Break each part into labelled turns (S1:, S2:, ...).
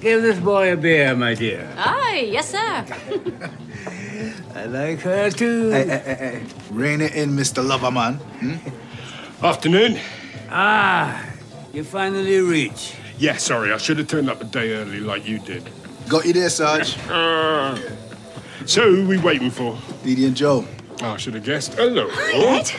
S1: Give this boy a beer, my
S2: Uh,
S1: dear.
S3: Aye, yes, sir.
S1: I like her too.
S4: Rein it in, Mr. Loverman.
S5: Afternoon.
S1: Ah, you finally reach.
S5: Yeah, sorry, I should have turned up a day early like you did.
S4: Got you there, Sarge.
S5: Uh, so, who we waiting for?
S4: Didi and Joe.
S5: Oh, I should have guessed. Hello.
S6: Hi, Ed.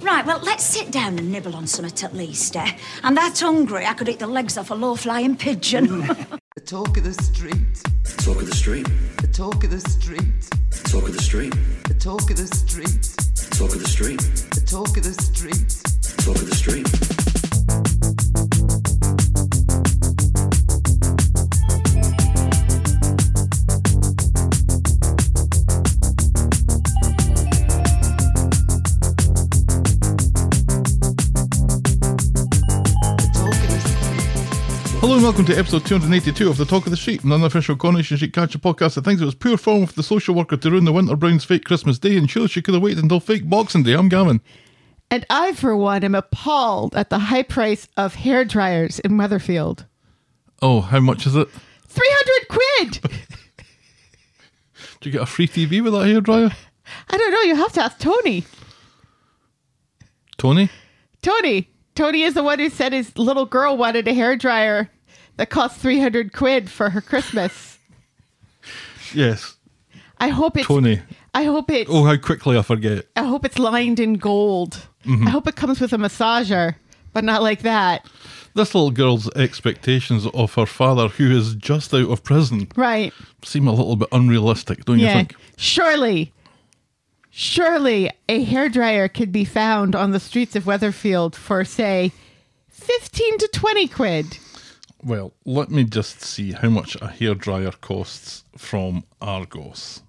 S6: Right, well, let's sit down and nibble on something at least, eh? I'm that hungry I could eat the legs off a low-flying pigeon.
S7: The talk of the street.
S8: Talk of the street.
S7: The talk of the street.
S8: Talk of the street.
S7: The talk of the street.
S8: Talk of the street.
S7: The talk of the street.
S8: Talk of the street.
S7: The talk of the street.
S9: Hello and welcome to episode 282 of The Talk of the Sheep, an unofficial Coronation Sheep Catcher podcast that thinks it was pure form of the social worker to ruin the Winter Browns' fake Christmas Day and sure she could have waited until fake Boxing Day. I'm Gavin.
S2: And I, for one, am appalled at the high price of hair dryers in Weatherfield.
S9: Oh, how much is it?
S2: 300 quid!
S9: Do you get a free TV with that hairdryer?
S2: I don't know, you have to ask Tony.
S9: Tony?
S2: Tony! Tony is the one who said his little girl wanted a hair dryer that cost 300 quid for her Christmas.
S9: Yes.
S2: I hope it's.
S9: Tony.
S2: I hope it's. Uh,
S9: Oh, how quickly I forget.
S2: I hope it's lined in gold. I hope it comes with a massager, but not like that.
S9: This little girl's expectations of her father, who is just out of prison,
S2: Right.
S9: seem a little bit unrealistic, don't you
S2: Yeah.
S9: think?
S2: Surely, surely a hairdryer could be found on the streets of Weatherfield for, say, 15 to 20 quid.
S9: Well, let me just see how much a hairdryer costs from Argos.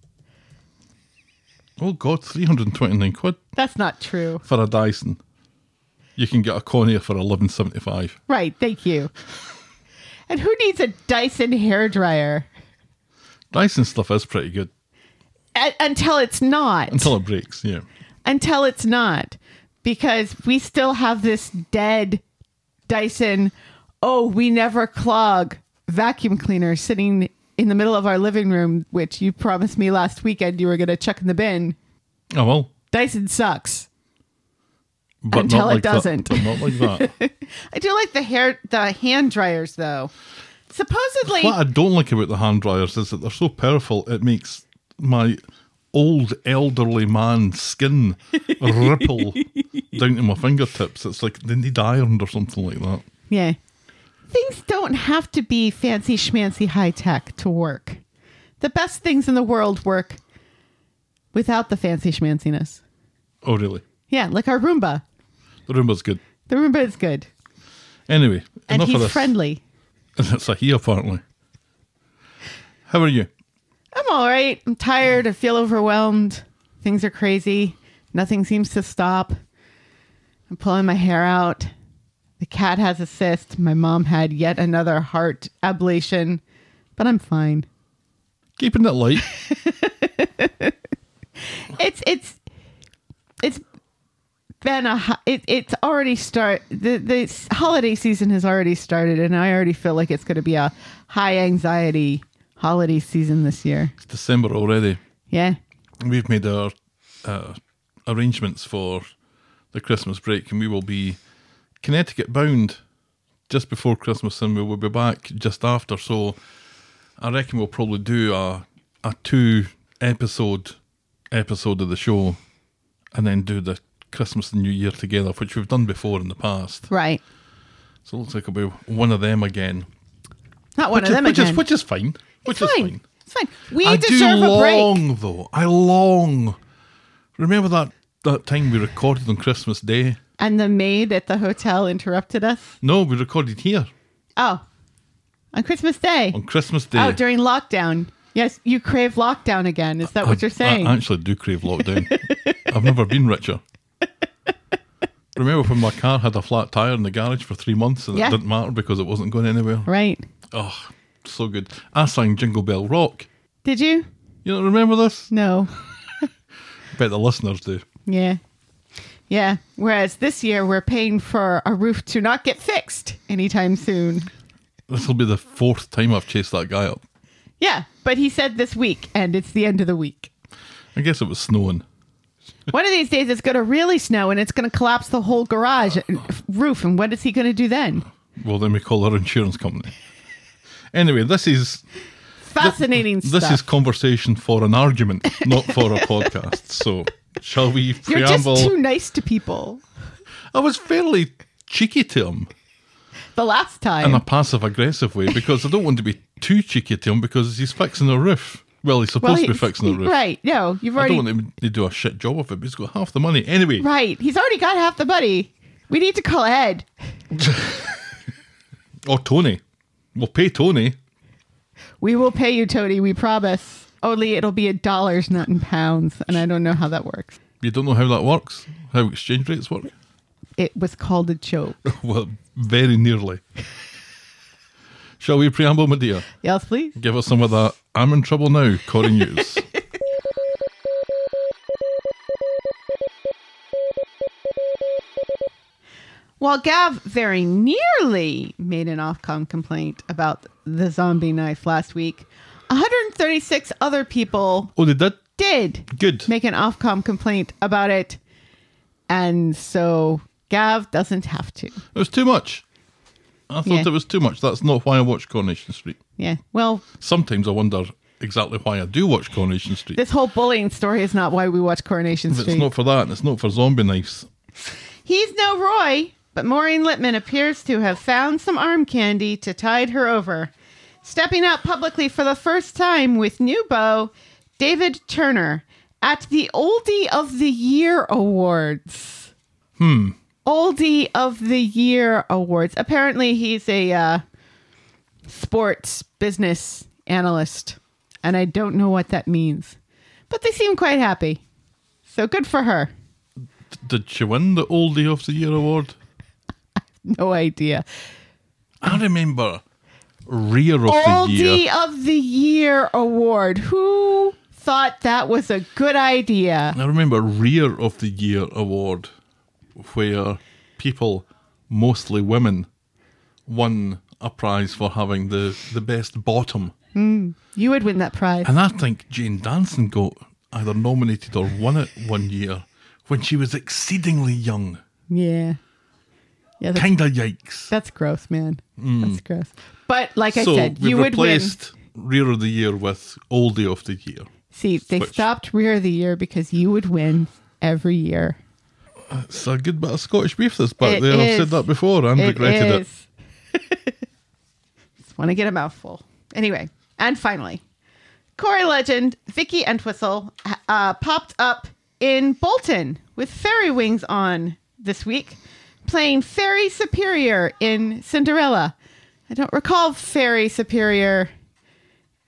S9: Oh god, 329 quid
S2: That's not true.
S9: for a Dyson. You can get a Conair for 1175.
S2: Right. Thank you. And who needs a Dyson hairdryer?
S9: Dyson stuff is pretty good
S2: A- until it's not.
S9: until it breaks, yeah.
S2: until it's not because we still have this dead Dyson oh we never clog vacuum cleaner sitting in the middle of our living room which you promised me last weekend you were going to chuck in the bin
S9: Oh well.
S2: Dyson sucks
S9: But
S2: Until
S9: not
S2: it
S9: like that-
S2: doesn't.
S9: but not like that.
S2: I do like the hair the hand dryers though supposedly
S9: what I don't like about the hand dryers is that they're so powerful it makes my old elderly man skin ripple down to my fingertips. It's like they need ironed or something like that.
S2: yeah things don't have to be fancy schmancy high tech to work the best things in the world work without the fancy schmanciness
S9: Oh, really?
S2: Yeah, like our Roomba.
S9: The Roomba's good.
S2: The Roomba is good.
S9: Anyway,
S2: And
S9: enough of
S2: he's
S9: this.
S2: friendly.
S9: It's a he, apparently. How are you?
S2: I'm all right. I'm tired. I feel overwhelmed. Things are crazy. Nothing seems to stop. I'm pulling my hair out. The cat has a cyst. My mom had yet another heart ablation, but I'm fine.
S9: Keeping it light.
S2: It's it's it's been a ho- it, it's already start the the s- holiday season has already started and I already feel like it's going to be a high anxiety holiday season this year.
S9: It's December already.
S2: Yeah.
S9: We've made our uh, arrangements for the Christmas break, and we will be Connecticut bound just before Christmas, and we will be back just after. So, I reckon we'll probably do a a two episode episode of the show, and then do the Christmas and New Year together, which we've done before in the past.
S2: Right.
S9: So it looks like it'll be one of them again.
S2: Not one
S9: which
S2: of them
S9: is, which
S2: again.
S9: Is, which is fine.
S2: it's
S9: Which
S2: fine.
S9: is fine.
S2: It's fine. We
S9: I do
S2: deserve a break.
S9: long though. I long. Remember that that time we recorded on Christmas Day?
S2: And the maid at the hotel interrupted us.
S9: No, we recorded here
S2: Oh, on Christmas Day.
S9: on Christmas Day.
S2: oh, during lockdown. Yes, you crave lockdown again. Is
S9: Uh,
S2: that what you're saying?
S9: I actually do crave lockdown. I've never been richer. Remember when my car had a flat tire in the garage for three months and
S2: Yeah.
S9: it didn't matter because it wasn't going anywhere?
S2: right.
S9: Oh, so good. I sang Jingle Bell Rock.
S2: Did you?
S9: You don't remember this?
S2: No.
S9: bet the listeners do.
S2: Yeah. Yeah. Whereas this year we're paying for a roof to not get fixed anytime soon.
S9: This will be the fourth time I've chased that guy up.
S2: Yeah, but he said this week, and it's the end of the week.
S9: I guess it was snowing.
S2: One of these days, it's going to really snow, and it's going to collapse the whole garage and- roof. And what is he going to do then?
S9: Well, then we call our insurance company. Anyway, this is
S2: Fascinating
S9: this
S2: stuff.
S9: is conversation for an argument, not for a podcast. So, shall we
S2: You're
S9: preamble?
S2: just too nice to people.
S9: I was fairly cheeky to him
S2: The last time,
S9: in a passive aggressive way because I don't want to be too cheeky to him because he's fixing a roof. Well, he's supposed to be
S2: he's-
S9: fixing a
S2: he-
S9: roof.
S2: Right? No, you've
S9: I
S2: already
S9: don't want him to do a shit job of it, but he's got half the money. Anyway,
S2: right. He's already got half the money. We need to call ahead.
S9: or Tony. We'll pay Tony.
S2: We will pay you, Tony. We promise. Only it'll be in dollars, not in pounds. And I don't know how that works.
S9: You don't know how that works, how exchange rates work?
S2: It was called a joke.
S9: Well, very nearly. Shall we preamble, my dear?
S2: yes, please.
S9: Give us some of that I'm in trouble now, Corey News.
S2: While Gav very nearly made an Ofcom complaint about the zombie knife last week, 136 other people
S9: oh, they did?
S2: did
S9: Good.
S2: make an Ofcom complaint about it. And so Gav doesn't have to.
S9: It was too much. I thought
S2: Yeah.
S9: it was too much. That's not why I watch Coronation Street.
S2: Yeah. Well,
S9: Sometimes I wonder exactly why I do watch Coronation Street.
S2: this whole bullying story is not why we watch Coronation
S9: But it's
S2: Street.
S9: not for that, and it's not for zombie knives.
S2: He's no Roy, but Maureen Littman appears to have found some arm candy to tide her over. Stepping out publicly for the first time with new beau, David Turner, at the Oldie of the Year Awards. Hmm. Oldie of the Year Awards. Apparently, he's a uh, sports business analyst, and I don't know what that means, but they seem quite happy. So good for her.
S9: Did she win the Oldie of the Year award?
S2: No idea.
S9: I remember Rear of the Year.
S2: Oldie of the Year award. Who thought that was a good idea?
S9: I remember Rear of the Year award, where people, mostly women, won a prize for having the, the best bottom.
S2: You would win that prize.
S9: And I think Jane Danson got either nominated or won it one year when she was exceedingly young.
S2: Yeah. Yeah, that's,
S9: Kinda yikes.
S2: that's gross, man. That's gross. But like I
S9: Mm. so
S2: said,
S9: we've
S2: you would win.
S9: replaced Rear of the Year with Oldie of the Year.
S2: See, they
S9: Switch.
S2: stopped Rear of the Year because you would win every year.
S9: It's a good bit of Scottish beef that's back
S2: It
S9: there. I've
S2: is.
S9: said that before and regretted it.
S2: Just want to get a mouthful. Anyway, and finally, Corey Legend, Vicky Entwistle uh, popped up in Bolton with fairy wings on this week, playing Fairy Superior in Cinderella. I don't recall Fairy Superior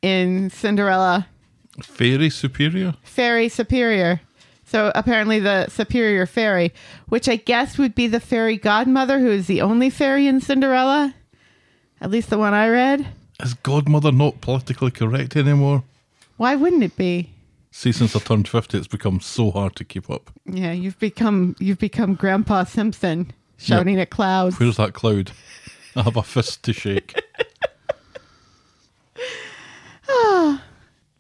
S2: in Cinderella.
S9: Fairy Superior?
S2: Fairy Superior. So apparently the Superior Fairy, which I guess would be the fairy godmother who is the only fairy in Cinderella. At least the one I read.
S9: Is Godmother not politically correct anymore?
S2: Why wouldn't it be?
S9: See, since I turned 50, it's become so hard to keep up.
S2: Yeah, you've become you've become Grandpa Simpson shouting at clouds.
S9: Where's that cloud? I have a fist to shake.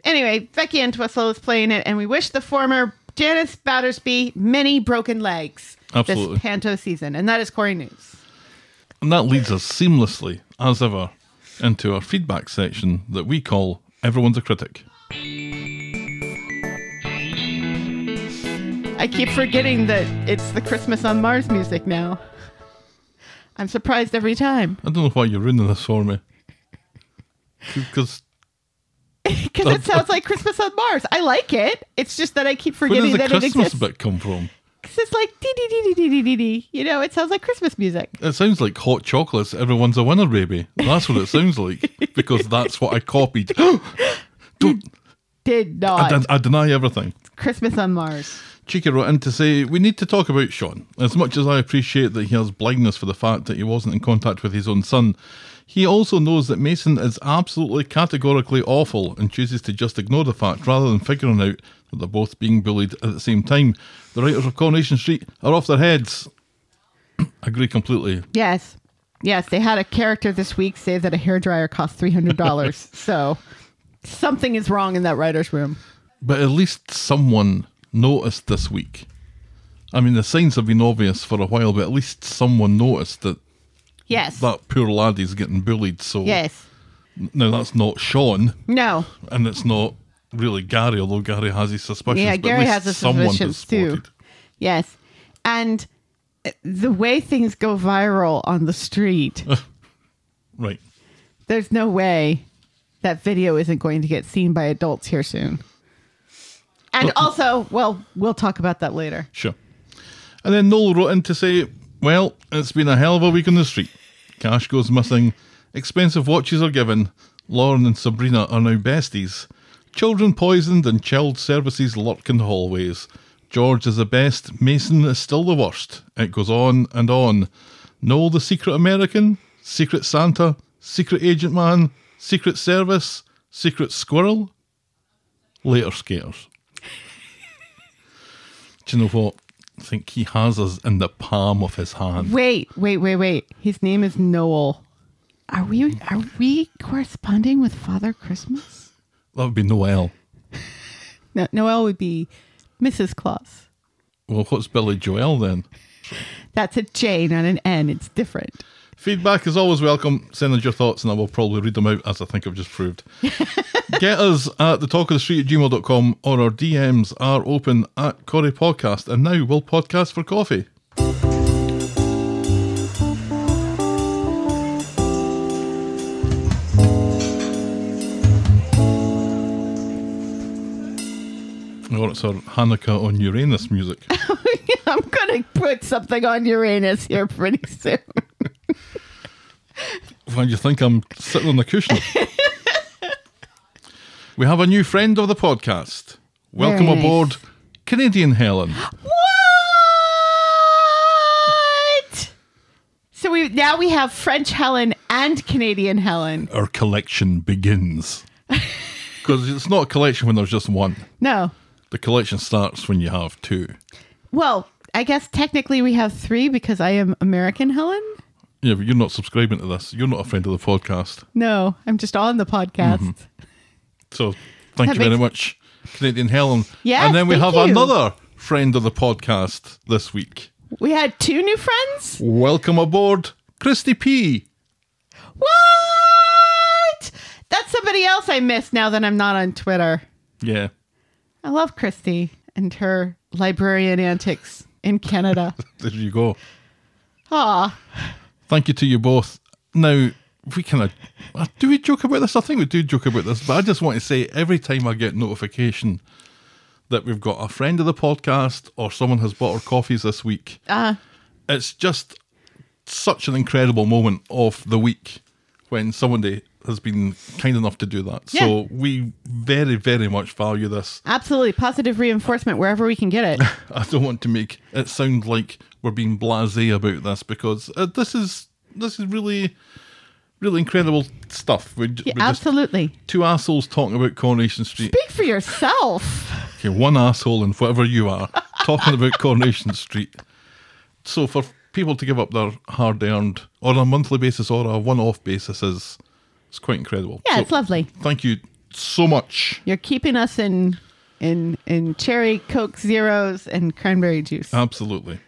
S2: Anyway, Becky Entwistle is playing it, and we wish the former Janice Battersby many broken legs
S9: Absolutely.
S2: this panto season. And that is Corey News.
S9: And that leads us seamlessly, as ever, into our feedback section that we call Everyone's a Critic.
S2: I keep forgetting that it's the Christmas on Mars music now. I'm surprised every time.
S9: I don't know why you're ruining this for me. Because
S2: Because it sounds like Christmas on Mars. I like it. It's just that I keep
S9: where
S2: forgetting
S9: does the
S2: that it
S9: Christmas
S2: exists.
S9: bit come from?
S2: 'Cause it's like dee dee dee dee dee dee dee. You know, it sounds like Christmas music.
S9: It sounds like hot chocolates. Everyone's a winner, baby. That's what it sounds like because that's what I copied. Don't,
S2: Did
S9: I,
S2: not
S9: den- I deny everything.
S2: Christmas on Mars.
S9: Cheeky wrote in to say, We need to talk about Sean. As much as I appreciate that he has blindness for the fact that he wasn't in contact with his own son, he also knows that Mason is absolutely categorically awful and chooses to just ignore the fact rather than figuring out that they're both being bullied at the same time. The writers of Coronation Street are off their heads. Agree completely.
S2: Yes, Yes, they had a character this week say that a hairdryer cost $300. so something is wrong in that writer's room.
S9: But at least someone noticed this week. I mean, the signs have been obvious for a while, but at least someone noticed that
S2: Yes.
S9: that poor lad is getting bullied. So
S2: yes.
S9: now that's not Sean,
S2: No.
S9: and it's not really Gary, although Gary has his suspicions.
S2: Yeah,
S9: but at
S2: Gary
S9: least
S2: has his
S9: someone
S2: suspicions
S9: has
S2: too.
S9: spotted.
S2: Yes. And uh, the way things go viral on the street,
S9: Right.
S2: there's no way that video isn't going to get seen by adults here soon. And also, well, we'll talk about that later.
S9: Sure. And then Noel wrote in to say, Well, it's been a hell of a week on the street. Cash goes missing. Expensive watches are given. Lauren and Sabrina are now besties. Children poisoned and child services lurk in the hallways. George is the best. Mason is still the worst. It goes on and on. Noel the secret American, secret Santa, secret agent man, secret service, secret squirrel. Later skaters. Do you know what? I think he has us in the palm of his hand.
S2: Wait, wait, wait, wait. His name is Noel. Are we are we corresponding with Father Christmas?
S9: That would be Noel.
S2: No, Noel would be Mrs. Claus.
S9: Well, what's Billy Joel then?
S2: That's a J, not an N. It's different.
S9: Feedback is always welcome. Send us your thoughts and I will probably read them out as I think I've just proved. Get us at the talk of the street at gmail.com or our DMs are open at Corey Podcast and now we'll podcast for coffee. Oh, it's our Hanukkah on Uranus music.
S2: I'm gonna put something on Uranus here pretty soon.
S9: Why do you think I'm sitting on the cushion? we have a new friend of the podcast. Welcome
S2: Very nice.
S9: aboard, Canadian Helen.
S2: What? So we now we have French Helen and Canadian Helen.
S9: Our collection begins. Because it's not a collection when there's just one.
S2: No.
S9: The collection starts when you have two.
S2: Well, I guess technically we have three because I am American Helen.
S9: Yeah, but you're not subscribing to this. You're not a friend of the podcast.
S2: No, I'm just on the podcast.
S9: So thank
S2: That
S9: you very
S2: makes-
S9: much, Canadian Helen.
S2: Yes,
S9: and then we
S2: thank
S9: have
S2: you.
S9: another friend of the podcast this week.
S2: We had two new friends.
S9: Welcome aboard, Christy P.
S2: What? That's somebody else I missed now that I'm not on Twitter.
S9: Yeah.
S2: I love Christy and her librarian antics in Canada.
S9: There you go.
S2: Aw.
S9: Thank you to you both. Now, we kind of do we joke about this? I think we do joke about this, but I just want to say every time I get notification that we've got a friend of the podcast or someone has bought our coffees this week,
S2: Uh,
S9: it's just such an incredible moment of the week when somebody has been kind enough to do that.
S2: Yeah.
S9: So we very, very much value this.
S2: absolutely. Positive reinforcement wherever we can get it.
S9: I don't want to make it sound like we're being blasé about this because uh, this is this is really really incredible stuff. We're, ju-
S2: Yeah,
S9: we're just
S2: absolutely.
S9: two assholes talking about Coronation Street.
S2: Speak for yourself.
S9: Okay, one asshole and whatever you are talking about Coronation Street. So for people to give up their hard-earned on a monthly basis or a one-off basis is it's quite incredible.
S2: Yeah,
S9: So
S2: it's lovely.
S9: Thank you so much.
S2: You're keeping us in in in cherry coke zeros and cranberry juice.
S9: Oh. Absolutely.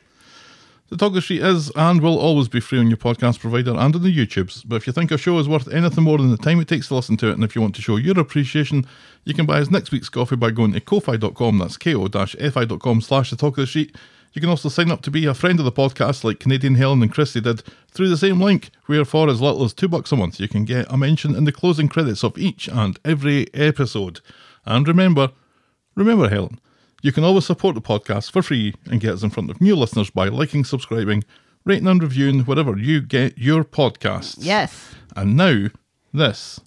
S9: The Toggle Street is and will always be free on your podcast provider and on the YouTubes. But if you think our show is worth anything more than the time it takes to listen to it, and if you want to show your appreciation, you can buy us next week's coffee by going to ko-fi.com, that's ko-fi.com slash the talk of the street. You can also sign up to be a friend of the podcast like Canadian Helen and Christy did through the same link, where for as little as two bucks a month you can get a mention in the closing credits of each and every episode. And remember, Remember, Helen, you can always support the podcast for free and get us in front of new listeners by liking, subscribing, rating, and reviewing wherever you get your podcasts.
S2: Yes.
S9: And now, this.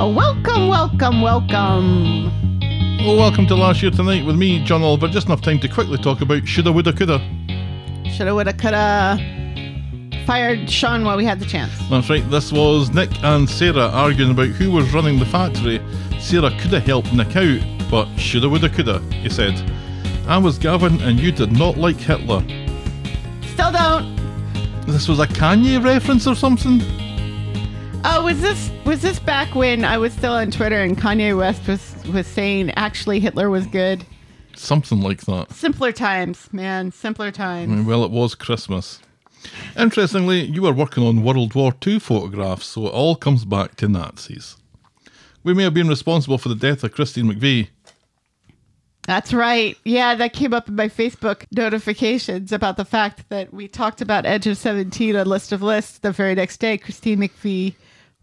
S2: A welcome, welcome, welcome.
S9: Oh, Welcome to Last Year Tonight with me, John Oliver. Just enough time to quickly talk about Shoulda, Woulda, Coulda.
S2: Shoulda, woulda, coulda. fired Sean while we had the chance.
S9: That's right, this was Nick and Sarah arguing about who was running the factory. Sarah coulda helped Nick out, but shoulda woulda coulda, he said. I was Gavin and you did not like Hitler.
S2: Still don't.
S9: This was a Kanye reference or something?
S2: Oh, was this was this back when I was still on Twitter and Kanye West was was saying actually Hitler was good?
S9: Something like that.
S2: Simpler times, man. Simpler times.
S9: Well, it was Christmas. Interestingly, you were working on World War II photographs, so it all comes back to Nazis. We may have been responsible for the death of Christine McVie.
S2: That's right. Yeah, that came up in my Facebook notifications about the fact that we talked about Edge of 17 on List of Lists the very next day. Christine McVie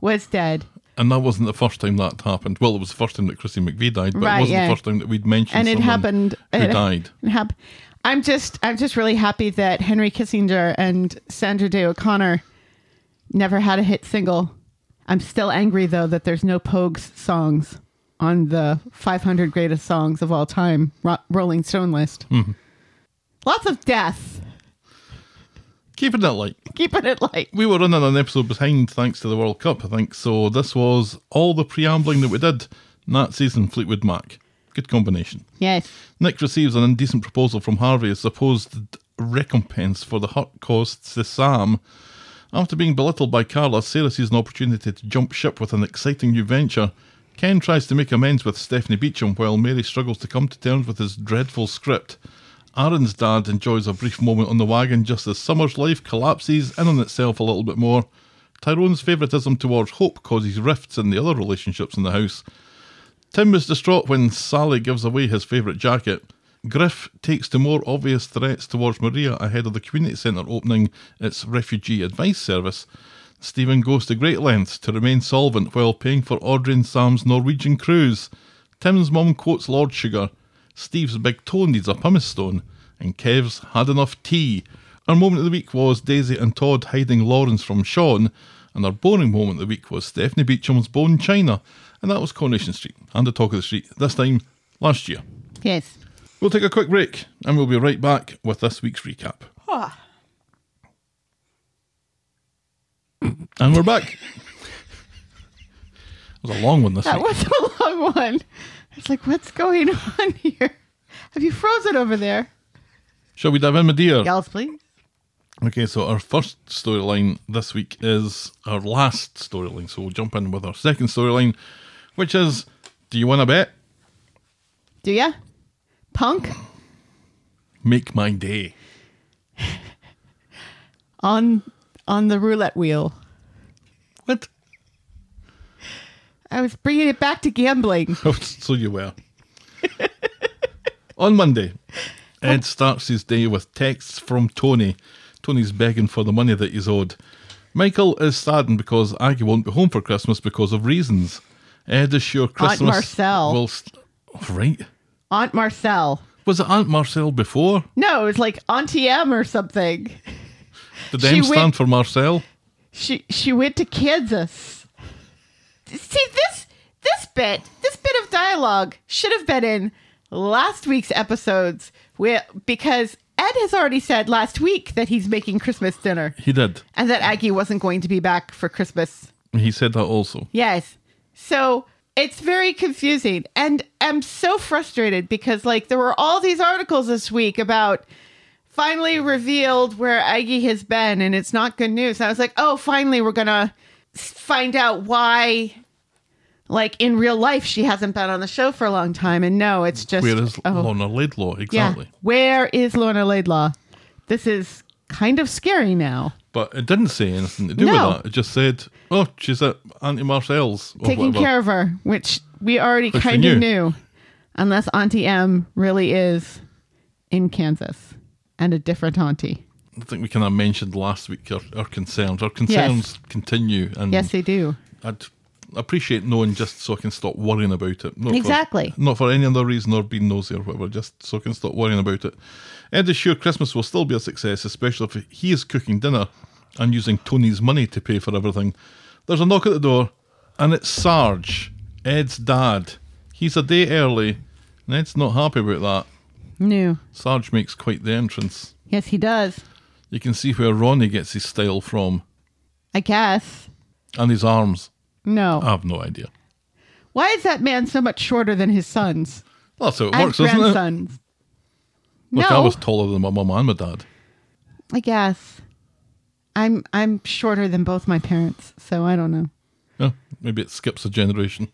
S2: was dead.
S9: And that wasn't the first time that happened. Well, it was the first time that Christine McVie died, but
S2: Right,
S9: it wasn't
S2: yeah.
S9: the first time that we'd mentioned
S2: and it
S9: someone
S2: happened. uh,
S9: who
S2: it,
S9: died.
S2: it hap- I'm just I'm just really happy that Henry Kissinger and Sandra Day O'Connor never had a hit single. I'm still angry though that there's no Pogues songs on the 500 greatest songs of all time Ro- Rolling Stone list.
S9: Mm-hmm.
S2: Lots of death.
S9: Keeping it light.
S2: Keeping it light.
S9: We were running an episode behind thanks to the World Cup, I think, so this was all the preambling that we did Nazis and Fleetwood Mac. Good combination.
S2: Yes.
S9: Nick receives an indecent proposal from Harvey as supposed recompense for the hurt caused to Sam. After being belittled by Carla, Sarah sees an opportunity to jump ship with an exciting new venture. Ken tries to make amends with Stephanie Beecham while Mary struggles to come to terms with his dreadful script. Aaron's dad enjoys a brief moment on the wagon just as Summer's life collapses in on itself a little bit more. Tyrone's favouritism towards Hope causes rifts in the other relationships in the house. Tim is distraught when Sally gives away his favourite jacket. Griff takes to more obvious threats towards Maria ahead of the community centre opening its refugee advice service. Stephen goes to great lengths to remain solvent while paying for Audrey and Sam's Norwegian cruise. Tim's mum quotes Lord Sugar. Steve's big toe needs a pumice stone. And Kev's had enough tea. Our moment of the week was Daisy and Todd hiding Lawrence from Sean. And our boring moment of the week was Stephanie Beecham's Bone China. And that was Coronation Street and the Talk of the Street, this time last year.
S2: Yes.
S9: We'll take a quick break and we'll be right back with this week's recap. And we're back. It was a long one this
S2: That
S9: week.
S2: was a long one. It's like, what's going on here? Have you frozen over there?
S9: Shall we dive in, my dear?
S2: Gals, please.
S9: Okay, so our first storyline this week is our last storyline. So we'll jump in with our second storyline, which is Do you want to bet?
S2: Do ya? Punk
S9: Make my day.
S2: on on the roulette wheel.
S9: What?
S2: I was bringing it back to gambling.
S9: Oh, so you were. On Monday, Ed starts his day with texts from Tony. Tony's begging for the money that he's owed. Michael is saddened because Aggie won't be home for Christmas because of reasons. Ed is sure Christmas
S2: Marcel.
S9: will. St- right.
S2: Aunt Marcel.
S9: Was it Aunt Marcel before?
S2: No, it was like Auntie M or something.
S9: Did
S2: She
S9: M
S2: went-
S9: stand for Marcel?
S2: She she went to Kansas. See this this bit this bit of dialogue should have been in last week's episodes where, because Ed has already said last week that he's making Christmas dinner.
S9: He did.
S2: and that Aggie wasn't going to be back for Christmas.
S9: He said that also.
S2: Yes. So it's very confusing. And I'm so frustrated because, like, there were all these articles this week about finally revealed where Aggie has been, and it's not good news. I was like, oh, finally, we're going to find out why, like, in real life, she hasn't been on the show for a long time. And no, it's just.
S9: Where is
S2: oh.
S9: Lorna Laidlaw
S2: Yeah.
S9: exactly?
S2: Where is Lorna Laidlaw? This is kind of scary now.
S9: But it didn't say anything to do
S2: No.
S9: with that. It just said, "Oh, she's at Auntie Marcel's." Or
S2: taking
S9: whatever.
S2: care of her, which we already
S9: Which we
S2: kind of
S9: knew.
S2: knew, unless Auntie M really is in Kansas and a different auntie.
S9: I think we kind of mentioned last week our, our concerns. Our concerns continue, and
S2: Yes, they do.
S9: I'd appreciate knowing just so I can stop worrying about it. Not for-
S2: Exactly.
S9: not for any other reason or being nosy or whatever, just so I can stop worrying about it. Ed is sure Christmas will still be a success, especially if he is cooking dinner and using Tony's money to pay for everything. There's a knock at the door, and it's Sarge, Ed's dad. He's a day early, and Ed's not happy about that.
S2: New.
S9: Sarge makes quite the entrance.
S2: Yes, he does.
S9: You can see where Ronnie gets his style from
S2: I guess.
S9: and his arms.
S2: No.
S9: I have no idea.
S2: Why is that man so much shorter than his sons
S9: Well, that's how it
S2: and
S9: works, isn't it?
S2: grandsons?
S9: Look, I
S2: no,
S9: was taller than my mum and my dad.
S2: I guess. I'm I'm shorter than both my parents, so I don't know.
S9: Yeah, maybe it skips a generation.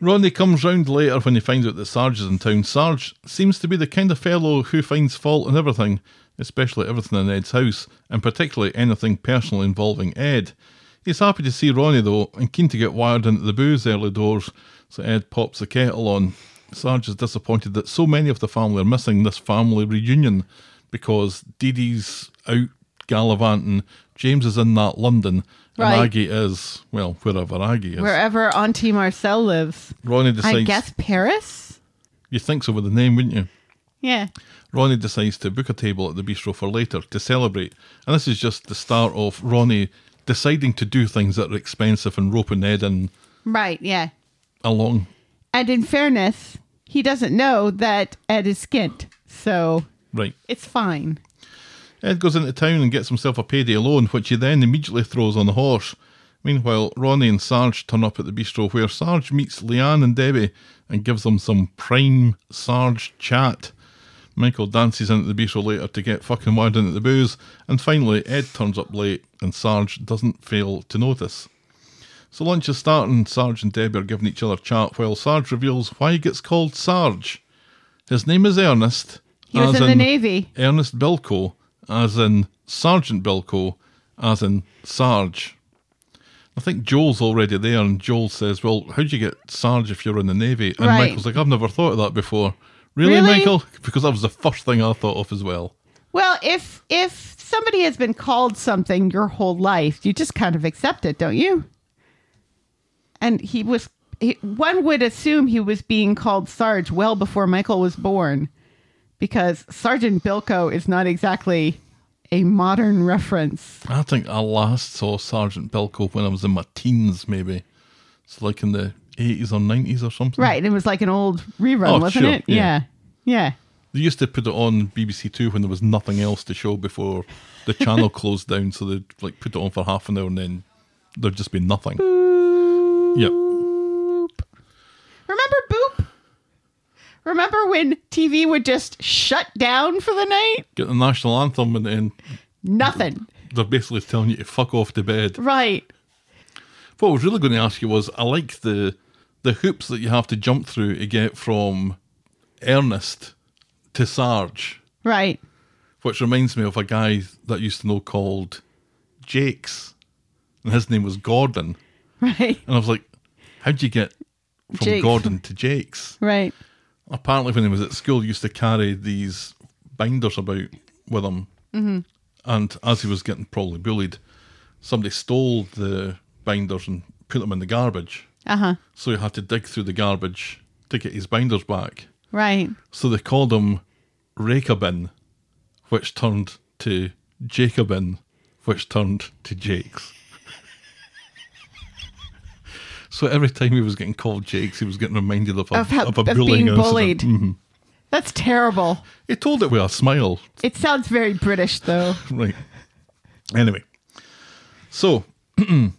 S9: Ronnie comes round later when he finds out that Sarge is in town. Sarge seems to be the kind of fellow who finds fault in everything, especially everything in Ed's house, and particularly anything personal involving Ed. He's happy to see Ronnie though, and keen to get wired into the booze early doors, so Ed pops the kettle on. Sarge is disappointed that so many of the family are missing this family reunion because Dee Dee's out gallivanting, James is in that London,
S2: Right.
S9: and Aggie is, well, wherever Aggie is.
S2: Wherever Auntie Marcel lives.
S9: Ronnie decides.
S2: I guess Paris?
S9: You'd think so with the name, wouldn't you?
S2: Yeah.
S9: Ronnie decides to book a table at the bistro for later to celebrate. And this is just the start of Ronnie deciding to do things that are expensive and roping Ed in
S2: Right, yeah.
S9: along.
S2: And in fairness, he doesn't know that Ed is skint, so
S9: Right.
S2: it's fine.
S9: Ed goes into town and gets himself a payday loan, which he then immediately throws on the horse. Meanwhile, Ronnie and Sarge turn up at the bistro where Sarge meets Leanne and Debbie and gives them some prime Sarge chat. Michael dances into the bistro later to get fucking wired into the booze, and finally Ed turns up late and Sarge doesn't fail to notice. So lunch is starting, Sarge and Debbie are giving each other chat while Sarge reveals why he gets called Sarge. His name is Ernest.
S2: He was
S9: as
S2: in the Navy.
S9: Ernest Bilko, as in Sergeant Bilko, as in Sarge. I think Joel's already there, and Joel says, Well, how'd you get Sarge if you're in the Navy? And
S2: Right.
S9: Michael's like, I've never thought of that before. Really,
S2: Really?
S9: Michael? Because that was the first thing I thought of as well.
S2: Well, if if somebody has been called something your whole life, you just kind of accept it, don't you? And he was he, one would assume he was being called Sarge well before Michael was born because Sergeant Bilko is not exactly a modern reference.
S9: I think I last saw Sergeant Bilko when I was in my teens, maybe. It's like in the 80s or 90s or something.
S2: Right, it was like an old rerun,
S9: Mm. Oh,
S2: wasn't
S9: sure,
S2: it?
S9: yeah.
S2: Yeah.
S9: They used to put it on BBC Two when there was nothing else to show before the channel closed down, so they'd like put it on for half an hour and then there'd just be nothing. Yep.
S2: yeah. Remember Boop? Remember when TV would just shut down for the night?
S9: Get the national anthem and then
S2: Nothing.
S9: they're basically telling you to fuck off to bed.
S2: Right.
S9: What I was really going to ask you was I like the the hoops that you have to jump through to get from Ernest to Sarge,
S2: Right.
S9: which reminds me of a guy that I used to know called Jakes. And his name was Gordon.
S2: Right.
S9: And I was like, how'd you get from
S2: Jake's.
S9: Gordon to Jake's?
S2: Right.
S9: Apparently, when he was at school, he used to carry these binders about with him. And as he was getting probably bullied, somebody stole the binders and put them in the garbage.
S2: Uh huh.
S9: So he had to dig through the garbage to get his binders back.
S2: Right.
S9: So they called him Rakabin, which turned to Jacobin, which turned to Jakes. so every time he was getting called Jakes, he was getting reminded of a,
S2: Of, how,
S9: of
S2: of,
S9: a bullying
S2: being
S9: incident.
S2: bullied. That's terrible.
S9: He told it with a smile,
S2: It sounds very British, though.
S9: right. Anyway, so Ed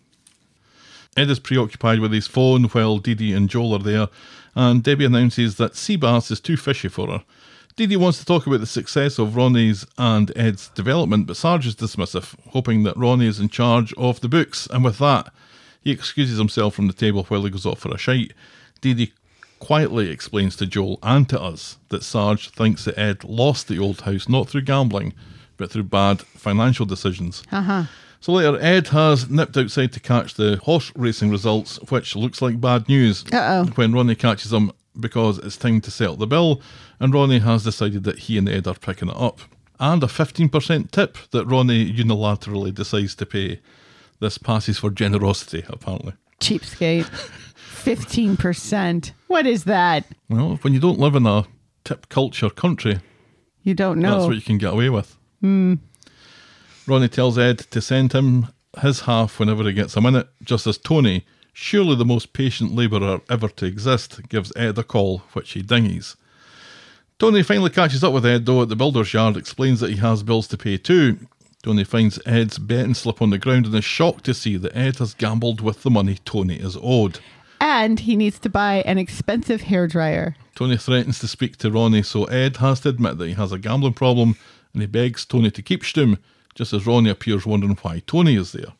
S9: is preoccupied with his phone while Dee Dee and Joel are there, and Debbie announces that sea bass is too fishy for her. Dee Dee wants to talk about the success of Ronnie's and Ed's development, but Sarge is dismissive, hoping that Ronnie is in charge of the books, and with that, he excuses himself from the table while he goes off for a shite. Dee Dee quietly explains to Joel and to us that Sarge thinks that Ed lost the old house not through gambling, but through bad financial decisions. So later, Ed has nipped outside to catch the horse racing results, which looks like bad news
S2: Uh-oh.
S9: when Ronnie catches him because it's time to settle the bill, and Ronnie has decided that he and Ed are picking it up. And a 15% tip that Ronnie unilaterally decides to pay. This passes for generosity, apparently.
S2: Cheapskate. 15%. What is that?
S9: Well, when you don't live in a tip culture country,
S2: You don't know.
S9: That's what you can get away with. Ronnie tells Ed to send him his half whenever he gets a minute, just as Tony, surely the most patient labourer ever to exist, gives Ed a call, which he dingies. Tony finally catches up with Ed, though, at the builder's yard, explains that he has bills to pay too. Tony finds Ed's betting slip on the ground and is shocked to see that Ed has gambled with the money Tony is owed.
S2: And he needs to buy an expensive hairdryer.
S9: Tony threatens to speak to Ronnie, so Ed has to admit that he has a gambling problem and he begs Tony to keep Stum, just as Ronnie appears wondering why Tony is there.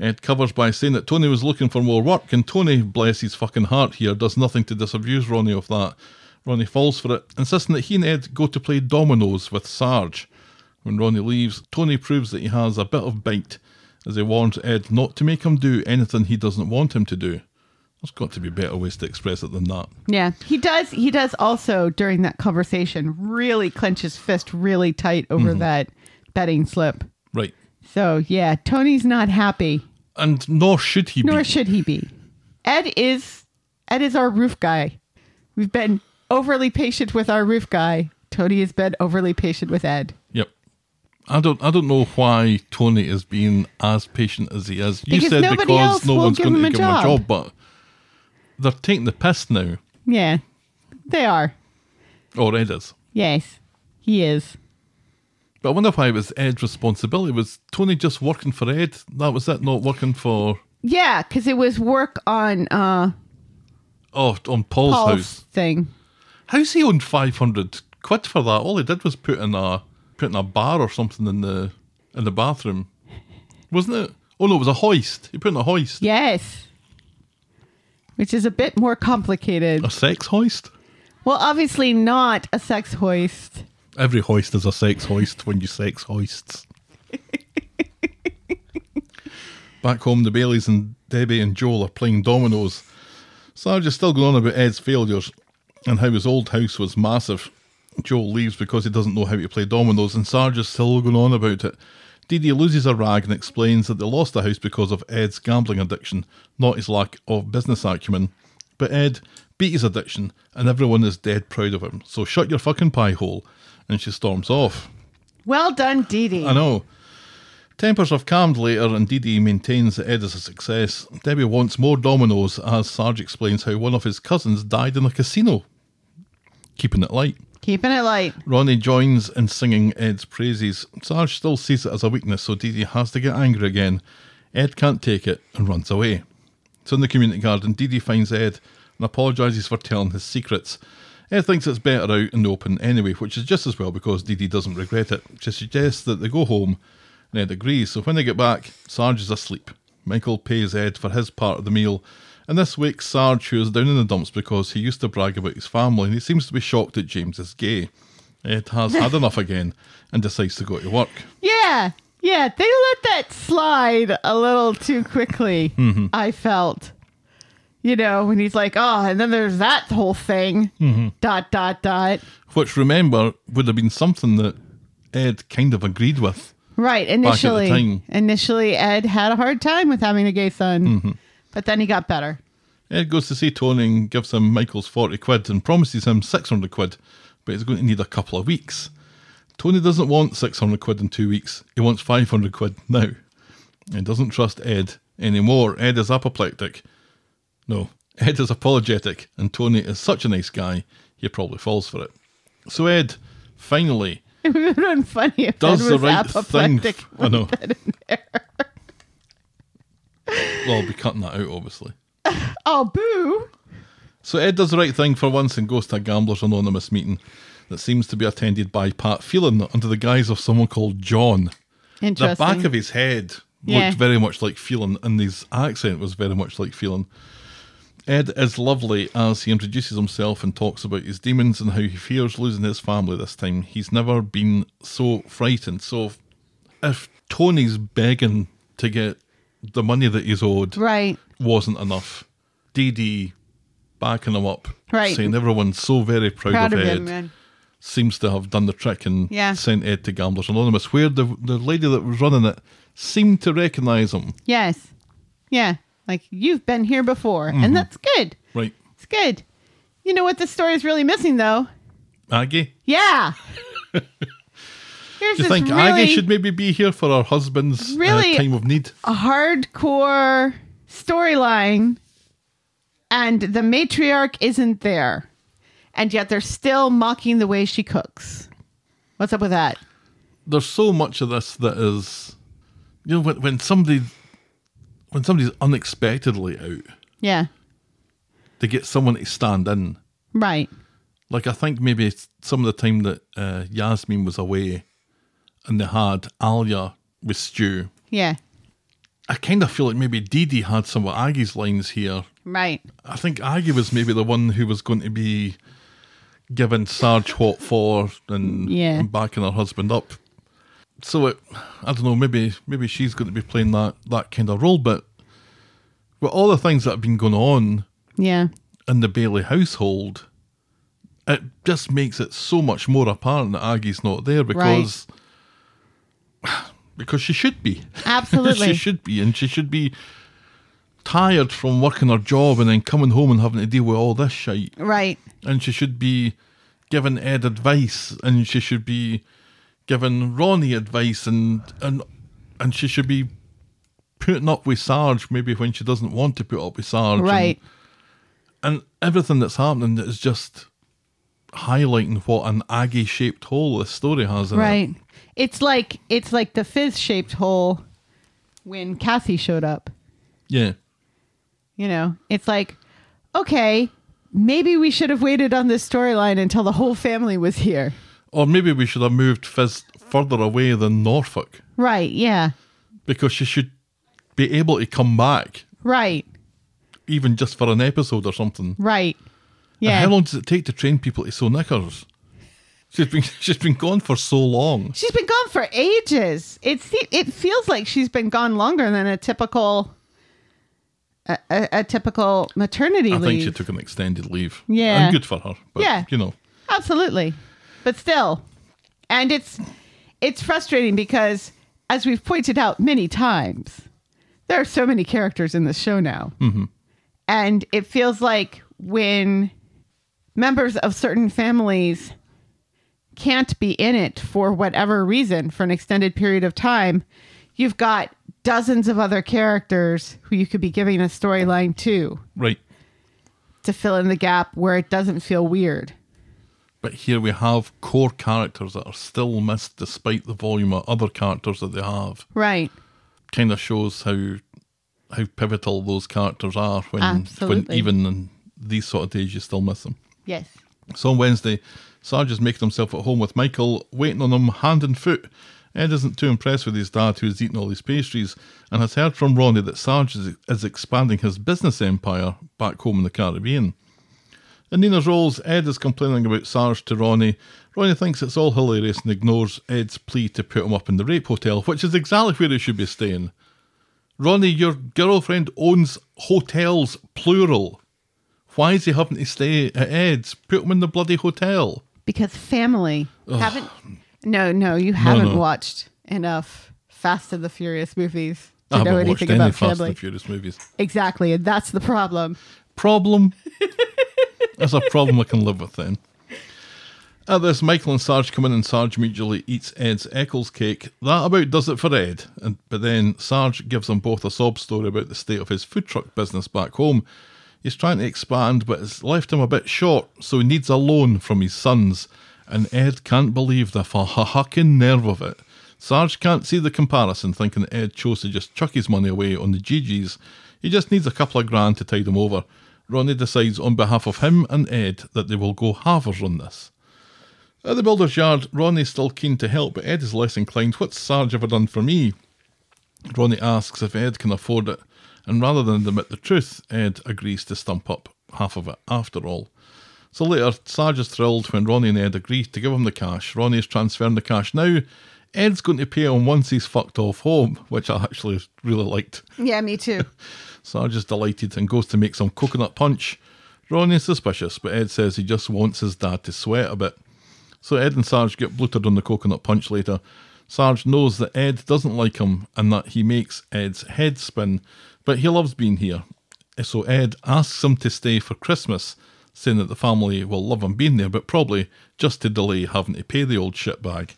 S9: Ed covers by saying that Tony was looking for more work, and Tony, bless his fucking heart here, does nothing to disabuse Ronnie of that. Ronnie falls for it, insisting that he and Ed go to play dominoes with Sarge. When Ronnie leaves, Tony proves that he has a bit of bite, as he warns Ed not to make him do anything he doesn't want him to do. There's got to be better ways to express it than that.
S2: Yeah, he does. He does also during that conversation really clench his fist really tight over
S9: Mm-hmm.
S2: that betting slip.
S9: Right.
S2: So yeah, Tony's not happy,
S9: And nor should he
S2: nor
S9: be.
S2: should he be. Ed is Ed is our roof guy. We've been overly patient with our roof guy. Tony has been overly patient with Ed.
S9: Yep. I don't I don't know why Tony is being as patient as he is. You
S2: Because
S9: said
S2: nobody
S9: because
S2: else
S9: no
S2: will
S9: one's
S2: give
S9: going
S2: him
S9: to
S2: a
S9: give him a
S2: job.
S9: job, but they're taking the piss now.
S2: Yeah, they are.
S9: Or Ed is.
S2: Yes, he is.
S9: But I wonder why it was Ed's responsibility. Was Tony just working for Ed? That was it, not working for
S2: Yeah, because it was work on uh,
S9: oh on Paul's
S2: Paul's
S9: house.
S2: thing.
S9: How's he on five hundred quid for that? All he did was put in a put in a bar or something in the in the bathroom. Wasn't it? Oh no, it was a hoist. He put in a hoist.
S2: Yes. Which is a bit more complicated.
S9: A sex hoist?
S2: Well, obviously not a sex hoist.
S9: Every hoist is a sex hoist when you sex hoists. Back home, the Baileys and Debbie and Joel are playing dominoes. Sarge is still going on about Ed's failures and how his old house was massive. Joel leaves because he doesn't know how to play dominoes, and Sarge is still going on about it. Dee Dee loses her rag and explains that they lost the house because of Ed's gambling addiction, not his lack of business acumen. But Ed beat his addiction, and everyone is dead proud of him. So shut your fucking pie hole. And she storms off.
S2: Well done, Dee Dee.
S9: I know. Tempers have calmed later, and Dee Dee maintains that Ed is a success. Debbie wants more dominoes as Sarge explains how one of his cousins died in a casino. Keeping it light.
S2: Keeping it light.
S9: Ronnie joins in singing Ed's praises. Sarge still sees it as a weakness, so Dee Dee has to get angry again. Ed can't take it and runs away. So in the community garden, Dee Dee finds Ed and apologises for telling his secrets. Ed thinks it's better out in the open anyway, which is just as well because Dee Dee doesn't regret it. She suggests that they go home, and Ed agrees. So when they get back, Sarge is asleep. Michael pays Ed for his part of the meal, and this wakes Sarge, who is down in the dumps because he used to brag about his family, and he seems to be shocked that James is gay. Ed has had enough again and decides to go to work.
S2: Yeah. Yeah. They let that slide a little too quickly,
S9: Mm-hmm.
S2: I felt. You know, when he's like, oh, and then there's that whole thing.
S9: Mm-hmm.
S2: Dot, dot, dot.
S9: Which, remember, would have been something that Ed kind of agreed with.
S2: Right.
S9: the
S2: Initially,
S9: time.
S2: initially, Ed had a hard time with having a gay son,
S9: Mm-hmm.
S2: but then he got better.
S9: Ed goes to see Tony and gives him Michael's 40 quid and promises him 600 quid, but he's going to need a couple of weeks. Tony doesn't want 600 quid in two weeks, he wants 500 quid now. He doesn't trust Ed anymore. Ed is apoplectic. No, Ed is apologetic, and Tony is such a nice guy, he probably falls for it. So Ed finally
S2: It would have been funny if
S9: does
S2: Ed
S9: the
S2: was
S9: right thing.
S2: apoplectic.
S9: I know. well, I'll be cutting that out, obviously.
S2: Oh, boo.
S9: So Ed does the right thing for once and goes to a Gamblers Anonymous meeting that seems to be attended by Pat Phelan under the guise of someone called John. The
S2: Interesting.
S9: back of his head
S2: Yeah.
S9: looked very much like Phelan and his accent was very much like Phelan. Ed is lovely as he introduces himself and talks about his demons and how he fears losing his family this time. He's never been so frightened. So if Tony's begging to get the money that he's owed
S2: right.
S9: wasn't enough. Dee Dee backing him up,
S2: Right.
S9: saying everyone's so very proud,
S2: Proud
S9: of,
S2: of
S9: Ed,
S2: him, man.
S9: seems to have done the trick and
S2: Yeah.
S9: sent Ed to Gamblers Anonymous, where the the lady that was running it seemed to recognise him.
S2: Yes. Yeah. Like you've been here before,
S9: Mm-hmm.
S2: and that's good.
S9: Right,
S2: It's good. You know what the story is really missing, though?
S9: Aggie.
S2: Yeah. Here's
S9: Do you
S2: this
S9: think
S2: really
S9: Aggie should maybe be here for her husband's uh,
S2: Really-
S9: time of need?
S2: hardcore storyline, and the matriarch isn't there. and yet they're still mocking the way she cooks. What's up with that?
S9: there's so much of this that is you know when, when somebody when somebody's unexpectedly out
S2: Yeah,
S9: to get someone to stand in
S2: right.
S9: like i think maybe it's some of the time that uh, yasmin was away and they had alia with stew
S2: Yeah,
S9: i kind of feel like maybe Dee Dee had some of aggie's lines here
S2: right.
S9: i think aggie was maybe the one who was going to be giving sarge what for and,
S2: Yeah.
S9: and backing her husband up so it, I don't know. Maybe maybe she's going to be playing that that kind of role. But with all the things that have been going on
S2: Yeah,
S9: in the Bailey household, it just makes it so much more apparent that Aggie's not there because because she should be.
S2: absolutely.
S9: she should be, and she should be tired from working her job and then coming home and having to deal with all this shit
S2: Right.
S9: and she should be giving Ed advice, and she should be giving Ronnie advice, and and and she should be putting up with Sarge maybe when she doesn't want to put up with Sarge, and-
S2: Right.
S9: And, everything that's happening is just highlighting what an Aggie-shaped hole this story has in
S2: Right.
S9: it.
S2: It's like it's like the fizz shaped hole when Cassie showed up.
S9: Yeah,
S2: You know, it's like, okay, maybe we should have waited on this storyline until the whole family was here.
S9: or maybe we should have moved Fizz further away than Norfolk
S2: Right. Yeah.
S9: because she should be able to come back
S2: Right.
S9: even just for an episode or something.
S2: Right.
S9: And
S2: Yeah.
S9: How long does it take to train people to sew knickers? She's been she's been gone for so long.
S2: she's been gone for ages. It se- it feels like she's been gone longer than a typical a, a, a typical maternity
S9: I think
S2: leave.
S9: she took an extended leave.
S2: Yeah.
S9: and good for her. But,
S2: Yeah.
S9: you know,
S2: Absolutely. But still, and it's it's frustrating because as we've pointed out many times, there are so many characters in the show now. And it feels like when members of certain families can't be in it for whatever reason for an extended period of time, you've got dozens of other characters who you could be giving a storyline to
S9: right.
S2: to fill in the gap where it doesn't feel weird.
S9: But here we have core characters that are still missed despite the volume of other characters that they have.
S2: Right.
S9: Kind of shows how how pivotal those characters are when when
S2: Absolutely.
S9: even in these sort of days you still miss them.
S2: Yes.
S9: So on Wednesday, Sarge is making himself at home with Michael, waiting on him hand and foot. Ed isn't too impressed with his dad, who has eaten all these pastries, and has heard from Ronnie that Sarge is, is expanding his business empire back home in the Caribbean. In Nina's roles, Ed is complaining about Sarge to Ronnie. Ronnie thinks it's all hilarious and ignores Ed's plea to put him up in the rape hotel, which is exactly where he should be staying. Ronnie, your girlfriend owns hotels, plural. Why is he having to stay at Ed's? Put him in the bloody hotel.
S2: because family haven't no no you haven't
S9: no.
S2: watched enough fast and the furious movies to
S9: I
S2: know
S9: haven't watched
S2: anything
S9: any
S2: about
S9: Fast
S2: family
S9: and Furious movies.
S2: exactly and that's the problem
S9: Problem. That's a problem I can live with then. At this, Michael and Sarge come in and Sarge mutually eats Ed's Eccles cake. That about does it for Ed. And but then Sarge gives them both a sob story about the state of his food truck business back home. He's trying to expand, but it's left him a bit short, so he needs a loan from his sons. And Ed can't believe the fucking nerve of it. Sarge can't see the comparison, thinking that Ed chose to just chuck his money away on the GGs. He just needs a couple of grand to tide him over. Ronnie decides on behalf of him and Ed that they will go halvers on this. At the builder's yard, Ronnie's still keen to help, but Ed is less inclined. What's Sarge ever done for me? Ronnie asks if Ed can afford it, and rather than admit the truth, Ed agrees to stump up half of it after all. So later, Sarge is thrilled when Ronnie and Ed agree to give him the cash. Ronnie is transferring the cash now. Ed's going to pay him once he's fucked off home, which I actually really liked.
S2: yeah me too
S9: Sarge is delighted and goes to make some coconut punch. Ronnie is suspicious, but Ed says he just wants his dad to sweat a bit. So Ed and Sarge get blooted on the coconut punch later. Sarge knows that Ed doesn't like him and that he makes Ed's head spin, but he loves being here. Eh, So Ed asks him to stay for Christmas, saying that the family will love him being there, but probably just to delay having to pay the old shitbag.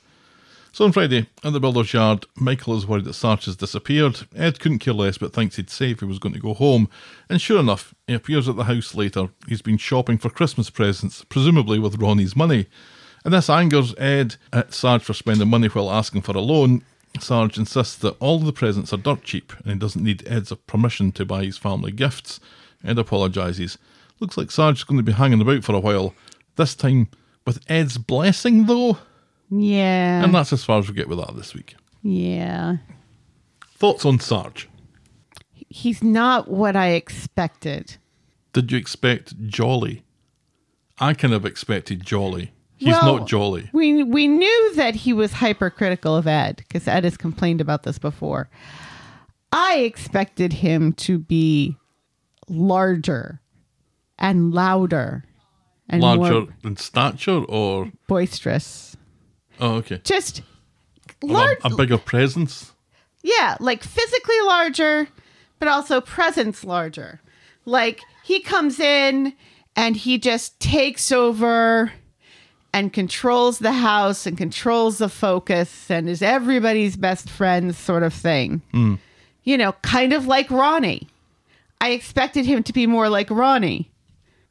S9: So on Friday, at the builder's yard, Michael is worried that Sarge has disappeared. Ed couldn't care less but thinks he'd safe he was going to go home. And sure enough, he appears at the house later. He's been shopping for Christmas presents, presumably with Ronnie's money. And this angers Ed at Sarge for spending money while asking for a loan. Sarge insists that all the presents are dirt cheap and he doesn't need Ed's permission to buy his family gifts. Ed apologises. Looks like Sarge's going to be hanging about for a while. This time with Ed's blessing, though.
S2: Yeah.
S9: And that's as far as we get with that this week.
S2: yeah.
S9: Thoughts on Sarge?
S2: He's not what I expected.
S9: Did you expect Jolly? I kind of expected Jolly. He's
S2: Well,
S9: not Jolly.
S2: We we knew that he was hypercritical of Ed because Ed has complained about this before. I expected him to be larger and louder and
S9: Larger
S2: more
S9: in stature or.
S2: boisterous.
S9: Oh, okay.
S2: Just
S9: A lo-
S2: large,
S9: a bigger presence?
S2: yeah, like physically larger, but also presence larger. Like he comes in and he just takes over and controls the house and controls the focus and is everybody's best friend sort of thing.
S9: Mm.
S2: You know, kind of like Ronnie. I expected him to be more like Ronnie.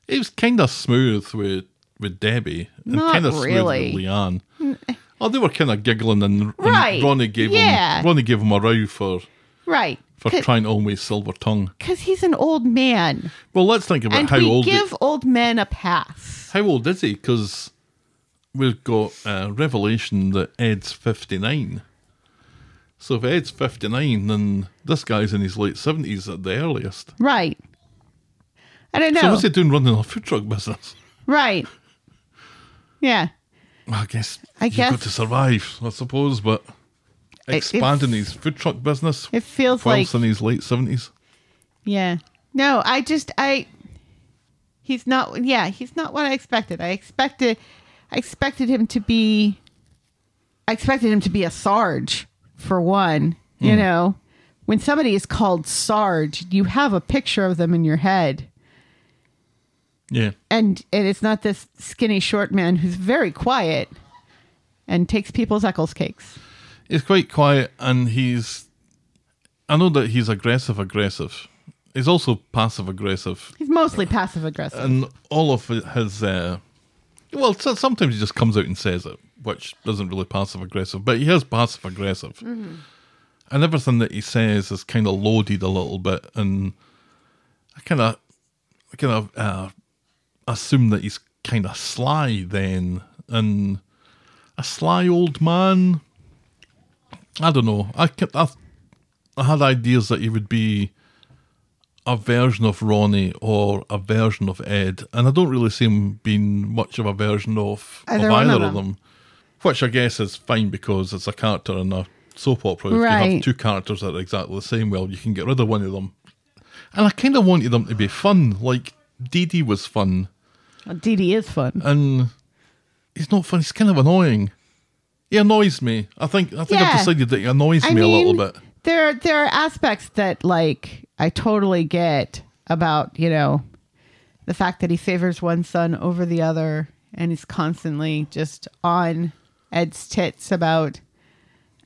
S9: It was kind of smooth with with Debbie and
S2: Not
S9: kind of
S2: really. Mm, eh.
S9: smooth with Leanne. Oh, they were kind of giggling and, and
S2: Right,
S9: Ronnie gave
S2: yeah.
S9: him Ronnie gave him a row for
S2: Right.
S9: for trying to always silver tongue.
S2: Because he's an old man.
S9: Well, let's think about
S2: and
S9: how
S2: we
S9: old he-
S2: give old men a pass.
S9: how old is he? Because we've got a revelation that Ed's fifty nine. So if Ed's fifty nine, then this guy's in his late seventies at the earliest.
S2: Right. I don't know.
S9: So what's he doing running a food truck business?
S2: Right. Yeah.
S9: Well, I guess
S2: I
S9: you've
S2: guess-
S9: got to survive, I suppose, but
S2: it-
S9: expanding his food truck business
S2: It feels
S9: whilst
S2: like
S9: in his late seventies.
S2: yeah. No, I just I he's not yeah, he's not what I expected. I expected I expected him to be I expected him to be a sarge for one, you know. When somebody is called sarge, you have a picture of them in your head.
S9: Yeah.
S2: and and it's not this skinny short man who's very quiet and takes people's Eccles cakes.
S9: He's quite quiet and he's I know that he's aggressive aggressive. He's also passive aggressive
S2: He's mostly passive aggressive.
S9: and all of his uh well so- sometimes he just comes out and says it which doesn't really passive aggressive but he is passive aggressive and everything that he says is kind of loaded a little bit and i kind of i kind of uh, assume that he's kind of sly then and a sly old man i don't know i kept i, I had ideas that he would be a version of Ronnie or a version of Ed, and I don't really see him being much of a version of
S2: Either
S9: of
S2: one
S9: either
S2: of
S9: of
S2: them.
S9: them, which I guess is fine because it's a character in a soap opera. If you
S2: Right.
S9: have two characters that are exactly the same, well, you can get rid of one of them. And I kind of wanted them to be fun, like Dee Dee was fun,
S2: Well, Dee Dee is fun.
S9: and he's not fun. He's kind of annoying. He annoys me. I think I think
S2: Yeah.
S9: I've decided that he annoys
S2: I
S9: me a little
S2: mean,
S9: bit.
S2: there there are aspects that like I totally get about you know the fact that he favors one son over the other and is constantly just on Ed's tits about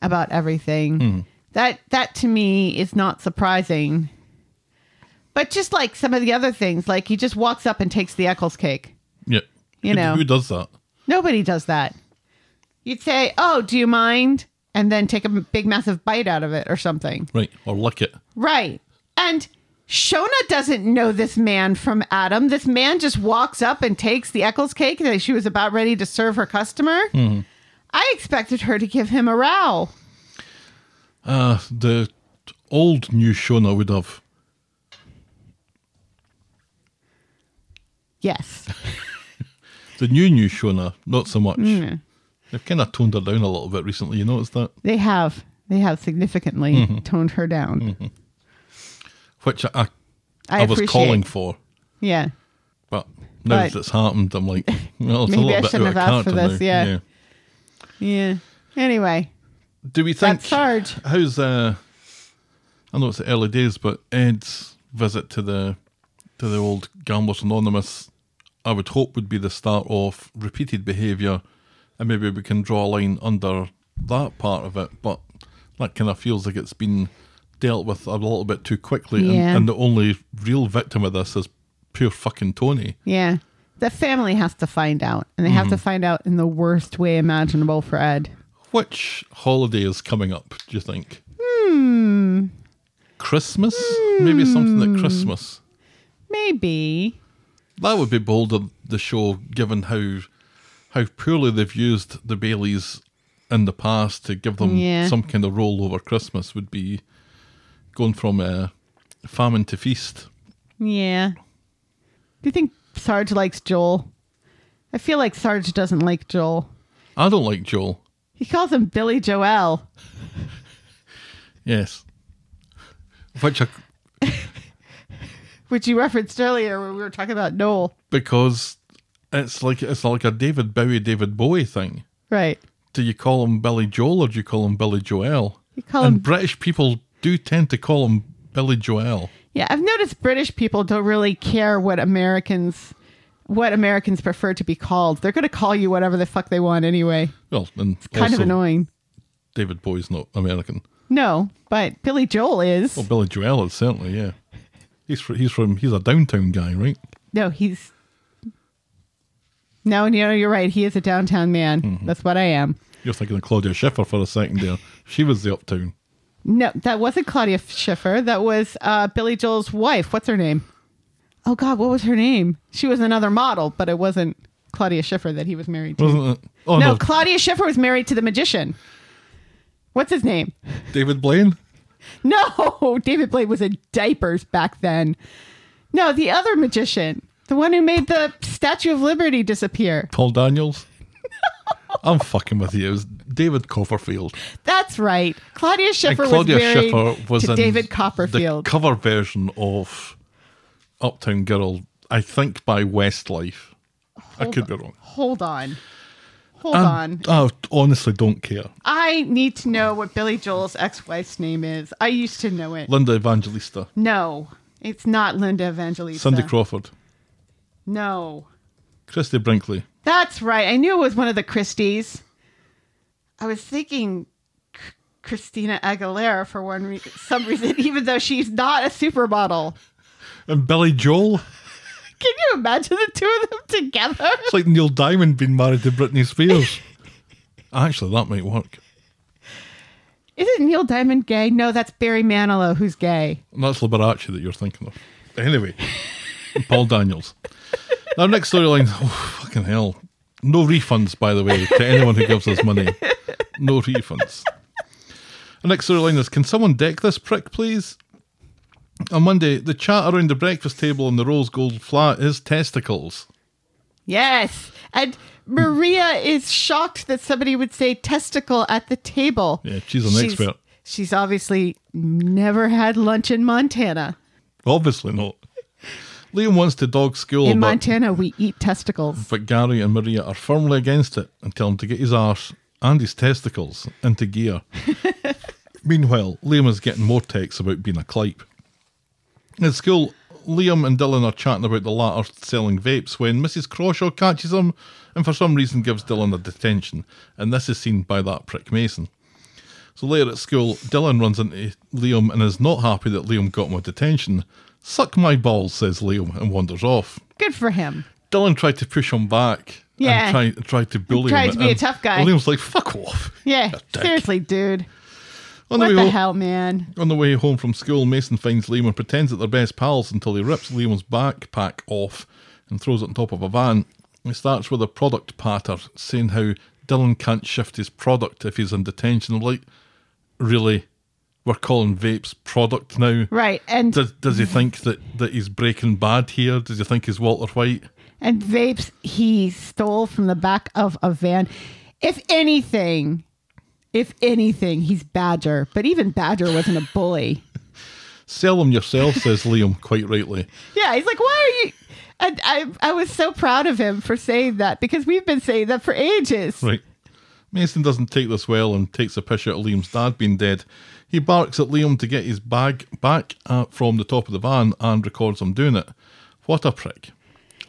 S2: about everything.
S9: Hmm.
S2: That that to me is not surprising. But just like some of the other things, like he just walks up and takes the Eccles cake.
S9: Yeah,
S2: You
S9: Who-
S2: know.
S9: who does that?
S2: Nobody does that. You'd say, "Oh, do you mind?" and then take a m- big massive bite out of it or something.
S9: Right, or lick it.
S2: Right. And Shona doesn't know this man from Adam. This man just walks up and takes the Eccles cake that she was about ready to serve her customer. I expected her to give him a row.
S9: Uh, the old new Shona would have.
S2: Yes.
S9: The new new Shona, not so much.
S2: Hmm.
S9: They've kind of toned her down a little bit recently. You notice that?
S2: They have. They have significantly toned her down.
S9: Which I, I,
S2: I,
S9: was
S2: appreciate.
S9: calling for,
S2: Yeah.
S9: but now
S2: But-
S9: that it's happened, I'm like, well, it's a
S2: Maybe
S9: little
S2: I
S9: bit out
S2: shouldn't
S9: of
S2: have asked for
S9: character
S2: this,
S9: now.
S2: yeah. Yeah. Anyway,
S9: Do we think
S2: That's Sarge.
S9: How's uh? I know it's the early days, but Ed's visit to the to the old Gamblers Anonymous, I would hope would be the start of repeated behaviour, and maybe we can draw a line under that part of it, but that kind of feels like it's been dealt with a little bit too quickly.
S2: Yeah.
S9: And, and the only real victim of this is pure fucking Tony.
S2: Yeah. The family has to find out, and they have to find out in the worst way imaginable for Ed.
S9: Which holiday is coming up, do you think? Hmm. Christmas? Maybe something at Christmas.
S2: Maybe.
S9: That would be bold of the show, given how how poorly they've used the Baileys in the past to give them
S2: Yeah.
S9: some kind of role over Christmas would be going from uh, famine to feast.
S2: Yeah. Do you think Sarge likes Joel? I feel like Sarge doesn't like Joel.
S9: I don't like Joel.
S2: He calls him Billy Joel.
S9: Yes. Which I,
S2: which you referenced earlier when we were talking about Noel.
S9: because it's like it's like a David Bowie, David Bowie thing.
S2: Right.
S9: Do you call him Billy Joel or do you call him Billy Joel?
S2: You call
S9: and
S2: him-
S9: British people do tend to call him Billy Joel.
S2: Yeah, I've noticed British people don't really care what Americans what Americans prefer to be called. They're going to call you whatever the fuck they want anyway.
S9: Well, and
S2: Kind
S9: also,
S2: of annoying.
S9: David Bowie's not American.
S2: No, but Billy Joel is.
S9: Well, Billy Joel is certainly yeah. He's fr- he's from he's a downtown guy, right?
S2: No, he's No, you know you're right. He is a downtown man. That's what I am.
S9: You're thinking of Claudia Schiffer for a second there. She was the uptown.
S2: No, that wasn't Claudia Schiffer. That was uh, Billy Joel's wife. What's her name? Oh God, what was her name? She was another model, but it wasn't Claudia Schiffer that he was married to.
S9: Wasn't it? Oh
S2: no,
S9: no,
S2: Claudia Schiffer was married to the magician. What's his name?
S9: David Blaine.
S2: No, David Blade was in diapers back then. No, the other magician, the one who made the Statue of Liberty disappear.
S9: Paul Daniels. I'm fucking with you. It was David Copperfield.
S2: That's right. Claudia
S9: And
S2: Schiffer
S9: Claudia
S2: was married
S9: Schiffer was
S2: to
S9: in
S2: David Copperfield.
S9: The cover version of Uptown Girl, I think by Westlife. I could be wrong.
S2: Hold on. Hold
S9: Um,
S2: on.
S9: And I honestly don't care.
S2: I need to know what Billy Joel's ex-wife's name is. I used to know it.
S9: Linda Evangelista,
S2: No, it's not Linda Evangelista.
S9: Cindy Crawford,
S2: No,
S9: Christy Brinkley.
S2: that's right. I knew it was one of the Christies. I was thinking C- Christina Aguilera for one re- some reason, even though she's not a supermodel.
S9: And Billy Joel.
S2: Can you imagine the two of them together?
S9: It's like Neil Diamond being married to Britney Spears. Actually, that might work.
S2: Isn't Neil Diamond gay? No, that's Barry Manilow who's gay.
S9: And that's Liberace that you're thinking of. Anyway, Paul Daniels. Our next storyline. Oh, fucking hell. No refunds, by the way, to anyone who gives us money. No refunds. Our next storyline is Can someone deck this prick, please? On Monday, the chat around the breakfast table in the Rose Gold flat is testicles.
S2: Yes. And Maria is shocked that somebody would say testicle at the table.
S9: Yeah, she's an expert.
S2: She's obviously never had lunch in Montana.
S9: Obviously not. Liam wants to dog school,
S2: in
S9: Oh, but,
S2: Montana, we eat testicles.
S9: but Gary and Maria are firmly against it and tell him to get his arse and his testicles into gear. Meanwhile, Liam is getting more texts about being a clipe. At school, Liam and Dylan are chatting about the latter selling vapes when Mrs. Crawshaw catches them and for some reason gives Dylan a detention, and this is seen by that prick Mason. So later at school, Dylan runs into Liam and is not happy that Liam got him a detention. Suck my balls, says Liam, and wanders off.
S2: Good for him.
S9: Dylan tried to push him back.
S2: Yeah.
S9: And tried, tried to bully
S2: Tried
S9: him.
S2: to be a
S9: and
S2: tough guy.
S9: Liam's like, fuck off.
S2: Yeah.
S9: You dick.
S2: Seriously, dude.
S9: On
S2: what
S9: way
S2: the
S9: home-
S2: hell, man?
S9: on the way home from school, Mason finds Liam and pretends that they're best pals until he rips Liam's backpack off and throws it on top of a van. He starts with a product patter, saying how Dylan can't shift his product if he's in detention. I'm like, really? We're calling vapes product now?
S2: Right. And
S9: Does, does he think that, that he's breaking bad here? Does he think he's Walter White?
S2: and vapes he stole from the back of a van. If anything, if anything, he's Badger. But even Badger wasn't a bully.
S9: Sell them yourself, says Liam, quite rightly.
S2: Yeah, he's like, why are you? And I, I was so proud of him for saying that because we've been saying that for ages.
S9: Right. Mason doesn't take this well and takes a piss out of Liam's dad being dead. He barks at Liam to get his bag back uh, from the top of the van and records him doing it. What a prick.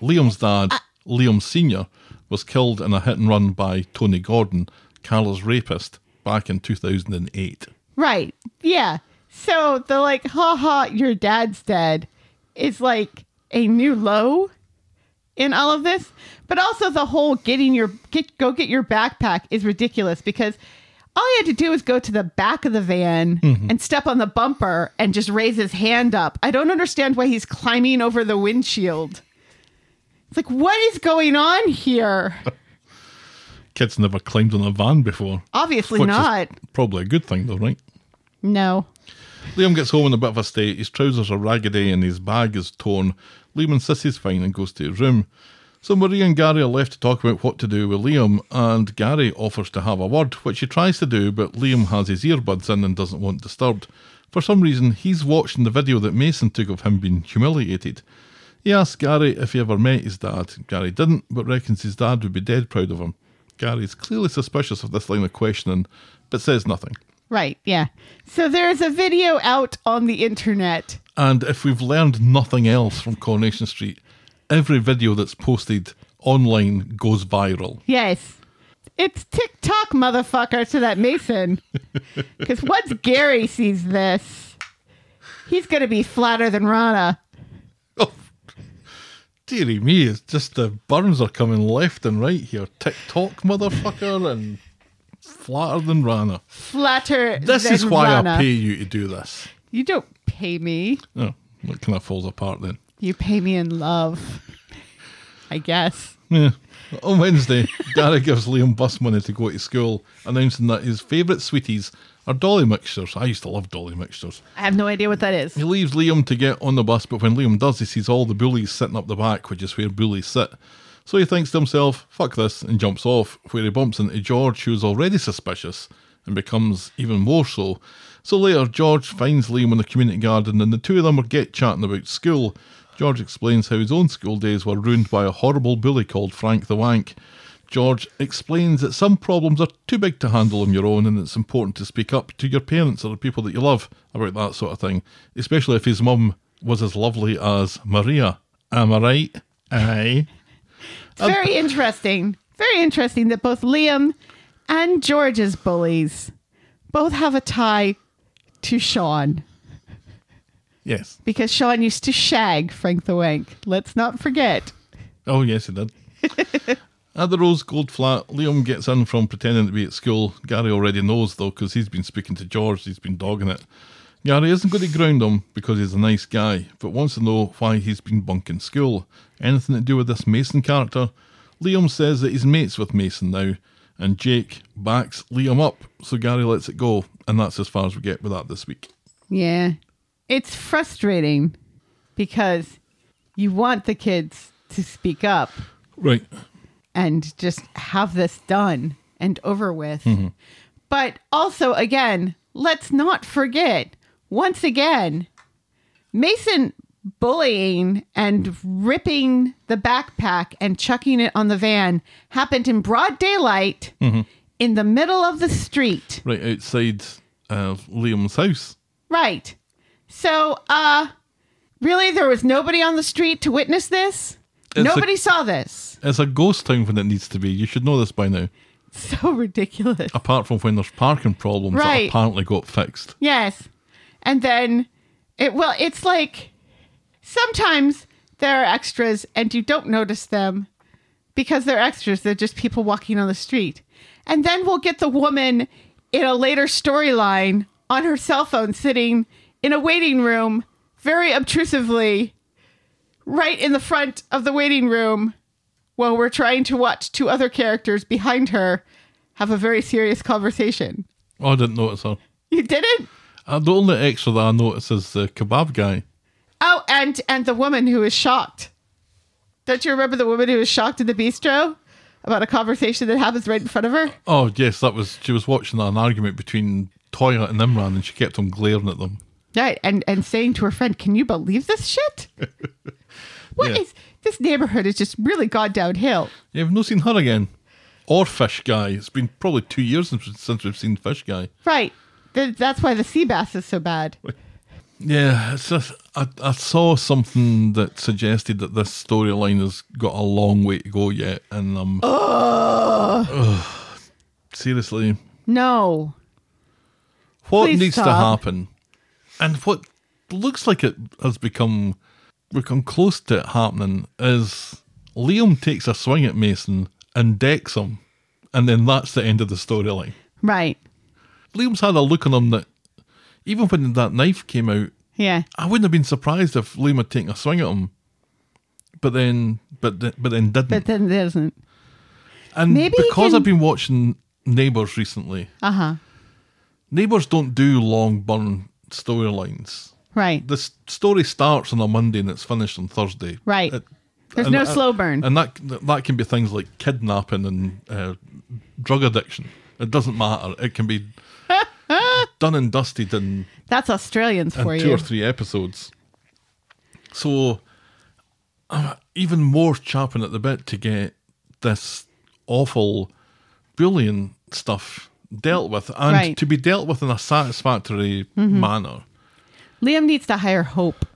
S9: Liam's dad, Liam Sr., was killed in a hit and run by Tony Gordon, Carla's rapist, back in 2008.
S2: Right. Yeah. So the like, ha ha, your dad's dead is like a new low in all of this. But also the whole getting your get go get your backpack is ridiculous because all he had to do was go to the back of the van and step on the bumper and just raise his hand up. I don't understand why he's climbing over the windshield. It's like, what is going on here?
S9: Kids never climbed on a van before.
S2: Obviously
S9: Which is
S2: not.
S9: Probably a good thing, though, right?
S2: No.
S9: Liam gets home in a bit of a state. His trousers are raggedy and his bag is torn. Liam insists he's fine and goes to his room. So Marie and Gary are left to talk about what to do with Liam, and Gary offers to have a word, which he tries to do, but Liam has his earbuds in and doesn't want disturbed. For some reason, he's watching the video that Mason took of him being humiliated. He asks Gary if he ever met his dad. Gary didn't, but reckons his dad would be dead proud of him. Gary is clearly suspicious of this line of questioning, but says nothing.
S2: Right, yeah. So there's a video out on the internet.
S9: And if we've learned nothing else from Coronation Street, every video that's posted online goes viral.
S2: Yes. It's TikTok, motherfucker, to that Mason. Because once Gary sees this, he's going to be flatter than Rana.
S9: Oh, dearie me, it's just the burns are coming left and right here. TikTok, motherfucker, and flatter than Rana.
S2: Flatter
S9: This
S2: than
S9: is why
S2: Rana.
S9: I pay you to do this.
S2: You don't pay me.
S9: Oh, that kind of falls apart then.
S2: You pay me in love. I guess.
S9: Yeah. On Wednesday, Gary gives Liam bus money to go to school, announcing that his favourite sweeties are Dolly mixtures. I used to love Dolly mixtures.
S2: I have no idea what that is.
S9: He leaves Liam to get on the bus, but when Liam does, he sees all the bullies sitting up the back, which is where bullies sit. So he thinks to himself, fuck this, and jumps off, where he bumps into George, who's already suspicious and becomes even more so. So later, George finds Liam in the community garden, and the two of them are get chatting about school. George explains how his own school days were ruined by a horrible bully called Frank the Wank. George explains that some problems are too big to handle on your own and it's important to speak up to your parents or the people that you love about that sort of thing, especially if his mum was as lovely as Maria. Am I right? Aye.
S2: It's very interesting. Very interesting that both Liam and George's bullies both have a tie to Sean
S9: Yes.
S2: because Sean used to shag Frank the Wank. Let's not forget.
S9: Oh, yes, he did. at the Rose Gold flat, Liam gets in from pretending to be at school. Gary already knows, though, because he's been speaking to George, he's been dogging it. Gary isn't going to ground him because he's a nice guy, but wants to know why he's been bunking school. Anything to do with this Mason character? Liam says that he's mates with Mason now, and Jake backs Liam up, so Gary lets it go, and that's as far as we get with that this week.
S2: Yeah. It's frustrating because you want the kids to speak up
S9: Right.
S2: and just have this done and over with. But also, again, let's not forget once again, Mason bullying and ripping the backpack and chucking it on the van happened in broad daylight in the middle of the street.
S9: Right outside uh, Liam's house.
S2: Right. So, uh, really, there was nobody on the street to witness this?
S9: It's a-
S2: nobody saw this.
S9: It's a ghost town when it needs to be. You should know this by now.
S2: So ridiculous.
S9: Apart from when there's parking problems
S2: Right.
S9: that apparently got fixed.
S2: Yes. And then it well, it's like sometimes there are extras and you don't notice them because they're extras. They're just people walking on the street. And then we'll get the woman in a later storyline on her cell phone sitting in a waiting room very obtrusively right in the front of the waiting room while we're trying to watch two other characters behind her have a very serious conversation.
S9: Oh, I didn't notice her.
S2: You didn't?
S9: Uh, the only extra that I notice is the kebab guy.
S2: Oh, and and the woman who is shocked. Don't you remember the woman who was shocked in the bistro about a conversation that happens right in front of her?
S9: Oh, yes, that was. She was watching an argument between Toya and Imran, and she kept on glaring at them.
S2: Right, and and saying to her friend, "Can you believe this shit? What is
S9: Yeah.
S2: this neighborhood is just really gone downhill."
S9: Yeah, we've not seen her again. Or Fish Guy. It's been probably two years since, since we've seen Fish Guy.
S2: Right. Th- That's why the sea bass is so bad.
S9: Yeah, it's just, I, I saw something that suggested that this storyline has got a long way to go yet, and um, seriously,
S2: No.
S9: What
S2: Please
S9: needs to
S2: stop.
S9: happen, and what looks like it has become, we've come close to it happening, is Liam takes a swing at Mason and decks him, and then that's the end of the storyline.
S2: Right.
S9: Liam's had a look on him that, even when that knife came out,
S2: Yeah.
S9: I wouldn't have been surprised if Liam had taken a swing at him, but then, but th- but then didn't.
S2: But then there isn't.
S9: and
S2: maybe you
S9: because
S2: can-
S9: I've been watching Neighbours recently,
S2: Uh huh.
S9: Neighbours don't do long burn storylines.
S2: Right.
S9: the s- story starts on a Monday and it's finished on Thursday.
S2: Right.
S9: It-
S2: There's
S9: and-
S2: no
S9: and-
S2: slow burn.
S9: and that that can be things like kidnapping and uh, drug addiction. It doesn't matter. It can be done and dusted in,
S2: That's Australians for
S9: in two
S2: you.
S9: or three episodes. So I'm even more chopping at the bit to get this awful bullying stuff dealt with and
S2: Right. Mm-hmm.
S9: to be dealt with in a satisfactory manner.
S2: Liam needs to hire Hope.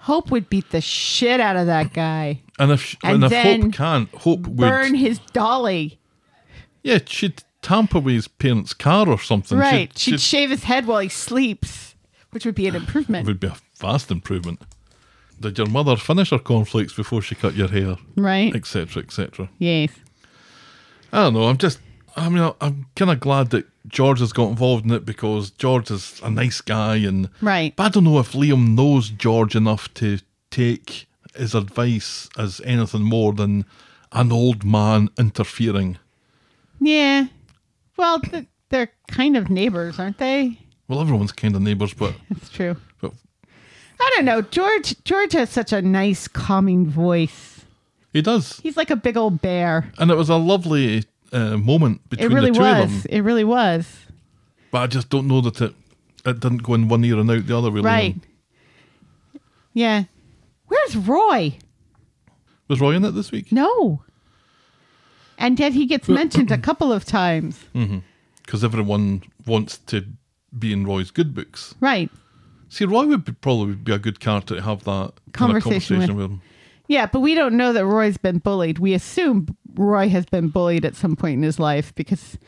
S2: Hope would beat the shit out of that guy.
S9: And if sh-
S2: And
S9: and, if
S2: then
S9: Hope can't, Hope would
S2: Burn his dolly.
S9: Yeah, she'd tamper with his parents' car or something.
S2: Right. She'd,
S9: She'd, she'd,
S2: shave his head while he sleeps, which would be an improvement.
S9: would be a vast improvement. Did your mother finish her cornflakes before she cut your hair?
S2: Right.
S9: Etc. Etc.
S2: yes.
S9: I don't know. I'm just. I mean, I- I'm kind of glad that George has got involved in it because George is a nice guy and.
S2: Right.
S9: But I don't know if Liam knows George enough to take his advice as anything more than an old man interfering.
S2: Yeah. Well, th- they're kind of neighbors, aren't they?
S9: Well, everyone's kind of neighbours, but
S2: That's true.
S9: but
S2: I don't know. George George has such a nice calming voice.
S9: he does.
S2: He's like a big old bear.
S9: And it was a lovely uh, moment
S2: It
S9: between
S2: really
S9: the two of
S2: was.
S9: them.
S2: It really was.
S9: But I just don't know that it, it didn't go in one ear and out the other, really.
S2: Right. Yeah. Where's Roy?
S9: Was Roy in it this week?
S2: No. And yet he gets mentioned a couple of times.
S9: Because everyone wants to be in Roy's good books.
S2: Right.
S9: See, Roy would be, probably be a good character to have that kind of
S2: Conversation
S9: conversation
S2: with.
S9: with. him.
S2: Yeah, but we don't know that Roy's been bullied. We assume Roy has been bullied at some point in his life because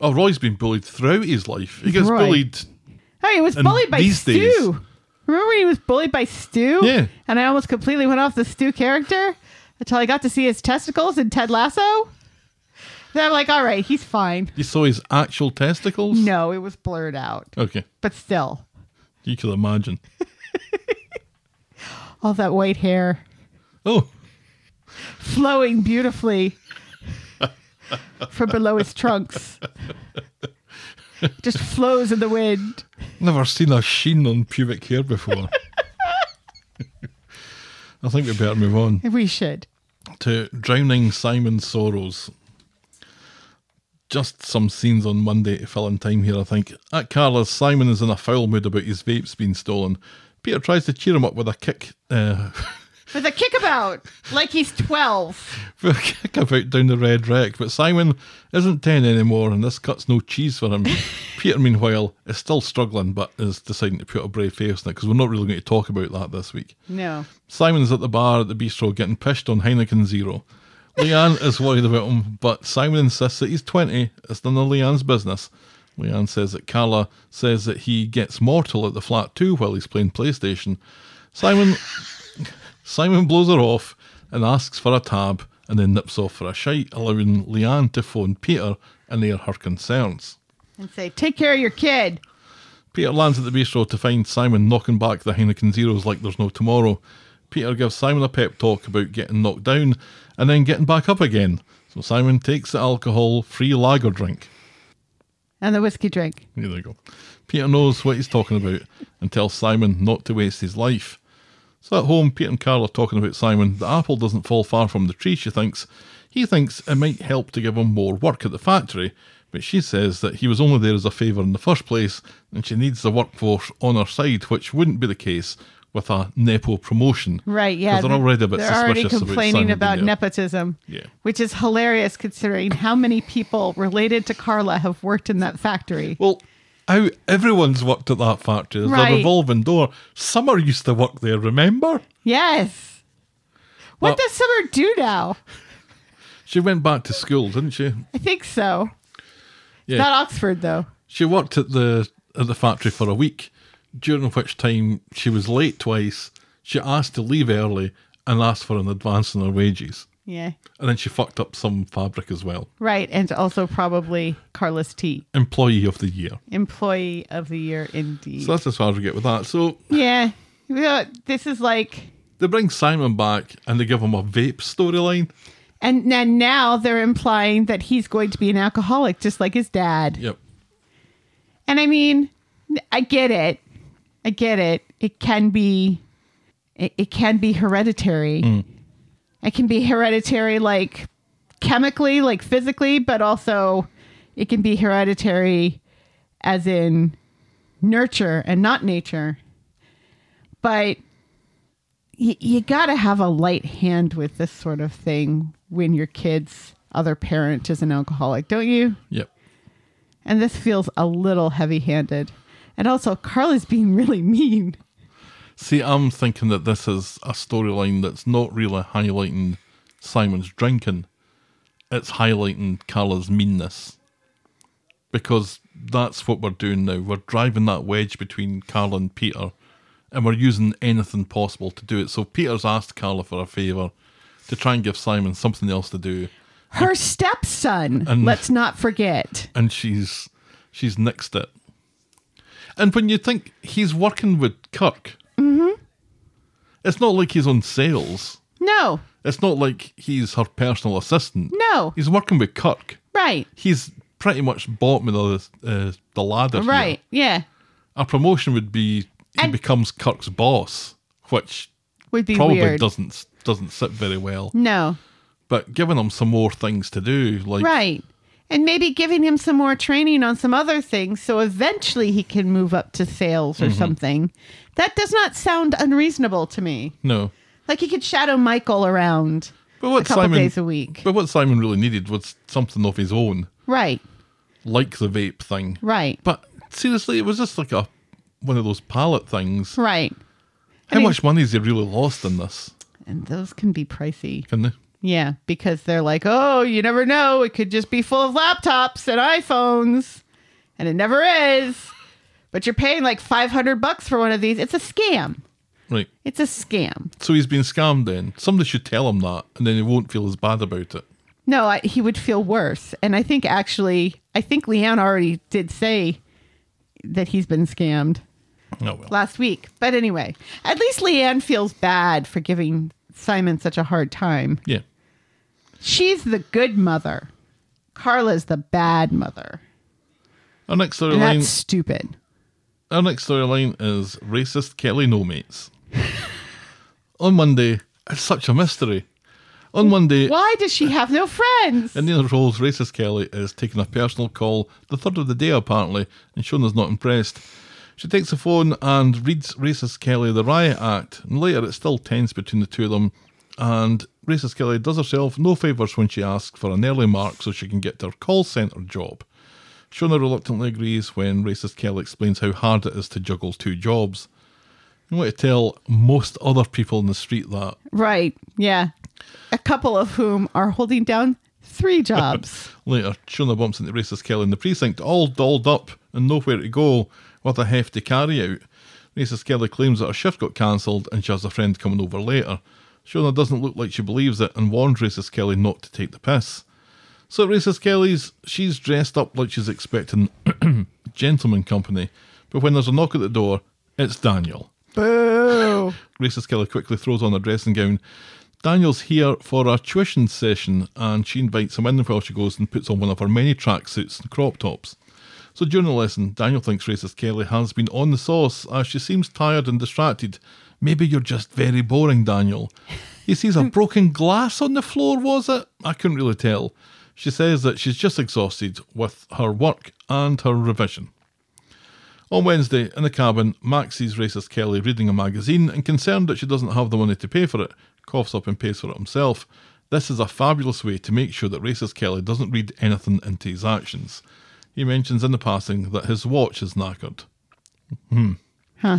S9: Oh, Roy's been bullied throughout his life. He gets
S2: Roy.
S9: bullied.
S2: hey, he was
S9: And
S2: bullied by
S9: these
S2: Stu.
S9: days-
S2: Remember when he was bullied by Stu?
S9: Yeah.
S2: And I almost completely went off the Stu character until I got to see his testicles in Ted Lasso. Then I'm like, all right, he's fine.
S9: You saw his actual testicles?
S2: No, it was blurred out,
S9: Okay.
S2: but still,
S9: You could imagine.
S2: all that white hair
S9: Oh,
S2: flowing beautifully from below his trunks, just flows in the wind.
S9: never seen a sheen on pubic hair before. I think we better move on.
S2: We should.
S9: to Drowning Simon Sorrows. Just some scenes on Monday to fill in time here, I think. At Carla's, Simon is in a foul mood about his vapes being stolen. Peter tries to cheer him up with a kick, uh,
S2: with a kickabout, like he's 12.
S9: with a kick about down the red wreck, but Simon isn't 10 anymore and this cuts no cheese for him. Peter, meanwhile, is still struggling but is deciding to put a brave face on it because we're not really going to talk about that this week.
S2: No.
S9: Simon's at the bar at the bistro getting pissed on Heineken Zero. Leanne is worried about him, but Simon insists that he's 20. It's none of Leanne's business. Leanne says that Carla says that he gets mortal at the flat too while he's playing PlayStation. Simon Simon blows her off and asks for a tab and then nips off for a shite, allowing Leanne to phone Peter and air her concerns.
S2: And say, take care of your kid.
S9: Peter lands at the bistro to find Simon knocking back the Heineken Zeros like there's no tomorrow. Peter gives Simon a pep talk about getting knocked down and then getting back up again. So Simon takes the alcohol free lager drink.
S2: And the whiskey drink.
S9: There you go. Peter knows what he's talking about and tells Simon not to waste his life. So at home, Peter and Carl are talking about Simon. The apple doesn't fall far from the tree, she thinks. He thinks it might help to give him more work at the factory, but she says that he was only there as a favour in the first place and she needs the workforce on her side, which wouldn't be the case with a Nepo promotion.
S2: Right, yeah.
S9: Because they're already a bit
S2: They're
S9: suspicious
S2: already
S9: about
S2: complaining
S9: Simon
S2: about
S9: being there.
S2: nepotism,
S9: Yeah.
S2: which is hilarious considering how many people related to Carla have worked in that factory.
S9: Well, how everyone's worked at that factory. There's
S2: Right.
S9: a revolving door. Summer used to work there, remember?
S2: yes. What
S9: Well-
S2: does Summer do now?
S9: She went back to school, didn't she?
S2: I think so.
S9: Yeah.
S2: Not Oxford though.
S9: She worked at the at the factory for a week, during which time she was late twice. She asked to leave early and asked for an advance on her wages.
S2: Yeah.
S9: And then she fucked up some fabric as well.
S2: Right, and also probably Carlos T,
S9: Employee of the year.
S2: employee of the year indeed.
S9: So that's as far as we get with that. So
S2: yeah. You know, This is like
S9: they bring Simon back and they give him a vape storyline.
S2: and then now they're implying that he's going to be an alcoholic just like his dad.
S9: Yep.
S2: And I mean, I get it. I get it. It can be it, it can be hereditary. It can be hereditary like chemically, like physically, but also it can be hereditary as in nurture and not nature. But y- you got to have a light hand with this sort of thing when your kid's other parent is an alcoholic, don't you?
S9: Yep.
S2: And this feels a little heavy handed. And also, Carla's being really mean.
S9: See, I'm thinking that this is a storyline that's not really highlighting Simon's drinking. It's highlighting Carla's meanness. Because that's what we're doing now. We're driving that wedge between Carla and Peter, and we're using anything possible to do it. So Peter's asked Carla for a favour to try and give Simon something else to do,
S2: Her stepson,
S9: And-
S2: let's not forget.
S9: and she's she's nixed it. And when you think he's working with Kirk, mm-hmm. it's not like he's on sales.
S2: No,
S9: It's not like he's her personal assistant.
S2: No.
S9: He's working with Kirk.
S2: right,
S9: He's pretty much bottom of the, uh, the ladder. here.
S2: right, yeah.
S9: A promotion would be he
S2: And-
S9: becomes Kirk's boss, which
S2: Would be
S9: probably
S2: weird.
S9: doesn't doesn't sit very well.
S2: No,
S9: But giving him some more things to do, like
S2: right. And maybe giving him some more training on some other things so eventually he can move up to sales or
S9: Mm-hmm.
S2: something. That does not sound unreasonable to me.
S9: no.
S2: Like he could shadow Michael around
S9: But what
S2: a couple
S9: Simon
S2: days a week.
S9: But what Simon really needed was something of his own,
S2: right,
S9: like the vape thing.
S2: right,
S9: But seriously, it was just like a one of those pallet things.
S2: right.
S9: How
S2: mean-
S9: much money has he really lost in this?
S2: And those can be pricey.
S9: Can they?
S2: Yeah, because they're like, oh, you never know. It could just be full of laptops and iPhones, and it never is. But you're paying like 500 bucks for one of these. It's a scam.
S9: Right.
S2: It's a scam.
S9: So he's been scammed then. Somebody should tell him that and then he won't feel as bad about it.
S2: No, I, he would feel worse. And I think actually, I think Leanne already did say that he's been scammed
S9: Oh well.
S2: last week. But anyway, at least Leanne feels bad for giving Simon such a hard time.
S9: yeah.
S2: She's the good mother, Carla's the bad mother.
S9: Our next
S2: And that's
S9: storyline
S2: stupid.
S9: our next storyline is racist Kelly no mates. On Monday, it's such a mystery. On Monday
S2: Why does she have no friends?
S9: Indiana Rolls racist Kelly is taking a personal call, the third of the day apparently, and Shona's not impressed. She takes the phone and reads racist Kelly the riot act, and later it's still tense between the two of them. And racist Kelly does herself no favours when she asks for an early mark so she can get her call centre job. Shona reluctantly agrees when racist Kelly explains how hard it is to juggle two jobs. I want to tell most other people in the street that
S2: right. Yeah. A couple of whom are holding down three jobs.
S9: Later, Shona bumps into racist Kelly in the precinct, all dolled up and nowhere to go, with a hefty carry out. Racist Kelly claims that her shift got cancelled and she has a friend coming over later. Shona doesn't look like she believes it and warns racist Kelly not to take the piss. So at racist Kelly's, she's dressed up like she's expecting gentleman company, but when there's a knock at the door, it's Daniel.
S2: Boo.
S9: Racist Kelly quickly throws on her dressing gown. Daniel's here for a tuition session, and she invites him in while she goes and puts on one of her many tracksuits and crop tops. So during the lesson, Daniel thinks Racist Kelly has been on the sauce as she seems tired and distracted. Maybe you're just very boring, Daniel. He sees a broken glass on the floor, was it? I couldn't really tell. She says that she's just exhausted with her work and her revision. On Wednesday, in the cabin, Max sees racist Kelly reading a magazine and concerned that she doesn't have the money to pay for it, coughs up and pays for it himself. This is a fabulous way to make sure that racist Kelly doesn't read anything into his actions. He mentions in the passing that his watch is knackered. Hmm.
S2: Huh.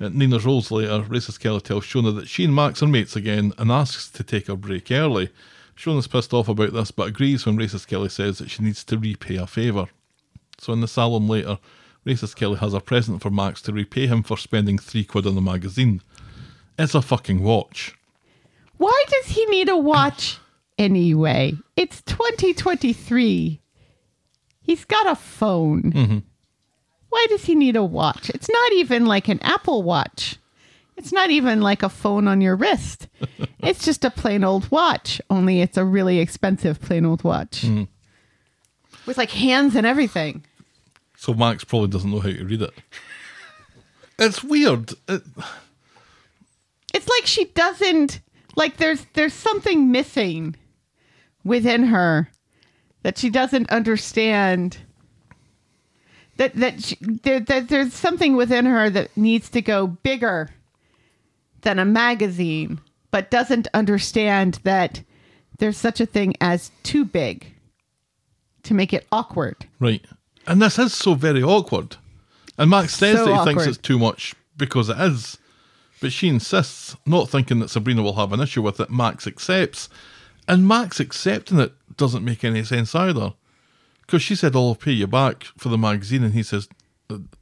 S9: At Nina's Rolls later, racist Kelly tells Shona that she and Max are mates again and asks to take a break early. Shona's pissed off about this but agrees when racist Kelly says that she needs to repay a favour. So in the salon later, racist Kelly has a present for Max to repay him for spending three quid on the magazine. It's a fucking watch.
S2: Why does he need a watch anyway? It's 2023. He's got a phone. Why does he need a watch? It's not even like an Apple Watch. It's not even like a phone on your wrist. it's just a plain old watch, only it's a really expensive plain old watch with like hands and everything.
S9: So Max probably doesn't know how to read it. It's weird. It,
S2: it's like she doesn't like there's there's something missing within her that she doesn't understand that that, she, there, that there's something within her that needs to go bigger than a magazine but doesn't understand that there's such a thing as too big to make it awkward
S9: right. And this is so very awkward. And Max says
S2: So
S9: that he thinks
S2: awkward.
S9: it's too much because it is. But she insists, not thinking that Sabrina will have an issue with it. Max accepts. And Max accepting it doesn't make any sense either. Because she said, I'll pay you back for the magazine. And he says,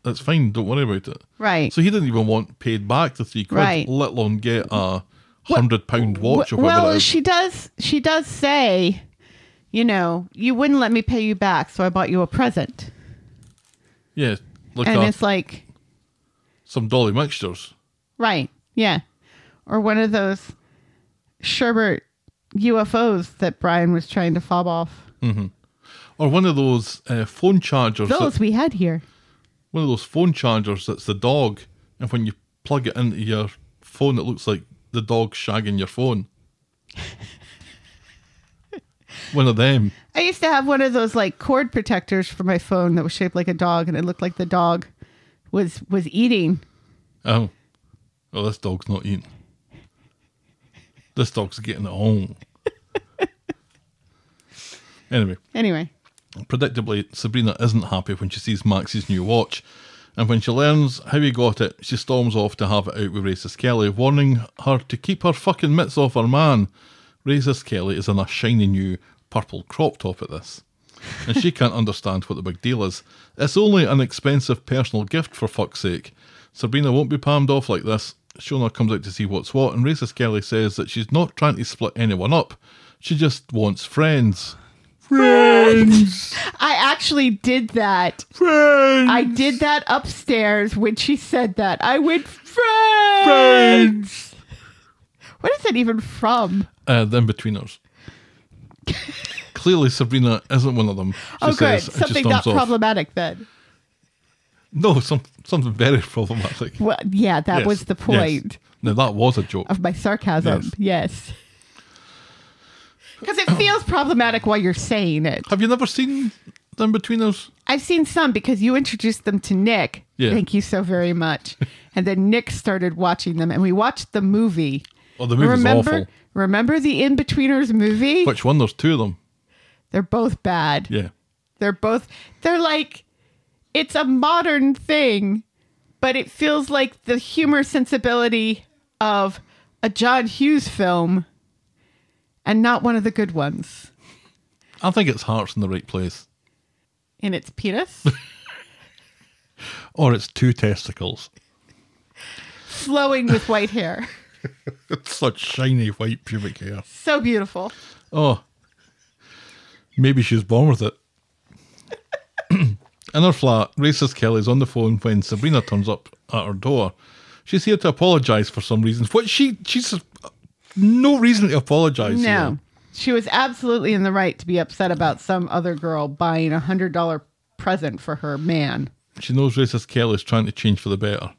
S9: That's fine, don't worry about it.
S2: right
S9: So he didn't even want paid back the three quid,
S2: Right.
S9: let alone get a hundred pound watch or
S2: Wh-
S9: whatever
S2: well
S9: it is.
S2: she does she does say you know you wouldn't let me pay you back so i bought you a present
S9: yeah, like
S2: and
S9: a-
S2: it's like
S9: some dolly mixtures.
S2: right yeah or one of those sherbert ufos that brian was trying to fob off
S9: Or one of those uh, phone chargers. that-
S2: those we had here
S9: one of those phone chargers that's the dog, and when you plug it into your phone, it looks like the dog shagging your phone. one of them.
S2: i used to have one of those like cord protectors for my phone that was shaped like a dog and it looked like the dog was was eating
S9: Oh, well, this dog's not eating. This dog's getting it on. anyway,
S2: anyway
S9: Predictably, Sabrina isn't happy when she sees Max's new watch, and when she learns how he got it, she storms off to have it out with Racist Kelly, warning her to keep her fucking mitts off her man. Racist Kelly is in a shiny new purple crop top at this, and she can't understand what the big deal is. It's only an expensive personal gift, for fuck's sake. Sabrina won't be palmed off like this. Shona comes out to see what's what, and Racist Kelly says that she's not trying to split anyone up, she just wants friends.
S2: i actually did that
S9: Friends!
S2: I did that upstairs when she said that. I went friends. What is it even from?
S9: uh, the in-betweeners. Clearly, Sabrina isn't one of them. She
S2: oh, good.
S9: says, and she
S2: Something not
S9: storms off.
S2: problematic then.
S9: No, some, something very problematic.
S2: Well, yeah, that
S9: Yes,
S2: was the
S9: yes.
S2: point
S9: No, that was a joke.
S2: of my sarcasm. Yes. Because it feels problematic while you're saying it.
S9: Have you never seen the in-betweeners?
S2: I've seen some because you introduced them to Nick.
S9: Yeah.
S2: Thank you so very much. and then Nick started watching them, and we watched the movie.
S9: Oh, the movie's
S2: remember,
S9: awful.
S2: remember the In Betweeners movie?
S9: Which one? There's two of them.
S2: They're both bad.
S9: Yeah.
S2: They're both they're like it's a modern thing, but it feels like the humor sensibility of a John Hughes film and not one of the good ones.
S9: I think it's hearts in the right place.
S2: In its penis.
S9: Or it's two testicles.
S2: flowing with white hair.
S9: It's such shiny white pubic hair.
S2: So beautiful.
S9: Oh, maybe she was born with it. In her flat, racist Kelly's on the phone when Sabrina turns up at her door. She's here to apologise for some reasons. What she she's no reason to apologise.
S2: No.
S9: here.
S2: She was absolutely in the right to be upset about some other girl buying a hundred dollar present for her man.
S9: she knows racist Kelly's trying to change for the better.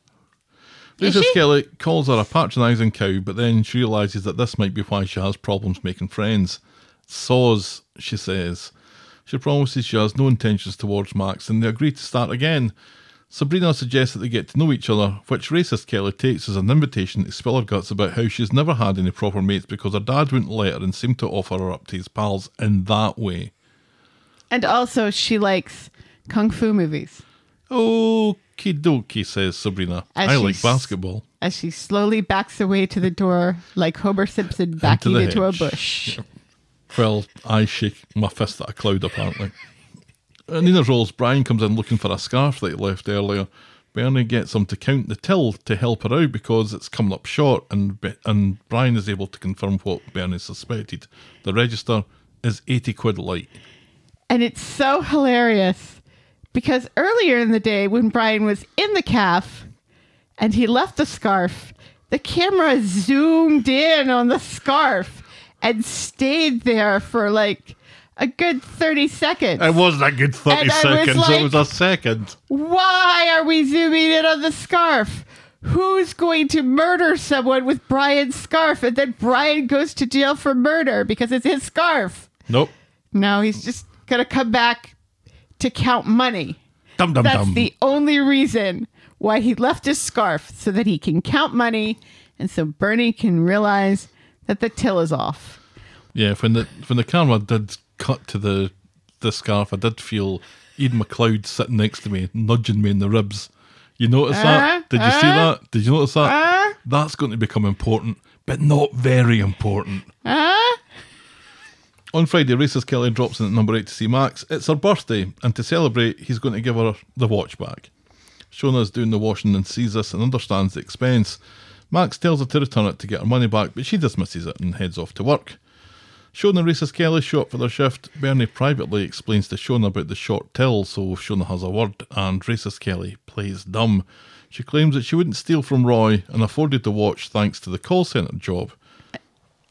S2: Is
S9: Racist
S2: she?
S9: Kelly calls her a patronising cow, but then she realises that this might be why she has problems making friends. Saws, she says. She promises she has no intentions towards Max and they agree to start again. Sabrina suggests that they get to know each other, which racist Kelly takes as an invitation to spill her guts about how she's never had any proper mates because her dad wouldn't let her and seemed to offer her up to his pals in that way.
S2: And also she likes kung fu movies.
S9: Okie dokie, says Sabrina.
S2: As
S9: I
S2: she
S9: like
S2: s-
S9: basketball.
S2: as she slowly backs away to the door like Homer Simpson backing
S9: the
S2: into, a
S9: hedge.
S2: bush.
S9: Well, I shake my fist at a cloud, apparently. In either roles, Brian comes in looking for a scarf that he left earlier. Bernie gets him to count the till to help her out because it's coming up short, and Be- and Brian is able to confirm what Bernie suspected. The register is 80 quid light.
S2: And it's so hilarious because earlier in the day, when Brian was in the calf and he left the scarf, the camera zoomed in on the scarf and stayed there for like a good 30 seconds.
S9: It wasn't a good 30
S2: And I was
S9: seconds, it
S2: like-
S9: was a second.
S2: Why are we zooming in on the scarf? Who's going to murder someone with Brian's scarf? And then Brian goes to jail for murder because it's his scarf.
S9: Nope.
S2: No, he's just going to come back to count money.
S9: Dum dum
S2: That's
S9: dum.
S2: the only reason why he left his scarf so that he can count money and so Bernie can realize that the till is off.
S9: Yeah, when the when the camera did cut to the the scarf, I did feel Ian McLeod sitting next to me, nudging me in the ribs. You notice
S2: Uh,
S9: that? Did you see
S2: uh,
S9: that? Did you notice that?
S2: uh.
S9: That's going to become important, but not very important.
S2: Huh?
S9: On Friday, Racist Kelly drops in at number eight to see Max. It's her birthday, and to celebrate, he's going to give her the watch back. Shona is doing the washing and sees this and understands the expense. Max tells her to return it to get her money back, but she dismisses it and heads off to work. Shona and Racist Kelly show up for their shift. Bernie privately explains to Shona about the short till, so Shona has a word, and Racist Kelly plays dumb. She claims that she wouldn't steal from Roy and afforded the watch thanks to the call centre job.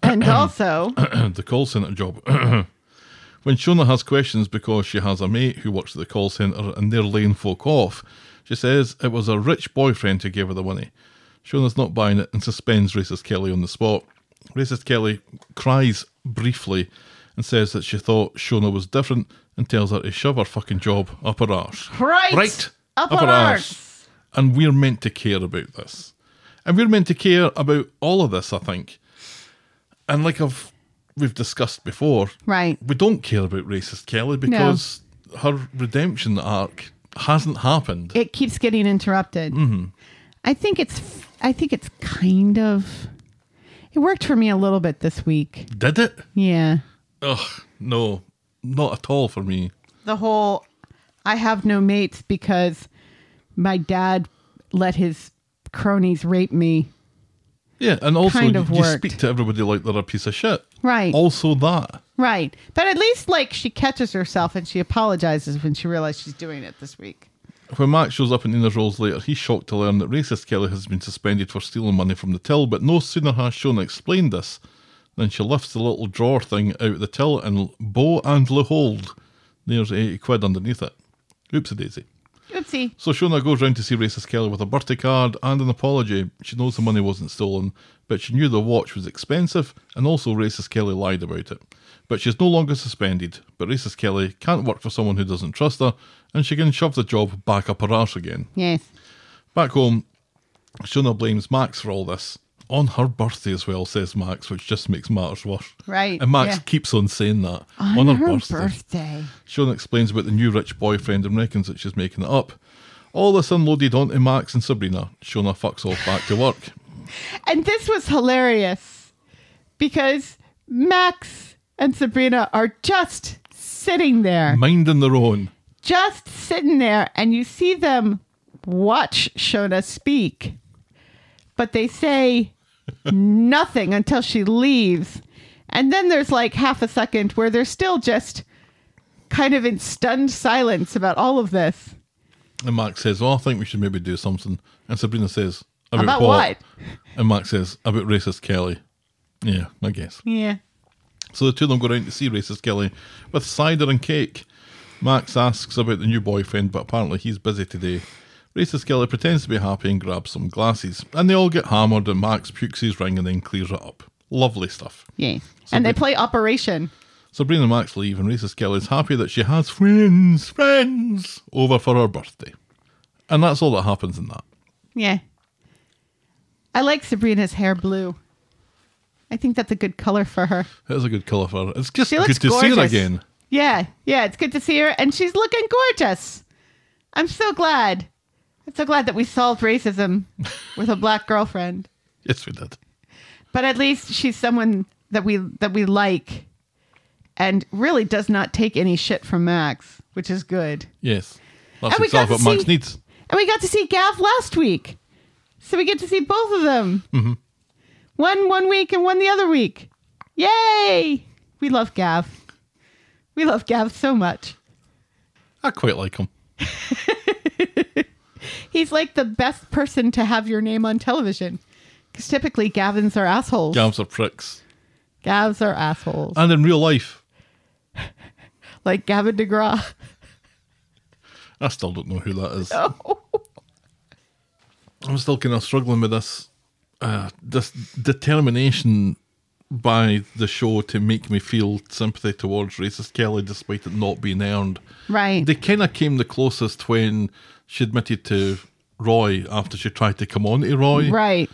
S2: And also,
S9: the call centre job. when Shona has questions because she has a mate who works at the call centre and they're laying folk off, she says it was her rich boyfriend who gave her the money. Shona's not buying it and suspends Racist Kelly on the spot. Racist Kelly cries briefly and says that she thought Shona was different and tells her to shove her fucking job up her arse.
S2: Right.
S9: Right!
S2: Up her arse.
S9: And we're meant to care about this. And we're meant to care about all of this, I think. And like I've we've discussed before,
S2: Right.
S9: we don't care about racist Kelly because her redemption arc hasn't happened.
S2: it keeps getting interrupted. I think it's I think it's kind of it worked for me a little bit this week.
S9: Did it?
S2: Yeah.
S9: Ugh, no, not at all for me.
S2: The whole I have no mates because my dad let his cronies rape me.
S9: Yeah, and also
S2: Kind
S9: you-
S2: of
S9: you,
S2: worked.
S9: speak to everybody like they're a piece of shit.
S2: Right.
S9: Also that.
S2: Right. But at least like she catches herself and she apologizes when she realizes she's doing it this week.
S9: When Max shows up in Nina's roles later, he's shocked to learn that racist Kelly has been suspended for stealing money from the till, but no sooner has Shona explained this than she lifts the little drawer thing out of the till and bo and behold, there's 80 quid underneath it. Oopsie daisy.
S2: Oopsie.
S9: So Shona goes round to see Racist Kelly with a birthday card and an apology. She knows the money wasn't stolen, but she knew the watch was expensive, and also Racist Kelly lied about it. But she's no longer suspended, but Racist Kelly can't work for someone who doesn't trust her, and she can shove the job back up her arse again.
S2: Yes.
S9: Back home, Shona blames Max for all this. On her birthday as well, says Max, which just makes matters worse.
S2: Right,
S9: And Max
S2: yeah.
S9: keeps on saying that.
S2: On, her birthday.
S9: Sean explains about the new rich boyfriend and reckons that she's making it up. All this unloaded onto Max and Sabrina. Shona fucks off back to work.
S2: And this was hilarious because Max and Sabrina are just sitting there,
S9: Minding their own.
S2: just sitting there, and you see them watch Shona speak, but they say nothing until she leaves. And then there's like half a second where they're still just kind of in stunned silence about all of this.
S9: And Max says, Oh, I think we should maybe do something. And Sabrina says, About,
S2: About what?
S9: And Max says, About racist Kelly. Yeah, I guess.
S2: Yeah.
S9: So the two of them go round to see racist Kelly with cider and cake. Max asks about the new boyfriend, but apparently he's busy today. Racist Kelly pretends to be happy and grabs some glasses, and they all get hammered. And Max pukes his ring and then clears it up. Lovely stuff.
S2: Yeah. And they
S9: Sabri-
S2: play Operation.
S9: Sabrina and Max leave, and Racist Kelly is happy that she has friends, friends over for her birthday, and that's all that happens in that.
S2: Yeah. I like Sabrina's hair blue. I think that's a good color for her.
S9: It's a good colour for her. It's just
S2: She
S9: good
S2: looks
S9: to see her
S2: gorgeous.
S9: again.
S2: Yeah, yeah, it's good to see her, and she's looking gorgeous. I'm so glad. I'm so glad that we solved racism with a black girlfriend.
S9: Yes, we did.
S2: But at least she's someone that we that we like, and really does not take any shit from Max, which is good.
S9: Yes. That's
S2: And we
S9: exactly
S2: got
S9: what
S2: to
S9: Max
S2: see-
S9: needs.
S2: And we got to see Gav last week. So we get to see both of them. Mm-hmm. One one week and one the other week. Yay! We love Gav. We love Gav so much.
S9: I quite like him.
S2: He's like the best person to have your name on television. Because typically Gavins are assholes.
S9: Gavs are pricks.
S2: Gavs are assholes.
S9: And in real life,
S2: like Gavin DeGraw.
S9: I still don't know who that is.
S2: Oh.
S9: I'm still kind of struggling with this, uh, this determination by the show to make me feel sympathy towards racist Kelly, despite it not being earned.
S2: Right.
S9: They kind of came the closest when she admitted to Roy after she tried to come on to Roy.
S2: right.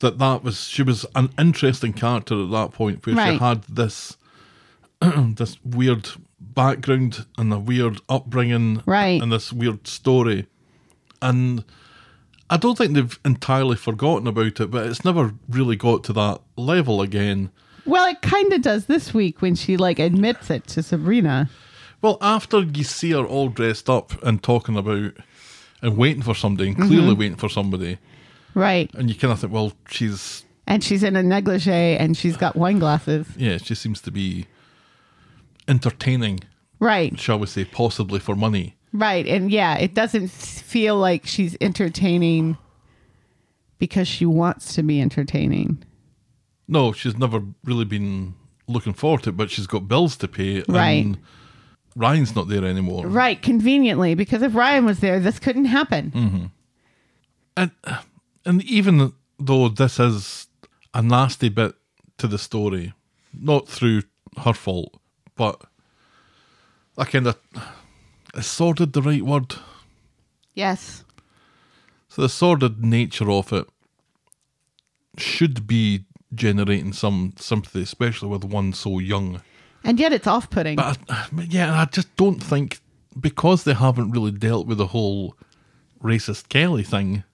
S9: that that was she was an interesting character at that point where she
S2: Right.
S9: had this this weird background and a weird upbringing
S2: Right.
S9: and this weird story and i don't think they've entirely forgotten about it but it's never really got to that level again
S2: Well, it kind of does this week when she like admits it to Sabrina.
S9: well after you see her all dressed up and talking about and waiting for somebody and clearly
S2: Mm-hmm.
S9: waiting for somebody
S2: Right.
S9: and you kind of think well she's
S2: And she's in a negligee and she's got wine glasses.
S9: yeah she seems to be entertaining
S2: Right.
S9: shall we say, possibly for money.
S2: Right. And yeah, it doesn't s- feel like she's entertaining because she wants to be entertaining.
S9: No, she's never really been looking forward to it, but she's got bills to pay.
S2: Right.
S9: And Ryan's not there anymore.
S2: Right. Conveniently, because if Ryan was there, this couldn't happen.
S9: Hmm. And, and even though this is a nasty bit to the story, not through her fault, but I kind of. Is sordid the right word?
S2: Yes.
S9: So the sordid nature of it should be generating some sympathy, especially with one so young.
S2: And yet it's off putting.
S9: But I, but yeah, I just don't think because they haven't really dealt with the whole racist Kelly thing.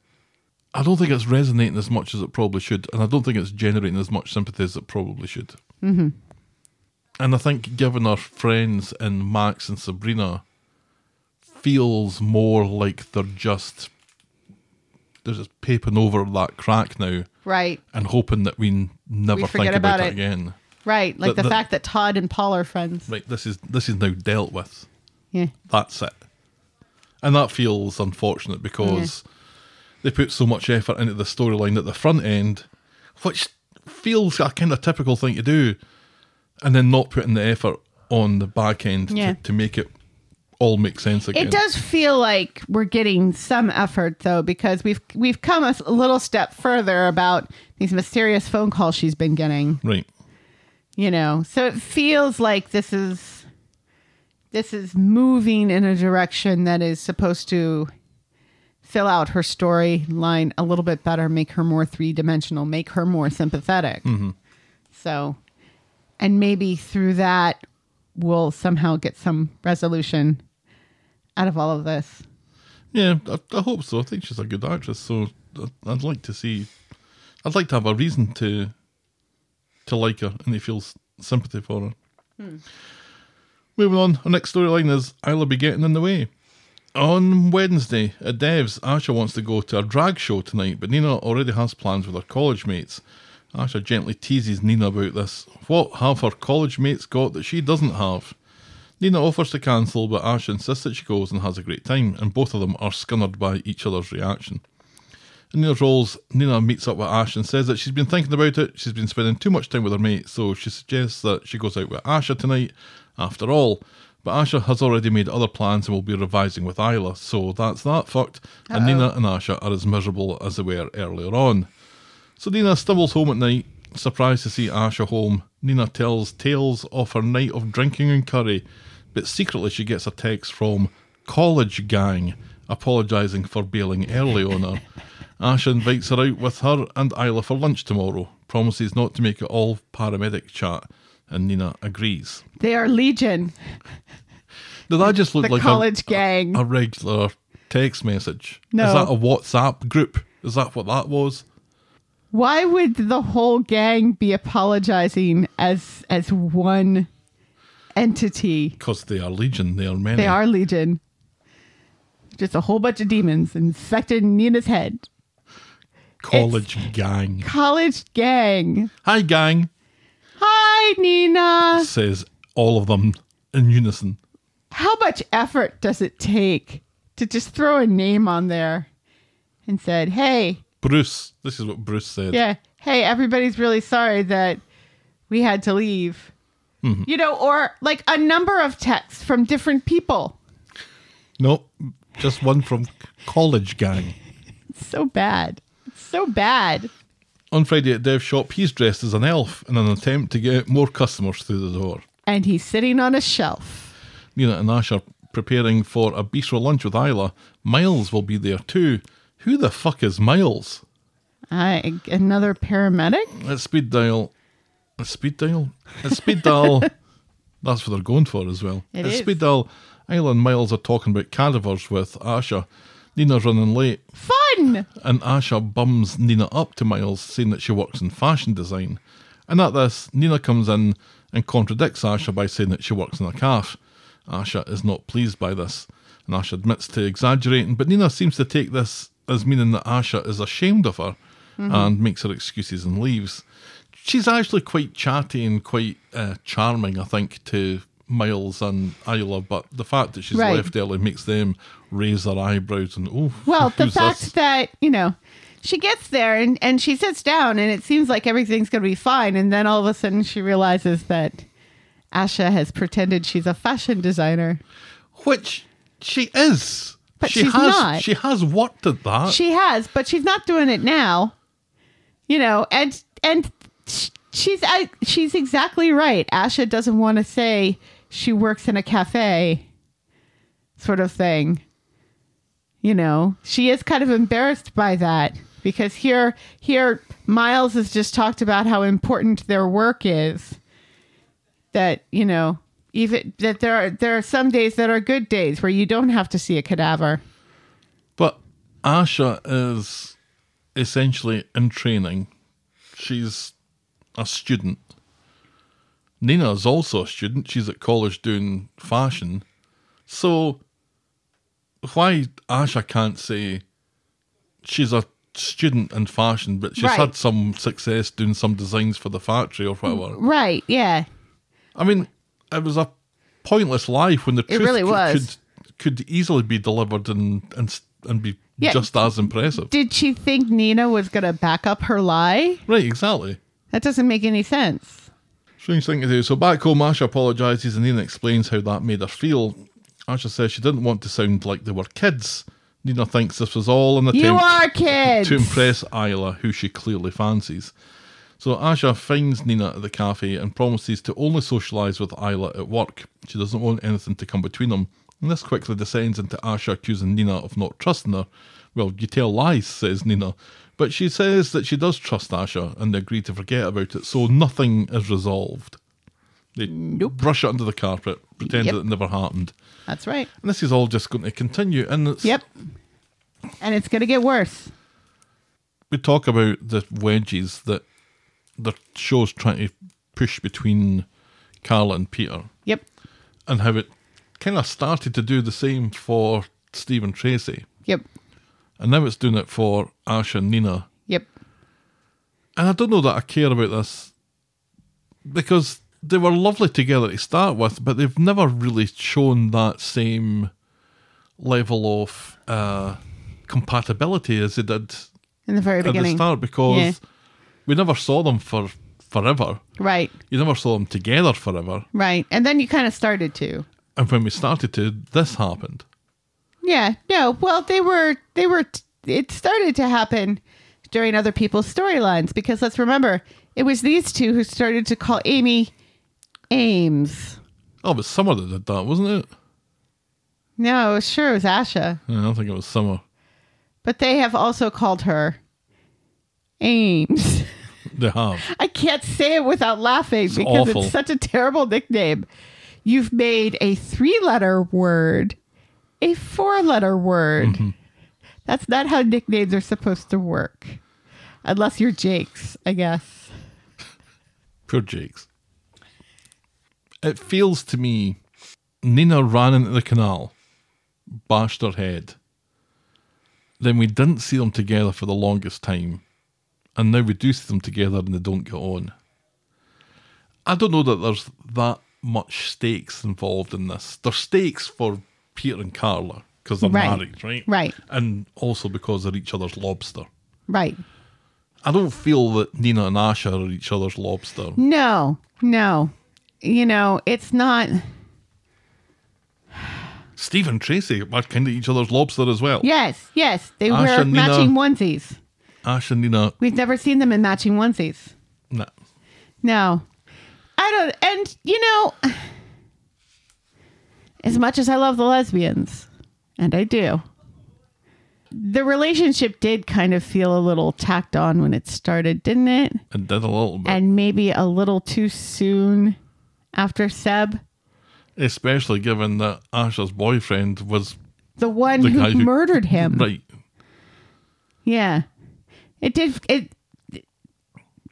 S9: I don't think it's resonating as much as it probably should, and I don't think it's generating as much sympathy as it probably should. Mm-hmm. And I think given our friends in Max and Sabrina feels more like they're just they're just paping over that crack now
S2: Right.
S9: and hoping that we n- never think
S2: forget
S9: about,
S2: about
S9: it
S2: it.
S9: again.
S2: Right. Like
S9: The-
S2: the,
S9: the-
S2: fact that Todd and Paul are friends.
S9: Right, this is this is now dealt with.
S2: Yeah.
S9: That's it. And that feels unfortunate because they put so much effort into the storyline at the front end, which feels a kind of typical thing to do, and then not putting the effort on the back end
S2: Yeah.
S9: to, to make it all make sense again.
S2: It does feel like we're getting some effort though, because we've we've come a s- a little step further about these mysterious phone calls she's been getting.
S9: Right.
S2: You know, so it feels like this is this is moving in a direction that is supposed to fill out her storyline a little bit better, make her more three dimensional, make her more sympathetic. So, and maybe through that, we'll somehow get some resolution out of all of this.
S9: Yeah, I, I hope so. I think she's a good actress, so I'd, I'd like to see. I'd like to have a reason to to like her and to feel s- sympathy for her. Moving on, our next storyline is Isla be getting in the way. On Wednesday at Dev's, Asha wants to go to a drag show tonight, but Nina already has plans with her college mates. Asha gently teases Nina about this. What have her college mates got that she doesn't have? Nina offers to cancel, but Ash insists that she goes and has a great time, and both of them are scunnered by each other's reaction. In Nina's roles, Nina meets up with Ash and says that she's been thinking about it, she's been spending too much time with her mate, so she suggests that she goes out with Asha tonight, after all. But Asha has already made other plans and will be revising with Isla, so that's that fucked, and Nina and Asha are as miserable as they were earlier on. So Nina stumbles home at night, surprised to see Asha home. Nina tells tales of her night of drinking and curry, but secretly she gets a text from College Gang apologising for bailing early on her. Asha invites her out with her and Isla for lunch tomorrow, promises not to make it all paramedic chat, and Nina agrees.
S2: They are Legion,
S9: Now that just looked
S2: the
S9: like a-
S2: college gang.
S9: a regular text message. Is
S2: No.
S9: that a WhatsApp group? Is that what that was?
S2: Why would the whole gang be apologizing as as one entity.
S9: Because they are legion, they are many.
S2: They are Legion. Just a whole bunch of demons infected Nina's head.
S9: College gang.
S2: College gang.
S9: Hi, gang,
S2: Hi, Nina.
S9: says all of them in unison.
S2: How much effort does it take to just throw a name on there and said, hey,
S9: Bruce, this is what Bruce said.
S2: yeah, hey, everybody's really sorry that we had to leave. You know, or like a number of texts from different people.
S9: No, just one from college gang.
S2: It's so bad. It's so bad.
S9: On Friday at Dev's shop, he's dressed as an elf in an attempt to get more customers through the door.
S2: And he's sitting on a shelf.
S9: Nina and Ash are preparing for a bistro lunch with Isla. Miles will be there too. Who the fuck is Miles?
S2: I, another paramedic?
S9: At speed dial. At speed dial. At speed dial. That's what they're going for as well.
S2: It
S9: at
S2: is.
S9: speed dial, Isla and Miles are talking about cadavers with Asha. Nina's running late,
S2: Fun!
S9: and Asha bums Nina up to Miles, saying that she works in fashion design. And at this, Nina comes in and contradicts Asha by saying that she works in a calf. Asha is not pleased by this, and Asha admits to exaggerating, but Nina seems to take this as meaning that Asha is ashamed of her
S2: Mm-hmm.
S9: and makes her excuses and leaves. She's actually quite chatty and quite uh, charming, I think, to Miles and Isla, but the fact that she's
S2: Right.
S9: left early makes them raise their eyebrows and, oh,
S2: Well, the
S9: who's
S2: fact
S9: this?
S2: that, you know, she gets there and, and she sits down and it seems like everything's going to be fine. And then all of a sudden she realizes that Asha has pretended she's a fashion designer.
S9: which she is.
S2: But
S9: she
S2: she's
S9: has
S2: not.
S9: she has worked at that.
S2: She has, but she's not doing it now. You know, and and sh- she's I, she's exactly right. Asha doesn't want to say she works in a cafe sort of thing. You know, she is kind of embarrassed by that because here here Miles has just talked about how important their work is. That, you know, even that there are there are some days that are good days where you don't have to see a cadaver.
S9: but Asha is essentially in training. She's a student. Nina is also a student. She's at college doing fashion. So why Asha can't say she's a student in fashion, but she's
S2: Right.
S9: had some success doing some designs for the factory or whatever.
S2: Right, yeah.
S9: I mean, it was a pointless lie when the truth
S2: really
S9: could-
S2: was.
S9: could could easily be delivered and and s- and be
S2: Yeah.
S9: just as impressive.
S2: Did she think Nina was going to back up her lie?
S9: right, exactly.
S2: That doesn't make any sense.
S9: Strange thing to do. So back home, Asha apologises and Nina explains how that made her feel. Asha says she didn't want to sound like they were kids. Nina thinks this was all an attempt
S2: you are kids.
S9: to impress Isla, who she clearly fancies. So Asha finds Nina at the cafe and promises to only socialise with Isla at work. She doesn't want anything to come between them. And this quickly descends into Asha accusing Nina of not trusting her. Well, you tell lies, says Nina. But she says that she does trust Asha and they agree to forget about it, so nothing is resolved. They brush it under the carpet, pretend
S2: Yep.
S9: that it never happened.
S2: That's right.
S9: And this is all just going to continue. And it's,
S2: Yep. And it's going to get worse.
S9: we talk about the wedges that the show's trying to push between Carla and Peter,
S2: Yep.
S9: and how it kind of started to do the same for Stephen Tracy,
S2: Yep.
S9: and now it's doing it for Ash and Nina.
S2: Yep.
S9: And I don't know that I care about this because they were lovely together to start with, but they've never really shown that same level of uh, compatibility as they did
S2: In the very
S9: at the
S2: beginning.
S9: start because
S2: Yeah.
S9: we never saw them for forever.
S2: Right.
S9: You never saw them together forever.
S2: Right. And then you kind of started to.
S9: And when we started to, this happened.
S2: Yeah. No. Well, they were they were it started to happen during other people's storylines because let's remember it was these two who started to call Amy Ames.
S9: Oh, it was Summer that did that, wasn't it?
S2: No, sure it was Asha.
S9: Yeah, I don't think it was Summer.
S2: but they have also called her Ames.
S9: They have.
S2: I can't say it without laughing because
S9: awful.
S2: it's such a terrible nickname. You've made a three letter word a four letter word. That's not how nicknames are supposed to work. Unless you're Jake's, I guess.
S9: Poor Jakes. it feels to me Nina ran into the canal, bashed her head. Then we didn't see them together for the longest time, and now we do see them together and they don't get on. I don't know that there's that much stakes involved in this. There's stakes for Peter and Carla because they're
S2: Right.
S9: married, right?
S2: Right.
S9: And also because they're each other's lobster.
S2: Right.
S9: I don't feel that Nina and Asha are each other's lobster.
S2: No, no. You know, it's not.
S9: Steve and Tracy are kind of each other's lobster as well.
S2: Yes, yes. They
S9: Asha
S2: wear
S9: and Nina-
S2: matching onesies.
S9: Ash and Nina,
S2: We've never seen them in matching onesies.
S9: nah.
S2: No. I don't. And, you know, as much as I love the lesbians, and I do, the relationship did kind of feel a little tacked on when it started, didn't it?
S9: and did a little bit.
S2: And maybe a little too soon after Seb.
S9: Especially given that Asha's boyfriend was
S2: The one
S9: The guy
S2: who
S9: who-
S2: murdered him.
S9: right.
S2: Yeah. It did it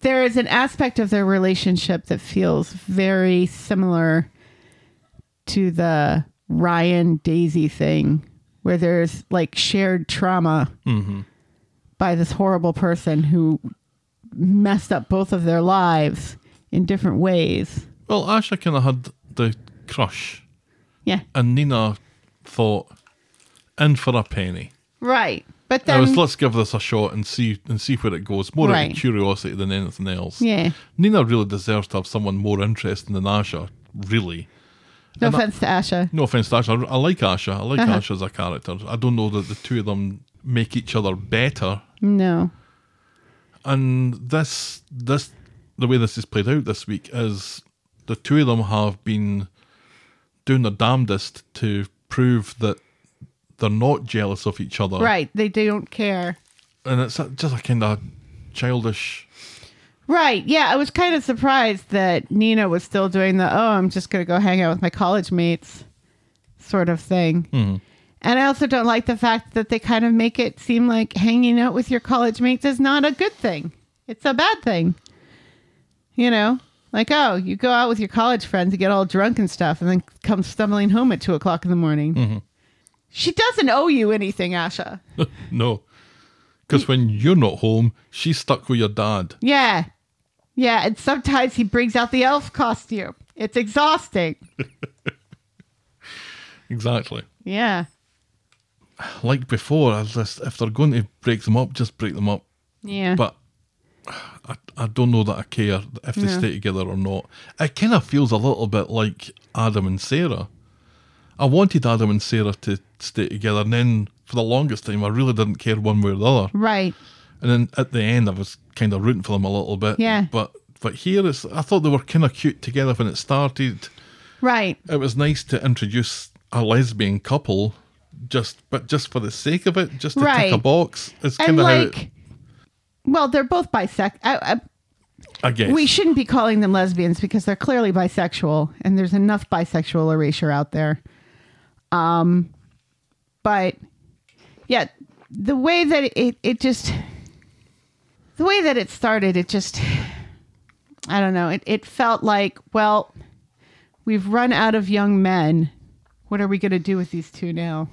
S2: there is an aspect of their relationship that feels very similar to the Ryan Daisy thing where there's like shared trauma
S9: Mm-hmm.
S2: by this horrible person who messed up both of their lives in different ways.
S9: Well, Asha kind of had the crush,
S2: Yeah.
S9: and Nina thought, "In for a penny."
S2: Right. But then
S9: I was let's give this a shot and see and see where it goes. More out
S2: Right.
S9: of curiosity than anything else.
S2: Yeah.
S9: Nina really deserves to have someone more interesting than Asha. Really.
S2: No
S9: I'm not-
S2: offense to Asha.
S9: No offense to Asha. I, I like Asha. I like
S2: Uh-huh.
S9: Asha as a character. I don't know that the two of them make each other better.
S2: No.
S9: and this this the way this is played out this week is the two of them have been doing their damnedest to prove that they're not jealous of each other
S2: Right. They don't care.
S9: and it's a- just a kind of childish
S2: Right. Yeah. I was kind of surprised that Nina was still doing the, oh, I'm just going to go hang out with my college mates sort of thing. And I also don't like the fact that they kind of make it seem like hanging out with your college mates is not a good thing, it's a bad thing. You know, like, oh, you go out with your college friends and get all drunk and stuff and then come stumbling home at two o'clock in the morning. She doesn't owe you anything, Asha.
S9: no because when you're not home she's stuck with your dad
S2: Yeah. Yeah. And sometimes he brings out the elf costume. It's exhausting.
S9: exactly
S2: Yeah.
S9: like before I just, if they're going to break them up just break them up
S2: Yeah.
S9: but I, I don't know that I care if they stay together or not. It kind of feels a little bit like Adam and Sarah. I wanted Adam and Sarah to stay together, and then for the longest time, I really didn't care one way or the other.
S2: right.
S9: And then at the end, I was kind of rooting for them a little bit.
S2: Yeah.
S9: But but here, it's I thought they were kind of cute together when it started.
S2: Right.
S9: It was nice to introduce a lesbian couple, just but just for the sake of it, just to tick a
S2: Right.
S9: box. It's
S2: And
S9: kind of
S2: like, well, they're both bisexual. I,
S9: how I guess
S2: I, we shouldn't be calling them lesbians because they're clearly bisexual, and there's enough bisexual erasure out there. Um, but yeah, the way that it it just the way that it started, it just I don't know. It it felt like well, we've run out of young men. What are we going to do with these two now?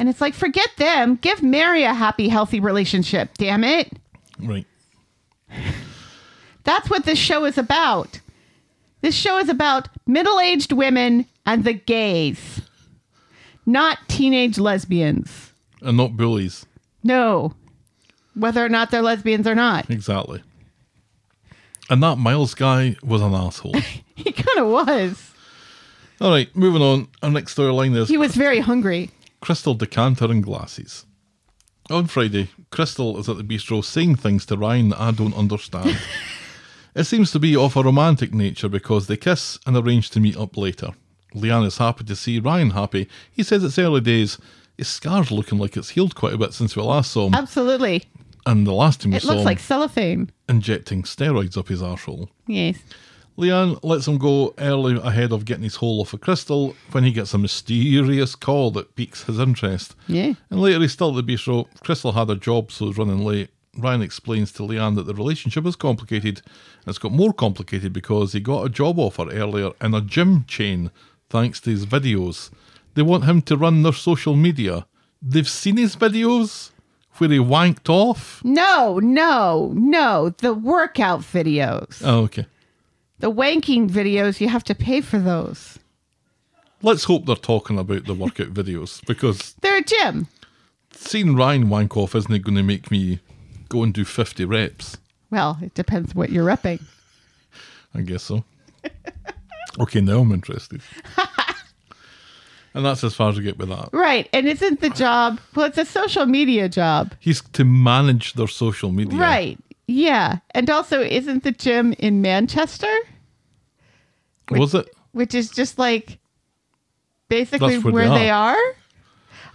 S2: And it's like, forget them. Give Mary a happy, healthy relationship. Damn it.
S9: right.
S2: That's what this show is about. This show is about middle aged women and the gays, not teenage lesbians.
S9: and not bullies.
S2: No, whether or not they're lesbians or not.
S9: Exactly. And that Miles guy was an asshole.
S2: He kind of was.
S9: All right, moving on. Our next storyline is
S2: He was very hungry.
S9: Crystal decanter and glasses. On Friday, Crystal is at the bistro saying things to Ryan that I don't understand. it seems to be of a romantic nature because they kiss and arrange to meet up later. Leanne is happy to see Ryan happy. He says it's early days. His scar's looking like it's healed quite a bit since we last saw him.
S2: Absolutely.
S9: and the last time we
S2: Um, It
S9: saw
S2: looks
S9: him,
S2: like cellophane.
S9: injecting steroids up his arsehole.
S2: Yes.
S9: Leanne lets him go early ahead of getting his hole off a crystal when he gets a mysterious call that piques his interest.
S2: Yeah.
S9: And later he's still at the bistro. Crystal had a job, so he's running late. Ryan explains to Leanne that the relationship is complicated, and it's got more complicated because he got a job offer earlier in a gym chain thanks to his videos. They want him to run their social media. They've seen his videos where he wanked off.
S2: No, no, no. The workout videos.
S9: Oh, okay.
S2: The wanking videos, you have to pay for those.
S9: Let's hope they're talking about the workout videos because
S2: They're a gym.
S9: seeing Ryan wank off isn't going to make me go and do 50 reps.
S2: Well, it depends what you're repping.
S9: I guess so. okay, now I'm interested. and that's as far as I get with that.
S2: Right. And isn't the job, well, it's a social media job.
S9: He's to manage their social media.
S2: Right. Yeah. And also, isn't the gym in Manchester,
S9: Was it?
S2: which is just like basically
S9: That's where
S2: where,
S9: they
S2: they are?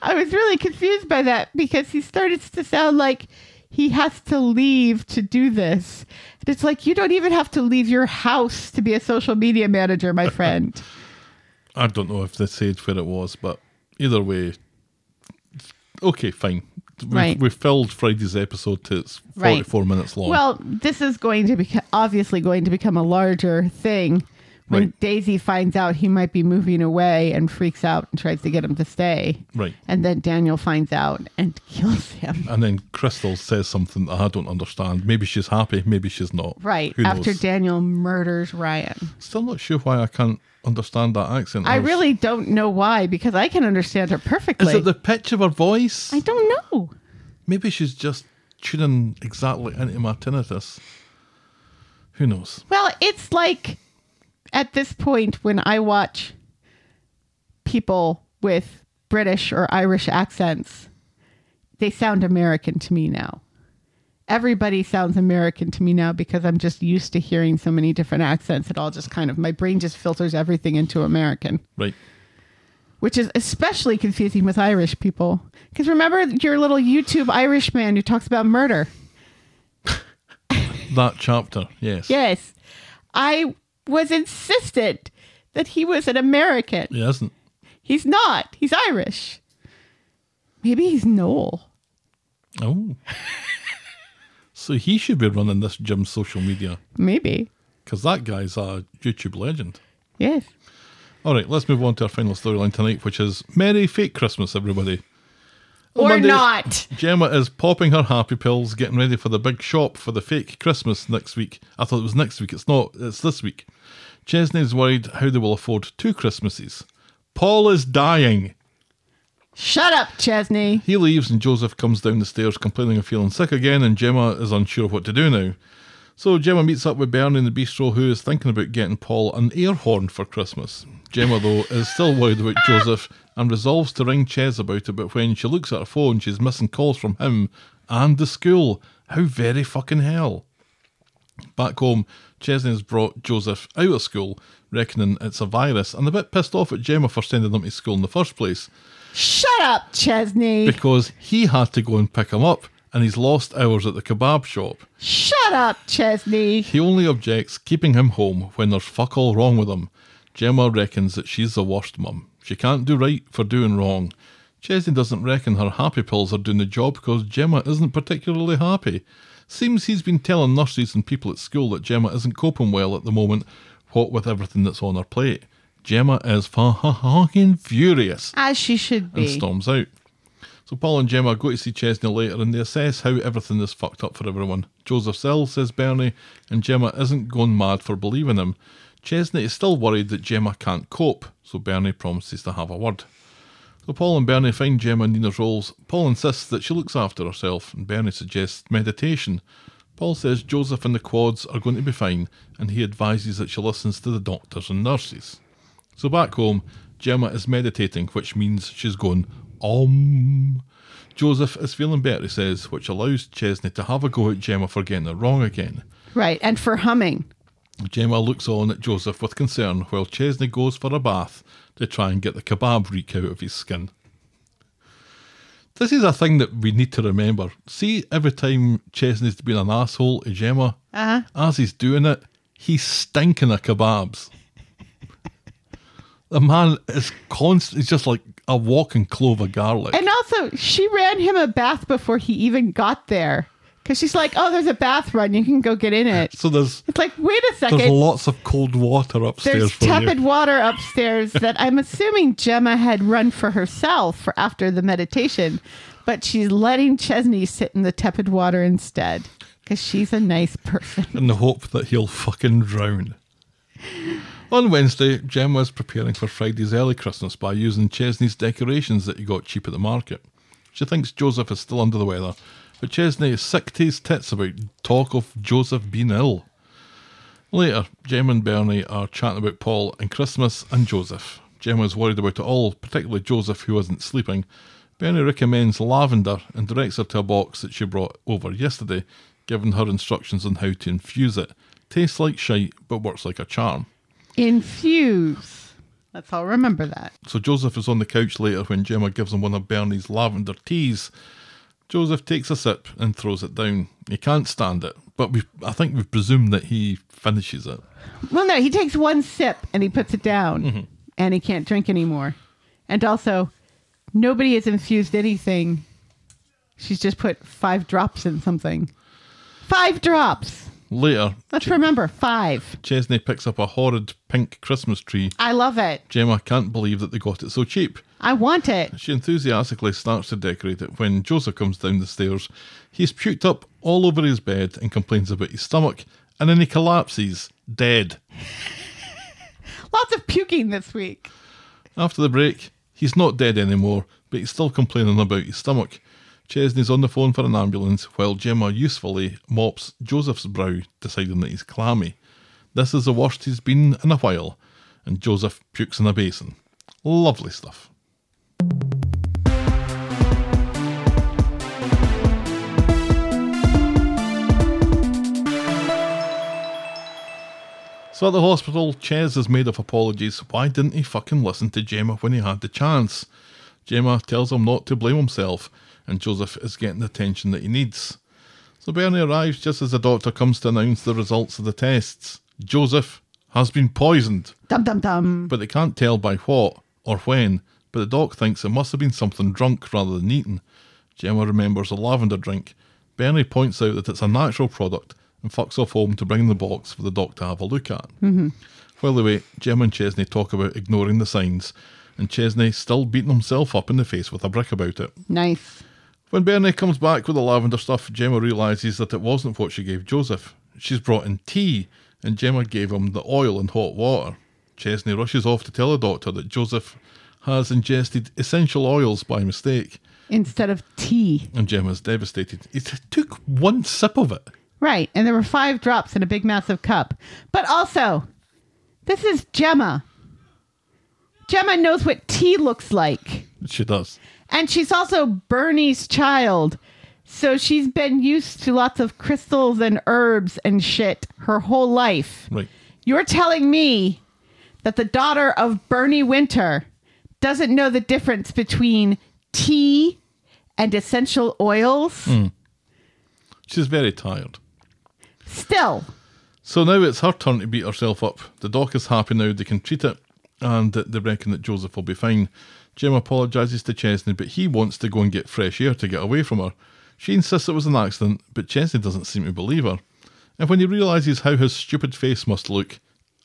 S2: I was really confused by that because he started to sound like he has to leave to do this. And it's like, you don't even have to leave your house to be a social media manager, my friend.
S9: I don't know if they said where it was, but either way, okay, fine. We've,
S2: Right.
S9: we've filled Friday's episode to it's 44 minutes long.
S2: Well, this is going to be obviously going to become a larger thing when
S9: Right.
S2: Daisy finds out he might be moving away and freaks out and tries to get him to stay.
S9: Right.
S2: And then Daniel finds out and kills him.
S9: and then Crystal says something that I don't understand. Maybe she's happy, maybe she's not.
S2: Right.
S9: Who
S2: after
S9: knows?
S2: Daniel murders Ryan.
S9: Still not sure why I can't understand that accent.
S2: I
S9: was-
S2: really don't know why because I can understand her perfectly.
S9: Is it the pitch of her voice?
S2: I don't know.
S9: Maybe she's just tuning exactly into my tinnitus. Who knows?
S2: Well, it's like at this point when I watch people with British or Irish accents, they sound American to me now. Everybody sounds American to me now because I'm just used to hearing so many different accents. It all just kind of, my brain just filters everything into American,
S9: Right.
S2: which is especially confusing with Irish people. Because remember your little YouTube Irish man who talks about murder?
S9: That chapter, yes.
S2: Yes. I was insistent that he was an American.
S9: He isn't.
S2: He's not. He's Irish. Maybe he's Noel.
S9: Oh. so he should be running this gym's social media
S2: Maybe.
S9: because that guy's a YouTube legend.
S2: Yes.
S9: All right, let's move on to our final storyline tonight, which is Merry Fake Christmas, everybody. On
S2: Or
S9: Monday-
S2: not.
S9: Gemma is popping her happy pills, getting ready for the big shop for the fake Christmas next week. I thought it was next week. It's not. It's this week. Chesney's worried how they will afford two Christmases. Paul is dying.
S2: Shut up, Chesney.
S9: He leaves and Joseph comes down the stairs complaining of feeling sick again and Gemma is unsure what to do now. So Gemma meets up with Bernie in the bistro who is thinking about getting Paul an air horn for Christmas. Gemma though is still worried about Joseph and resolves to ring Ches about it but when she looks at her phone she's missing calls from him and the school. How very fucking hell. Back home, Chesney has brought Joseph out of school, reckoning it's a virus, and a bit pissed off at Gemma for sending him to school in the first place
S2: Shut up, Chesney.
S9: because he had to go and pick him up and he's lost hours at the kebab shop.
S2: Shut up, Chesney.
S9: He only objects keeping him home when there's fuck all wrong with him. Gemma reckons that she's the worst mum. She can't do right for doing wrong. Chesney doesn't reckon her happy pills are doing the job because Gemma isn't particularly happy. Seems he's been telling nurses and people at school that Gemma isn't coping well at the moment, what with everything that's on her plate. Gemma is fucking furious
S2: As she should
S9: and
S2: be.
S9: storms out. So Paul and Gemma go to see Chesney later and they assess how everything is fucked up for everyone. Joseph ill, says Bernie, and Gemma isn't going mad for believing him. Chesney is still worried that Gemma can't cope, so Bernie promises to have a word. So Paul and Bernie find Gemma in Nina's roles. Paul insists that she looks after herself, and Bernie suggests meditation. Paul says Joseph and the quads are going to be fine, and he advises that she listens to the doctors and nurses. So back home, Gemma is meditating, which means she's going om. Joseph is feeling better, he says, which allows Chesney to have a go at Gemma for getting it wrong again.
S2: Right. And for humming.
S9: Gemma looks on at Joseph with concern while Chesney goes for a bath to try and get the kebab reek out of his skin. This is a thing that we need to remember. See, every time Chesney's been an asshole to Gemma, as he's doing it, he's stinking of kebabs. the man is constant. He's just like a walking clove of garlic.
S2: And also, she ran him a bath before he even got there. Because she's like, oh, there's a bath run. You can go get in it.
S9: So there's
S2: It's like, wait a second.
S9: there's lots of cold water upstairs
S2: There's
S9: for
S2: tepid
S9: you.
S2: water upstairs that I'm assuming Gemma had run for herself for after the meditation, but she's letting Chesney sit in the tepid water instead because she's a nice person.
S9: in the hope that he'll fucking drown. On Wednesday, Jem was preparing for Friday's early Christmas by using Chesney's decorations that he got cheap at the market. She thinks Joseph is still under the weather, but Chesney is sick to his tits about talk of Joseph being ill. Later, Jem and Bernie are chatting about Paul and Christmas and Joseph. Jem is worried about it all, particularly Joseph, who isn't sleeping. Bernie recommends lavender and directs her to a box that she brought over yesterday, giving her instructions on how to infuse it. Tastes like shite, but works like a charm.
S2: Infuse. Let's all remember that.
S9: So Joseph is on the couch later when Gemma gives him one of Bernie's lavender teas. Joseph takes a sip and throws it down. He can't stand it, but we I think we've presumed that he finishes it.
S2: Well, no, he takes one sip and he puts it down
S9: Mm-hmm.
S2: and he can't drink anymore. And also, nobody has infused anything. She's just put five drops in something. Five drops.
S9: Later,
S2: Let's remember five.
S9: Chesney picks up a horrid pink Christmas tree.
S2: I love it.
S9: Gemma can't believe that they got it so cheap.
S2: I want it.
S9: She enthusiastically starts to decorate it when Joseph comes down the stairs. He's puked up all over his bed and complains about his stomach, and then he collapses, dead.
S2: Lots of puking this week.
S9: After the break, he's not dead anymore, but he's still complaining about his stomach. Chesney's on the phone for an ambulance while Gemma usefully mops Joseph's brow, deciding that he's clammy. This is the worst he's been in a while, and Joseph pukes in a basin. Lovely stuff. So at the hospital, Ches is made of apologies. Why didn't he fucking listen to Gemma when he had the chance? Gemma tells him not to blame himself, and Joseph is getting the attention that he needs. So Bernie arrives just as the doctor comes to announce the results of the tests. Joseph has been poisoned,
S2: Dum dum dum.
S9: but they can't tell by what or when, but the doc thinks it must have been something drunk rather than eaten. Gemma remembers a lavender drink. Bernie points out that it's a natural product and fucks off home to bring the box for the doc to have a look at. While they wait, Jim and Chesney talk about ignoring the signs, and Chesney still beating himself up in the face with a brick about it.
S2: Nice.
S9: When Bernie comes back with the lavender stuff, Gemma realises that it wasn't what she gave Joseph. She's brought in tea, and Gemma gave him the oil and hot water. Chesney rushes off to tell the doctor that Joseph has ingested essential oils by mistake,
S2: Instead of tea.
S9: and Gemma's devastated. He t- took one sip of it.
S2: Right. And there were five drops in a big massive cup. But also, this is Gemma. Gemma knows what tea looks like.
S9: She does.
S2: And she's also Bernie's child. So she's been used to lots of crystals and herbs and shit her whole life.
S9: Right.
S2: You're telling me that the daughter of Bernie Winter doesn't know the difference between tea and essential oils?
S9: Mm. She's very tired.
S2: Still,
S9: So now it's her turn to beat herself up. The doc is happy now they can treat it, and that they reckon that Joseph will be fine. Jim apologises to Chesney, but he wants to go and get fresh air to get away from her. She insists it was an accident, but Chesney doesn't seem to believe her. And when he realises how his stupid face must look,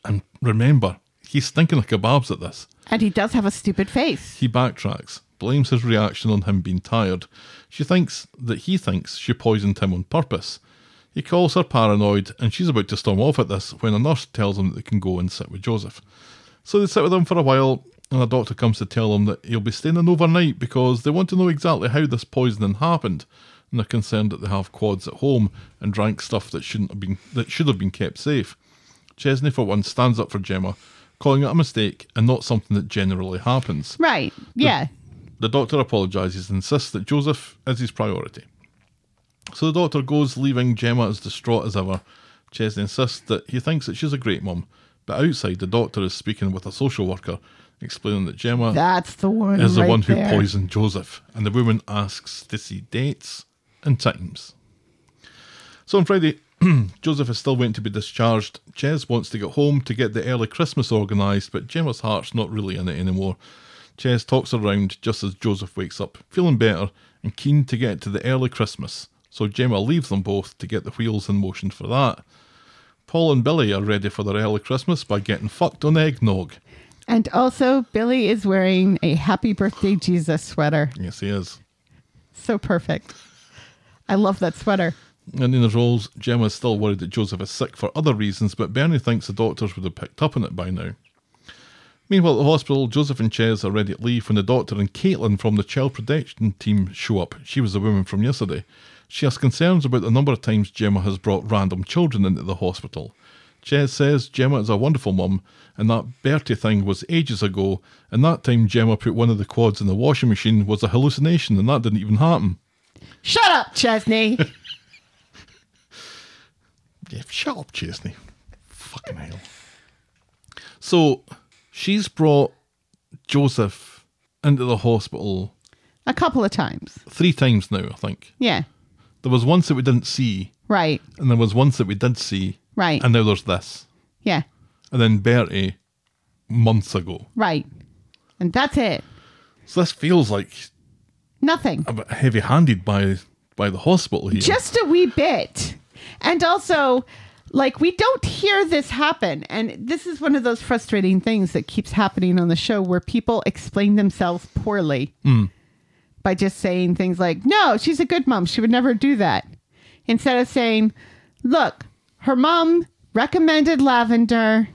S9: and remember, he's stinking like kebabs at this,
S2: and he does have a stupid face.
S9: he backtracks, blames his reaction on him being tired. She thinks that he thinks she poisoned him on purpose. He calls her paranoid, and she's about to storm off at this when a nurse tells him that they can go and sit with Joseph. So they sit with him for a while, and a doctor comes to tell him that he'll be staying in overnight because they want to know exactly how this poisoning happened, and they're concerned that they have quads at home and drank stuff that shouldn't have been that should have been kept safe. Chesney, for one, stands up for Gemma, calling it a mistake and not something that generally happens.
S2: Right. Yeah.
S9: The doctor apologises and insists that Joseph is his priority. So the doctor goes, leaving Gemma as distraught as ever. Chesney insists that he thinks that she's a great mum, but outside the doctor is speaking with a social worker, explaining that Gemma
S2: That's the one.
S9: is the
S2: right
S9: one who
S2: there.
S9: poisoned Joseph, and the woman asks to see dates and times. So on Friday, Joseph is still waiting to be discharged. Ches wants to get home to get the early Christmas organised, but Gemma's heart's not really in it anymore. Ches talks around just as Joseph wakes up, feeling better and keen to get to the early Christmas. So Gemma leaves them both to get the wheels in motion for that. Paul and Billy are ready for their early Christmas by getting fucked on eggnog.
S2: And also, Billy is wearing a happy birthday Jesus sweater.
S9: Yes, he is.
S2: So perfect. I love that sweater.
S9: And in his roles, Gemma's still worried that Joseph is sick for other reasons, but Bernie thinks the doctors would have picked up on it by now. Meanwhile, at the hospital, Joseph and Ches are ready to leave when the doctor and Caitlin from the child protection team show up. She was the woman from yesterday. She has concerns about the number of times Gemma has brought random children into the hospital. Ches says Gemma is a wonderful mum, and that Bertie thing was ages ago, and that time Gemma put one of the quads in the washing machine was a hallucination, and that didn't even happen.
S2: Shut up, Chesney.
S9: Yeah, shut up, Chesney. Fucking hell. So she's brought Joseph into the hospital
S2: a couple of times.
S9: three times now, I think.
S2: Yeah.
S9: There was once that we didn't see,
S2: Right.
S9: and there was once that we did see,
S2: Right.
S9: and now there's this.
S2: Yeah.
S9: And then Bertie months ago.
S2: Right. And that's it.
S9: So this feels like
S2: Nothing.
S9: a bit heavy handed by by the hospital here.
S2: Just a wee bit. And also, like, we don't hear this happen. And this is one of those frustrating things that keeps happening on the show where people explain themselves poorly by just saying things like, no, she's a good mom. She would never do that. Instead of saying, look, her mom recommended lavender,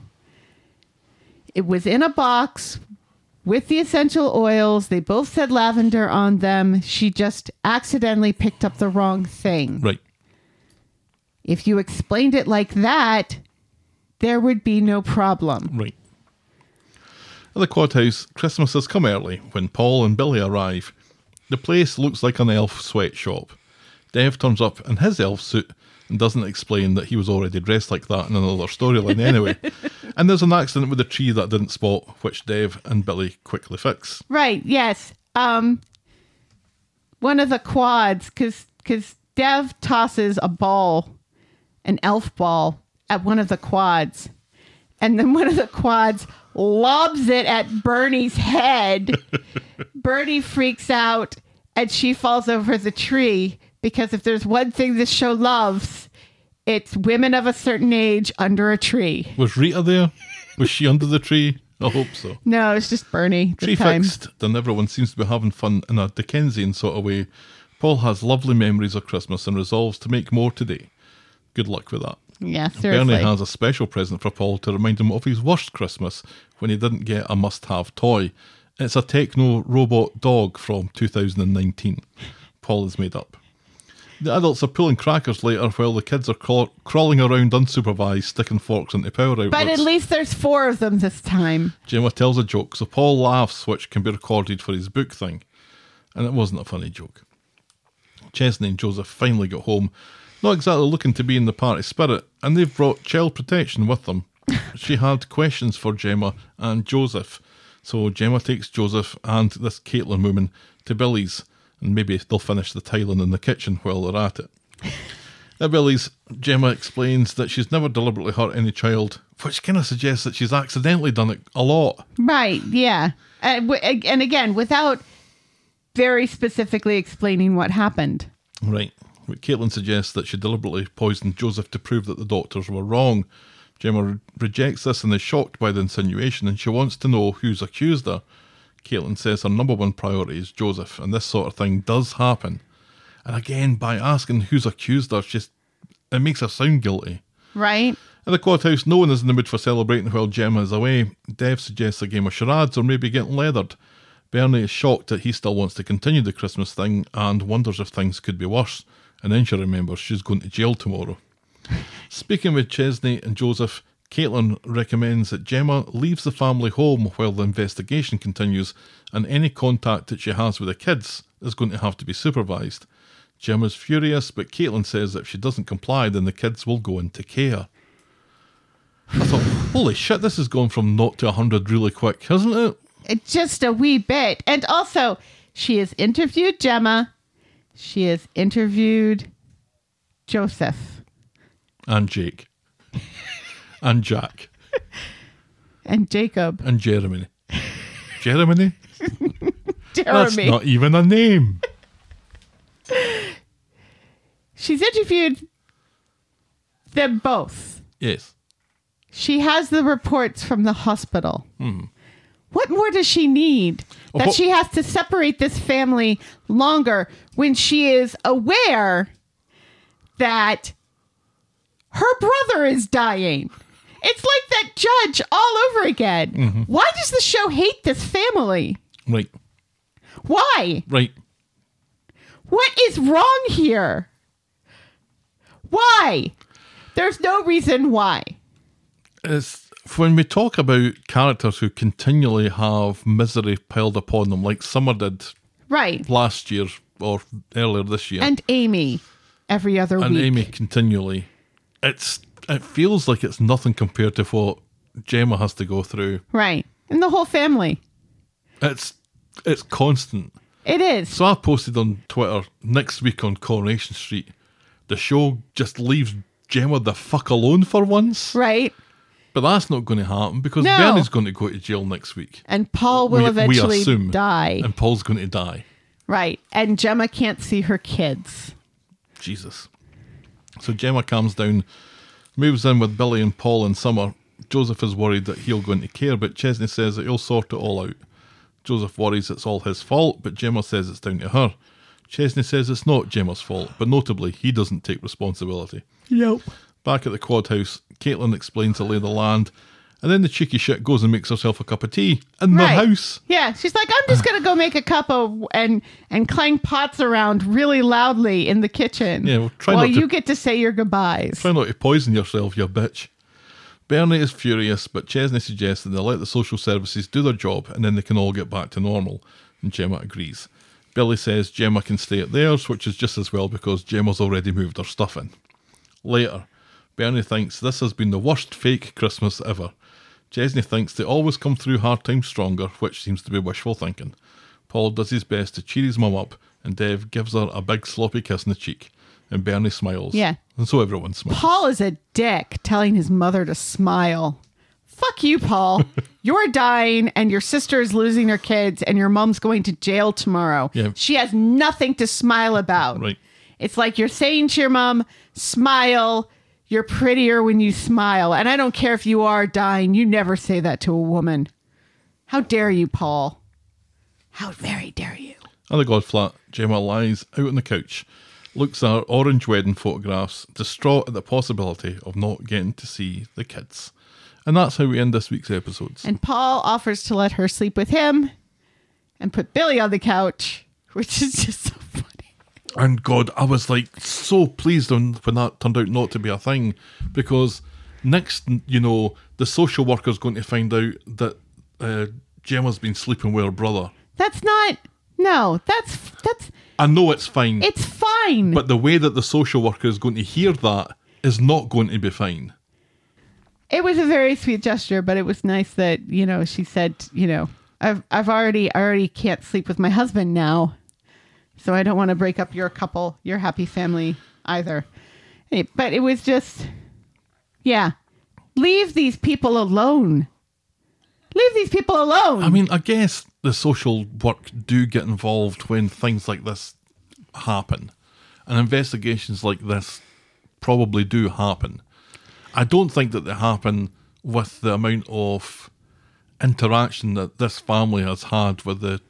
S2: it was in a box with the essential oils. They both said lavender on them. She just accidentally picked up the wrong thing.
S9: right.
S2: If you explained it like that, there would be no problem.
S9: Right. At the courthouse, Christmas has come early when Paul and Billy arrive. The place looks like an elf sweatshop. Dev turns up in his elf suit and doesn't explain that he was already dressed like that in another storyline anyway. and there's an accident with a tree that I didn't spot, which Dev and Billy quickly fix.
S2: Right, yes. Um one of the quads cuz cuz Dev tosses a ball, an elf ball at one of the quads. And then one of the quads lobs it at Bernie's head. Bernie freaks out and she falls over the tree because if there's one thing this show loves, it's women of a certain age under a tree.
S9: Was Rita there? Was she under the tree? I hope so.
S2: No, it's just Bernie.
S9: Tree
S2: This time.
S9: fixed, then everyone seems to be having fun in a Dickensian sort of way. Paul has lovely memories of Christmas and resolves to make more today. Good luck with that.
S2: Yeah, seriously.
S9: Bernie has a special present for Paul to remind him of his worst Christmas when he didn't get a must have toy. It's a techno robot dog from 2019. Paul is made up. The adults are pulling crackers later while the kids are craw- crawling around unsupervised, sticking forks into power outlets.
S2: But at least there's four of them this time.
S9: Gemma tells a joke, so Paul laughs, which can be recorded for his book thing. And it wasn't a funny joke. Chesney and Joseph finally got home, not exactly looking to be in the party spirit, and they've brought child protection with them. she had questions for Gemma and Joseph, so Gemma takes Joseph and this Caitlin woman to Billy's, and maybe they'll finish the tiling in the kitchen while they're at it. At Billy's, Gemma explains that she's never deliberately hurt any child, which kind of suggests that she's accidentally done it a lot.
S2: Right. Yeah. And, w- ag- and again, without very specifically explaining what happened.
S9: Right. But Caitlin suggests that she deliberately poisoned Joseph to prove that the doctors were wrong. Gemma re- rejects this and is shocked by the insinuation, and she wants to know who's accused her. Caitlin says her number one priority is Joseph, and this sort of thing does happen. And again, by asking who's accused her, she's, it makes her sound guilty.
S2: Right.
S9: At the courthouse, no one is in the mood for celebrating while Gemma is away. Dev suggests a game of charades or maybe getting leathered. Bernie is shocked that he still wants to continue the Christmas thing and wonders if things could be worse. And then she remembers she's going to jail tomorrow. Speaking with Chesney and Joseph, Caitlin recommends that Gemma leaves the family home while the investigation continues, and any contact that she has with the kids is going to have to be supervised. Gemma's furious, but Caitlin says if she doesn't comply, then the kids will go into care. I thought, holy shit, this has gone from naught to 100 really quick, hasn't it?
S2: It- just a wee bit. And also, she has interviewed Gemma. She has interviewed Joseph
S9: And Jake. and Jack.
S2: and Jacob.
S9: And Jeremy. Jeremy? That's
S2: Jeremy.
S9: not even a name.
S2: She's interviewed them both.
S9: Yes.
S2: She has the reports from the hospital.
S9: Mm-hmm.
S2: What more does she need? That
S9: wha-
S2: she has to separate this family longer when she is aware that her brother is dying. It's like that judge all over again.
S9: Mm-hmm.
S2: Why does the show hate this family?
S9: Right.
S2: Why?
S9: Right.
S2: What is wrong here? Why? There's no reason why.
S9: It's when we talk about characters who continually have misery piled upon them, like Summer did
S2: Right.
S9: last year or earlier this year,
S2: And Amy every other
S9: and
S2: week.
S9: Amy continually. It's it feels like it's nothing compared to what Gemma has to go through.
S2: Right. And the whole family.
S9: It's it's constant.
S2: It is.
S9: So I posted on Twitter next week on Coronation Street. The show just leaves Gemma the fuck alone for once.
S2: Right.
S9: But that's not going to happen because
S2: No.
S9: Bernie's going to go to jail next week.
S2: And Paul will eventually die.
S9: And Paul's going to die.
S2: Right. And Gemma can't see her kids.
S9: Jesus. So Gemma calms down, moves in with Billy and Paul and Summer. Joseph is worried that he'll go into care, but Chesney says that he'll sort it all out. Joseph worries it's all his fault, but Gemma says it's down to her. Chesney says it's not Gemma's fault, but notably, he doesn't take responsibility.
S2: Yep.
S9: Back at the quad house, Caitlin explains the lay of the land, and then the cheeky shit goes and makes herself a cup of tea in
S2: Right.
S9: the house.
S2: Yeah. She's like, I'm just gonna go make a cup of and and clang pots around really loudly in the kitchen.
S9: Yeah, well, try
S2: while
S9: not to-
S2: you get to say your goodbyes.
S9: Try not to poison yourself, you bitch. Bernie is furious, but Chesney suggests that they let the social services do their job and then they can all get back to normal, and Gemma agrees. Billy says Gemma can stay at theirs, which is just as well because Gemma's already moved her stuff in. Later, Bernie thinks this has been the worst fake Christmas ever. Chesney thinks they always come through hard times stronger, which seems to be wishful thinking. Paul does his best to cheer his mum up, and Dev gives her a big sloppy kiss on the cheek, and Bernie smiles.
S2: Yeah.
S9: And so everyone smiles.
S2: Paul is a dick telling his mother to smile. Fuck you, Paul. You're dying, and your sister is losing her kids, and your mom's going to jail tomorrow.
S9: Yeah.
S2: She has nothing to smile about.
S9: Right.
S2: It's like you're saying to your mom, smile. You're prettier when you smile. And I don't care if you are dying, you never say that to a woman. How dare you, Paul? How very dare you?
S9: At the Godflat, Gemma lies out on the couch, looks at her orange wedding photographs, distraught at the possibility of not getting to see the kids. And that's how we end this week's episodes.
S2: And Paul offers to let her sleep with him and put Billy on the couch, which is just so funny.
S9: And God, I was like so pleased when, when that turned out not to be a thing because next, you know, the social worker's going to find out that uh, Gemma's been sleeping with her brother.
S2: That's not no, that's that's
S9: I know it's fine,
S2: it's fine.
S9: but the way that the social worker is going to hear that is not going to be fine.
S2: it was a very sweet gesture, but it was nice that, you know, she said, you know, I've I've already I already can't sleep with my husband now. So I don't want to break up your couple, your happy family either. It- but it was just yeah. Leave these people alone. Leave these people alone.
S9: I mean, I guess the social work do get involved when things like this happen, and investigations like this probably do happen. I don't think that they happen with the amount of interaction that this family has had with the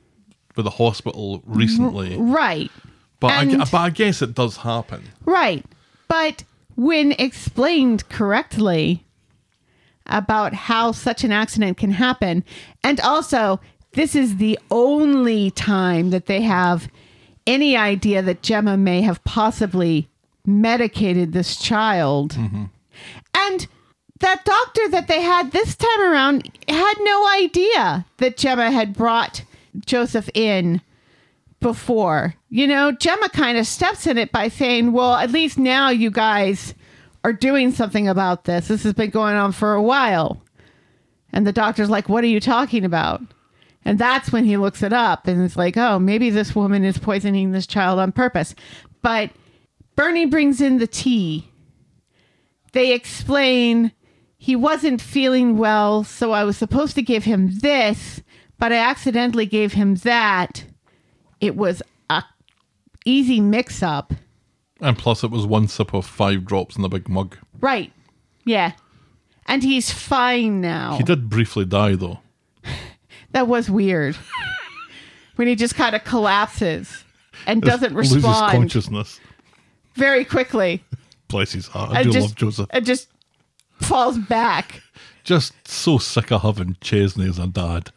S9: with the hospital recently.
S2: right.
S9: But I,
S2: and-
S9: but I guess it does happen.
S2: Right. But when explained correctly about how such an accident can happen, and also this is the only time that they have any idea that Gemma may have possibly medicated this child. And that doctor that they had this time around had no idea that Gemma had brought Joseph in before. You know, Gemma kind of steps in it by saying, well, at least now you guys are doing something about this. This has been going on for a while. And the doctor's like, what are you talking about? And that's when he looks it up and it's like, oh, maybe this woman is poisoning this child on purpose. But Bernie brings in the tea. They explain he wasn't feeling well, so I was supposed to give him this, but I accidentally gave him that it was a easy mix up
S9: And plus, it was one sip of five drops in the big mug.
S2: Right. Yeah. And he's fine now.
S9: He did briefly die, though.
S2: That was weird. when he just kind of collapses and doesn't
S9: Loses
S2: respond
S9: consciousness.
S2: very quickly.
S9: Bless his heart. I,
S2: and
S9: do
S2: just,
S9: love Joseph.
S2: and just falls back.
S9: Just so sick of having Chesney as a dad.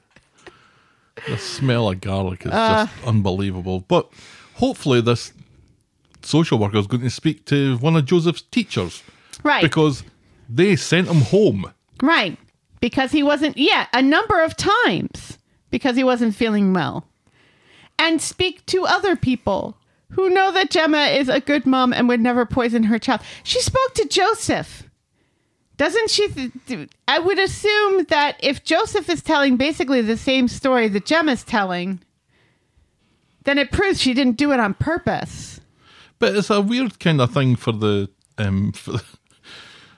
S9: The smell of garlic is just unbelievable. But hopefully, this social worker is going to speak to one of Joseph's teachers
S2: Right.
S9: because they sent him home.
S2: right. Because he wasn't, yeah, a number of times because he wasn't feeling well. And speak to other people who know that Gemma is a good mom and would never poison her child. She spoke to Joseph. Doesn't she? Th- th- I would assume that if Joseph is telling basically the same story that Gemma's telling, then it proves she didn't do it on purpose.
S9: But it's a weird kind of thing for the um for the,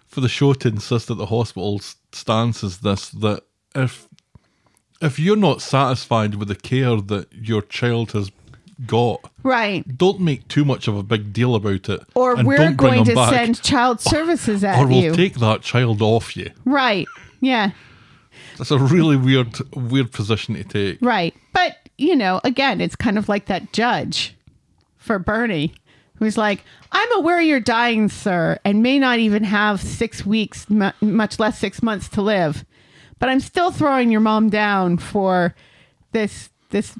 S9: for the show to insist that the hospital's stance is this that if if you're not satisfied with the care that your child has got,
S2: Right.
S9: don't make too much of a big deal about it,
S2: Or
S9: and
S2: we're
S9: don't bring
S2: going
S9: them
S2: to
S9: back,
S2: send child services at
S9: or we'll
S2: you.
S9: take that child off you.
S2: right. Yeah.
S9: That's a really weird weird position to take.
S2: Right. But, you know, again, it's kind of like that judge for Bernie who's like, I'm aware you're dying, sir, and may not even have six weeks, mu much less six months to live. But I'm still throwing your mom down for this, this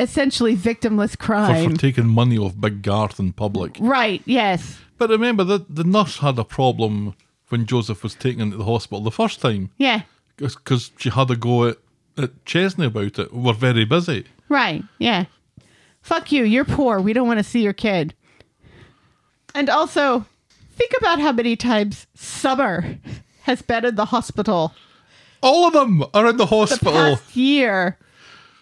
S2: essentially victimless
S9: For, for
S2: crime.
S9: taking money off Big Garth in public.
S2: right. Yes.
S9: But remember that the nurse had a problem when Joseph was taken into the hospital the first time.
S2: Yeah.
S9: because she had a go at, at Chesney about it. We're very busy.
S2: Right. Yeah. Fuck you. You're poor. We don't want to see your kid. And also, think about how many times Summer has been in the hospital
S9: All of them are in the hospital.
S2: past year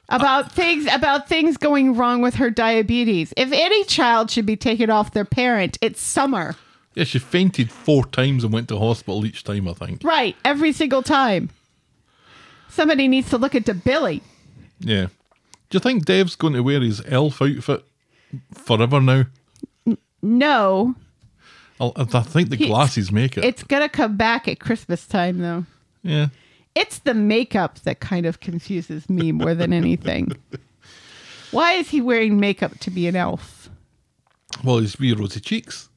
S2: about things about things going wrong with her diabetes. If any child should be taken off their parent, it's Summer.
S9: yeah, she fainted four times and went to hospital each time, I think.
S2: Right. Every single time. Somebody needs to look into Billy.
S9: Yeah. Do you think Dev's going to wear his elf outfit forever now?
S2: No,
S9: I'll, I think the glasses make it.
S2: it's gonna come back at Christmas time though.
S9: yeah.
S2: It's the makeup that kind of confuses me more than anything. Why is he wearing makeup to be an elf?
S9: Well, he's wee rosy cheeks.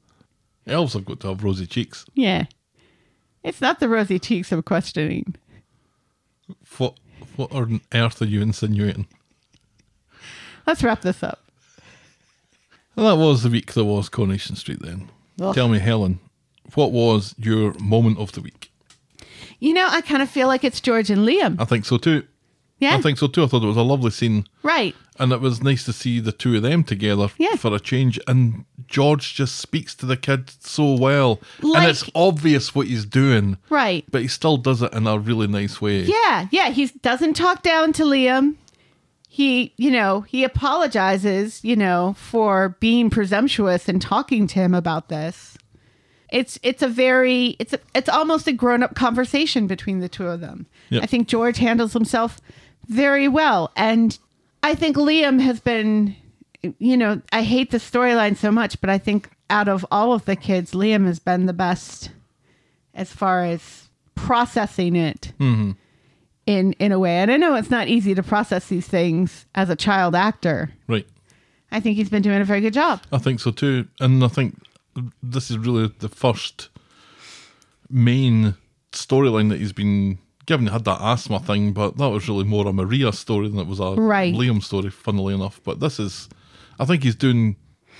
S9: Elves have got to have rosy cheeks.
S2: Yeah. It's not the rosy cheeks I'm questioning.
S9: What, what on earth are you insinuating?
S2: Let's wrap this up.
S9: Well, that was the week that was Coronation Street then. Tell me, Helen, what was your moment of the week?
S2: You know, I kind of feel like it's George and Liam.
S9: Oh, I think so too.
S2: Yeah.
S9: I think so too. I thought it was a lovely scene,
S2: right.
S9: and it was nice to see the two of them together
S2: Yeah.
S9: for a change. And George just speaks to the kid so well, and
S2: Like-
S9: it's obvious what he's doing,
S2: Right.
S9: but he still does it in a really nice way.
S2: Yeah. Yeah. He doesn't talk down to Liam. He, you know, he apologizes, you know, for being presumptuous and talking to him about this. It's it's a very it's a, it's almost a grown up conversation between the two of them.
S9: Yep.
S2: I think George handles himself very well, and I think Liam has been, you know, I hate the storyline so much, but I think out of all of the kids, Liam has been the best as far as processing it in in a way. And I know it's not easy to process these things as a child actor.
S9: Right.
S2: I think he's been doing a very good job.
S9: I think so too, and I think this is really the first main storyline that he's been given. He had that asthma thing, but that was really more a Maria story than it was a
S2: Right.
S9: Liam story, funnily enough. But this is, I think he's doing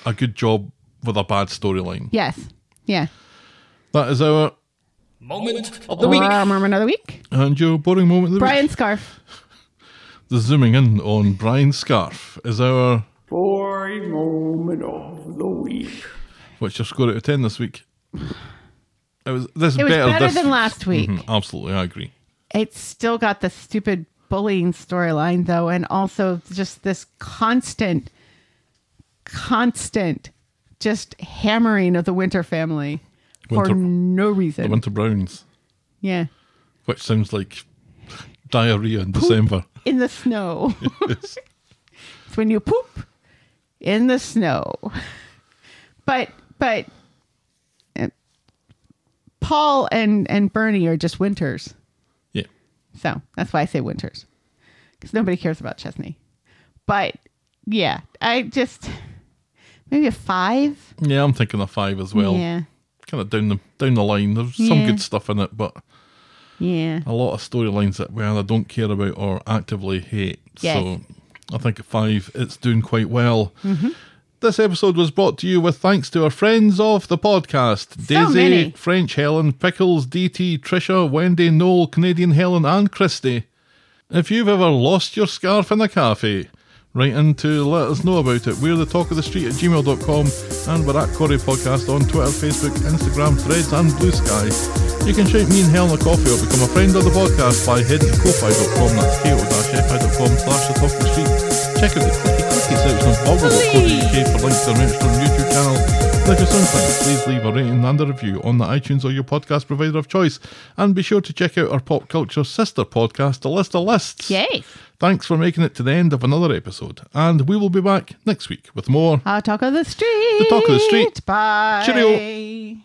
S9: a good job with a bad storyline.
S2: Yes. Yeah.
S9: That is our
S3: Moment of the week.
S2: Remember um, another week.
S9: and your boring moment. Of the
S2: Brian
S9: week.
S2: Scarf.
S9: the zooming in on Brian Scarf is our
S10: Boring moment of the week.
S9: what's your score out of ten this week? It was this
S2: It was
S9: better,
S2: better,
S9: this
S2: than
S9: week.
S2: last week.
S9: Mhm, absolutely, I agree.
S2: It's still got the stupid bullying storyline though, and also just this constant, constant, just hammering of the Winter family
S9: Winter-
S2: for no reason.
S9: The Winter Browns.
S2: yeah,
S9: which sounds like diarrhea in December.
S2: in the snow.
S9: It's-
S2: It's when you poop in the snow. But But uh, Paul and and Bernie are just winters.
S9: Yeah.
S2: So that's why I say winters, because nobody cares about Chesney. But yeah, I just maybe a five.
S9: Yeah, I'm thinking a five as well.
S2: yeah,
S9: Kind of down the down the line. There's some
S2: Yeah.
S9: good stuff in it, but
S2: yeah.
S9: a lot of storylines that we either don't care about or actively hate.
S2: Yes. Mm-hmm.
S9: So I think at five, it's doing quite well. This episode was brought to you with thanks to our friends of the podcast Daisy,
S2: many.
S9: French Helen, Pickles, DT, Trisha, Wendy, Noel, Canadian Helen, and Christy. If you've ever lost your scarf in a cafe, write in to let us know about it. We're the talk of the street at gmail.com and we're at Corey Podcast on Twitter, Facebook, Instagram, Threads, and Blue Sky. You can shout me and Helen a coffee or become a friend of the podcast by heading to ko-fi.com, that's ko-fi.com slash the talk of the street. Check out the clicky clicky section of boggle.co.uk for links to our register on YouTube channel. Like us on things, please leave a rating and a review on the iTunes or your podcast provider of choice. And be sure to check out our pop culture sister podcast, The List of Lists.
S2: Yay!
S9: Thanks for making it to the end of another episode. And we will be back next week with more.
S2: I'll talk of the street.
S9: talk of the street.
S2: Bye.
S9: Cheerio.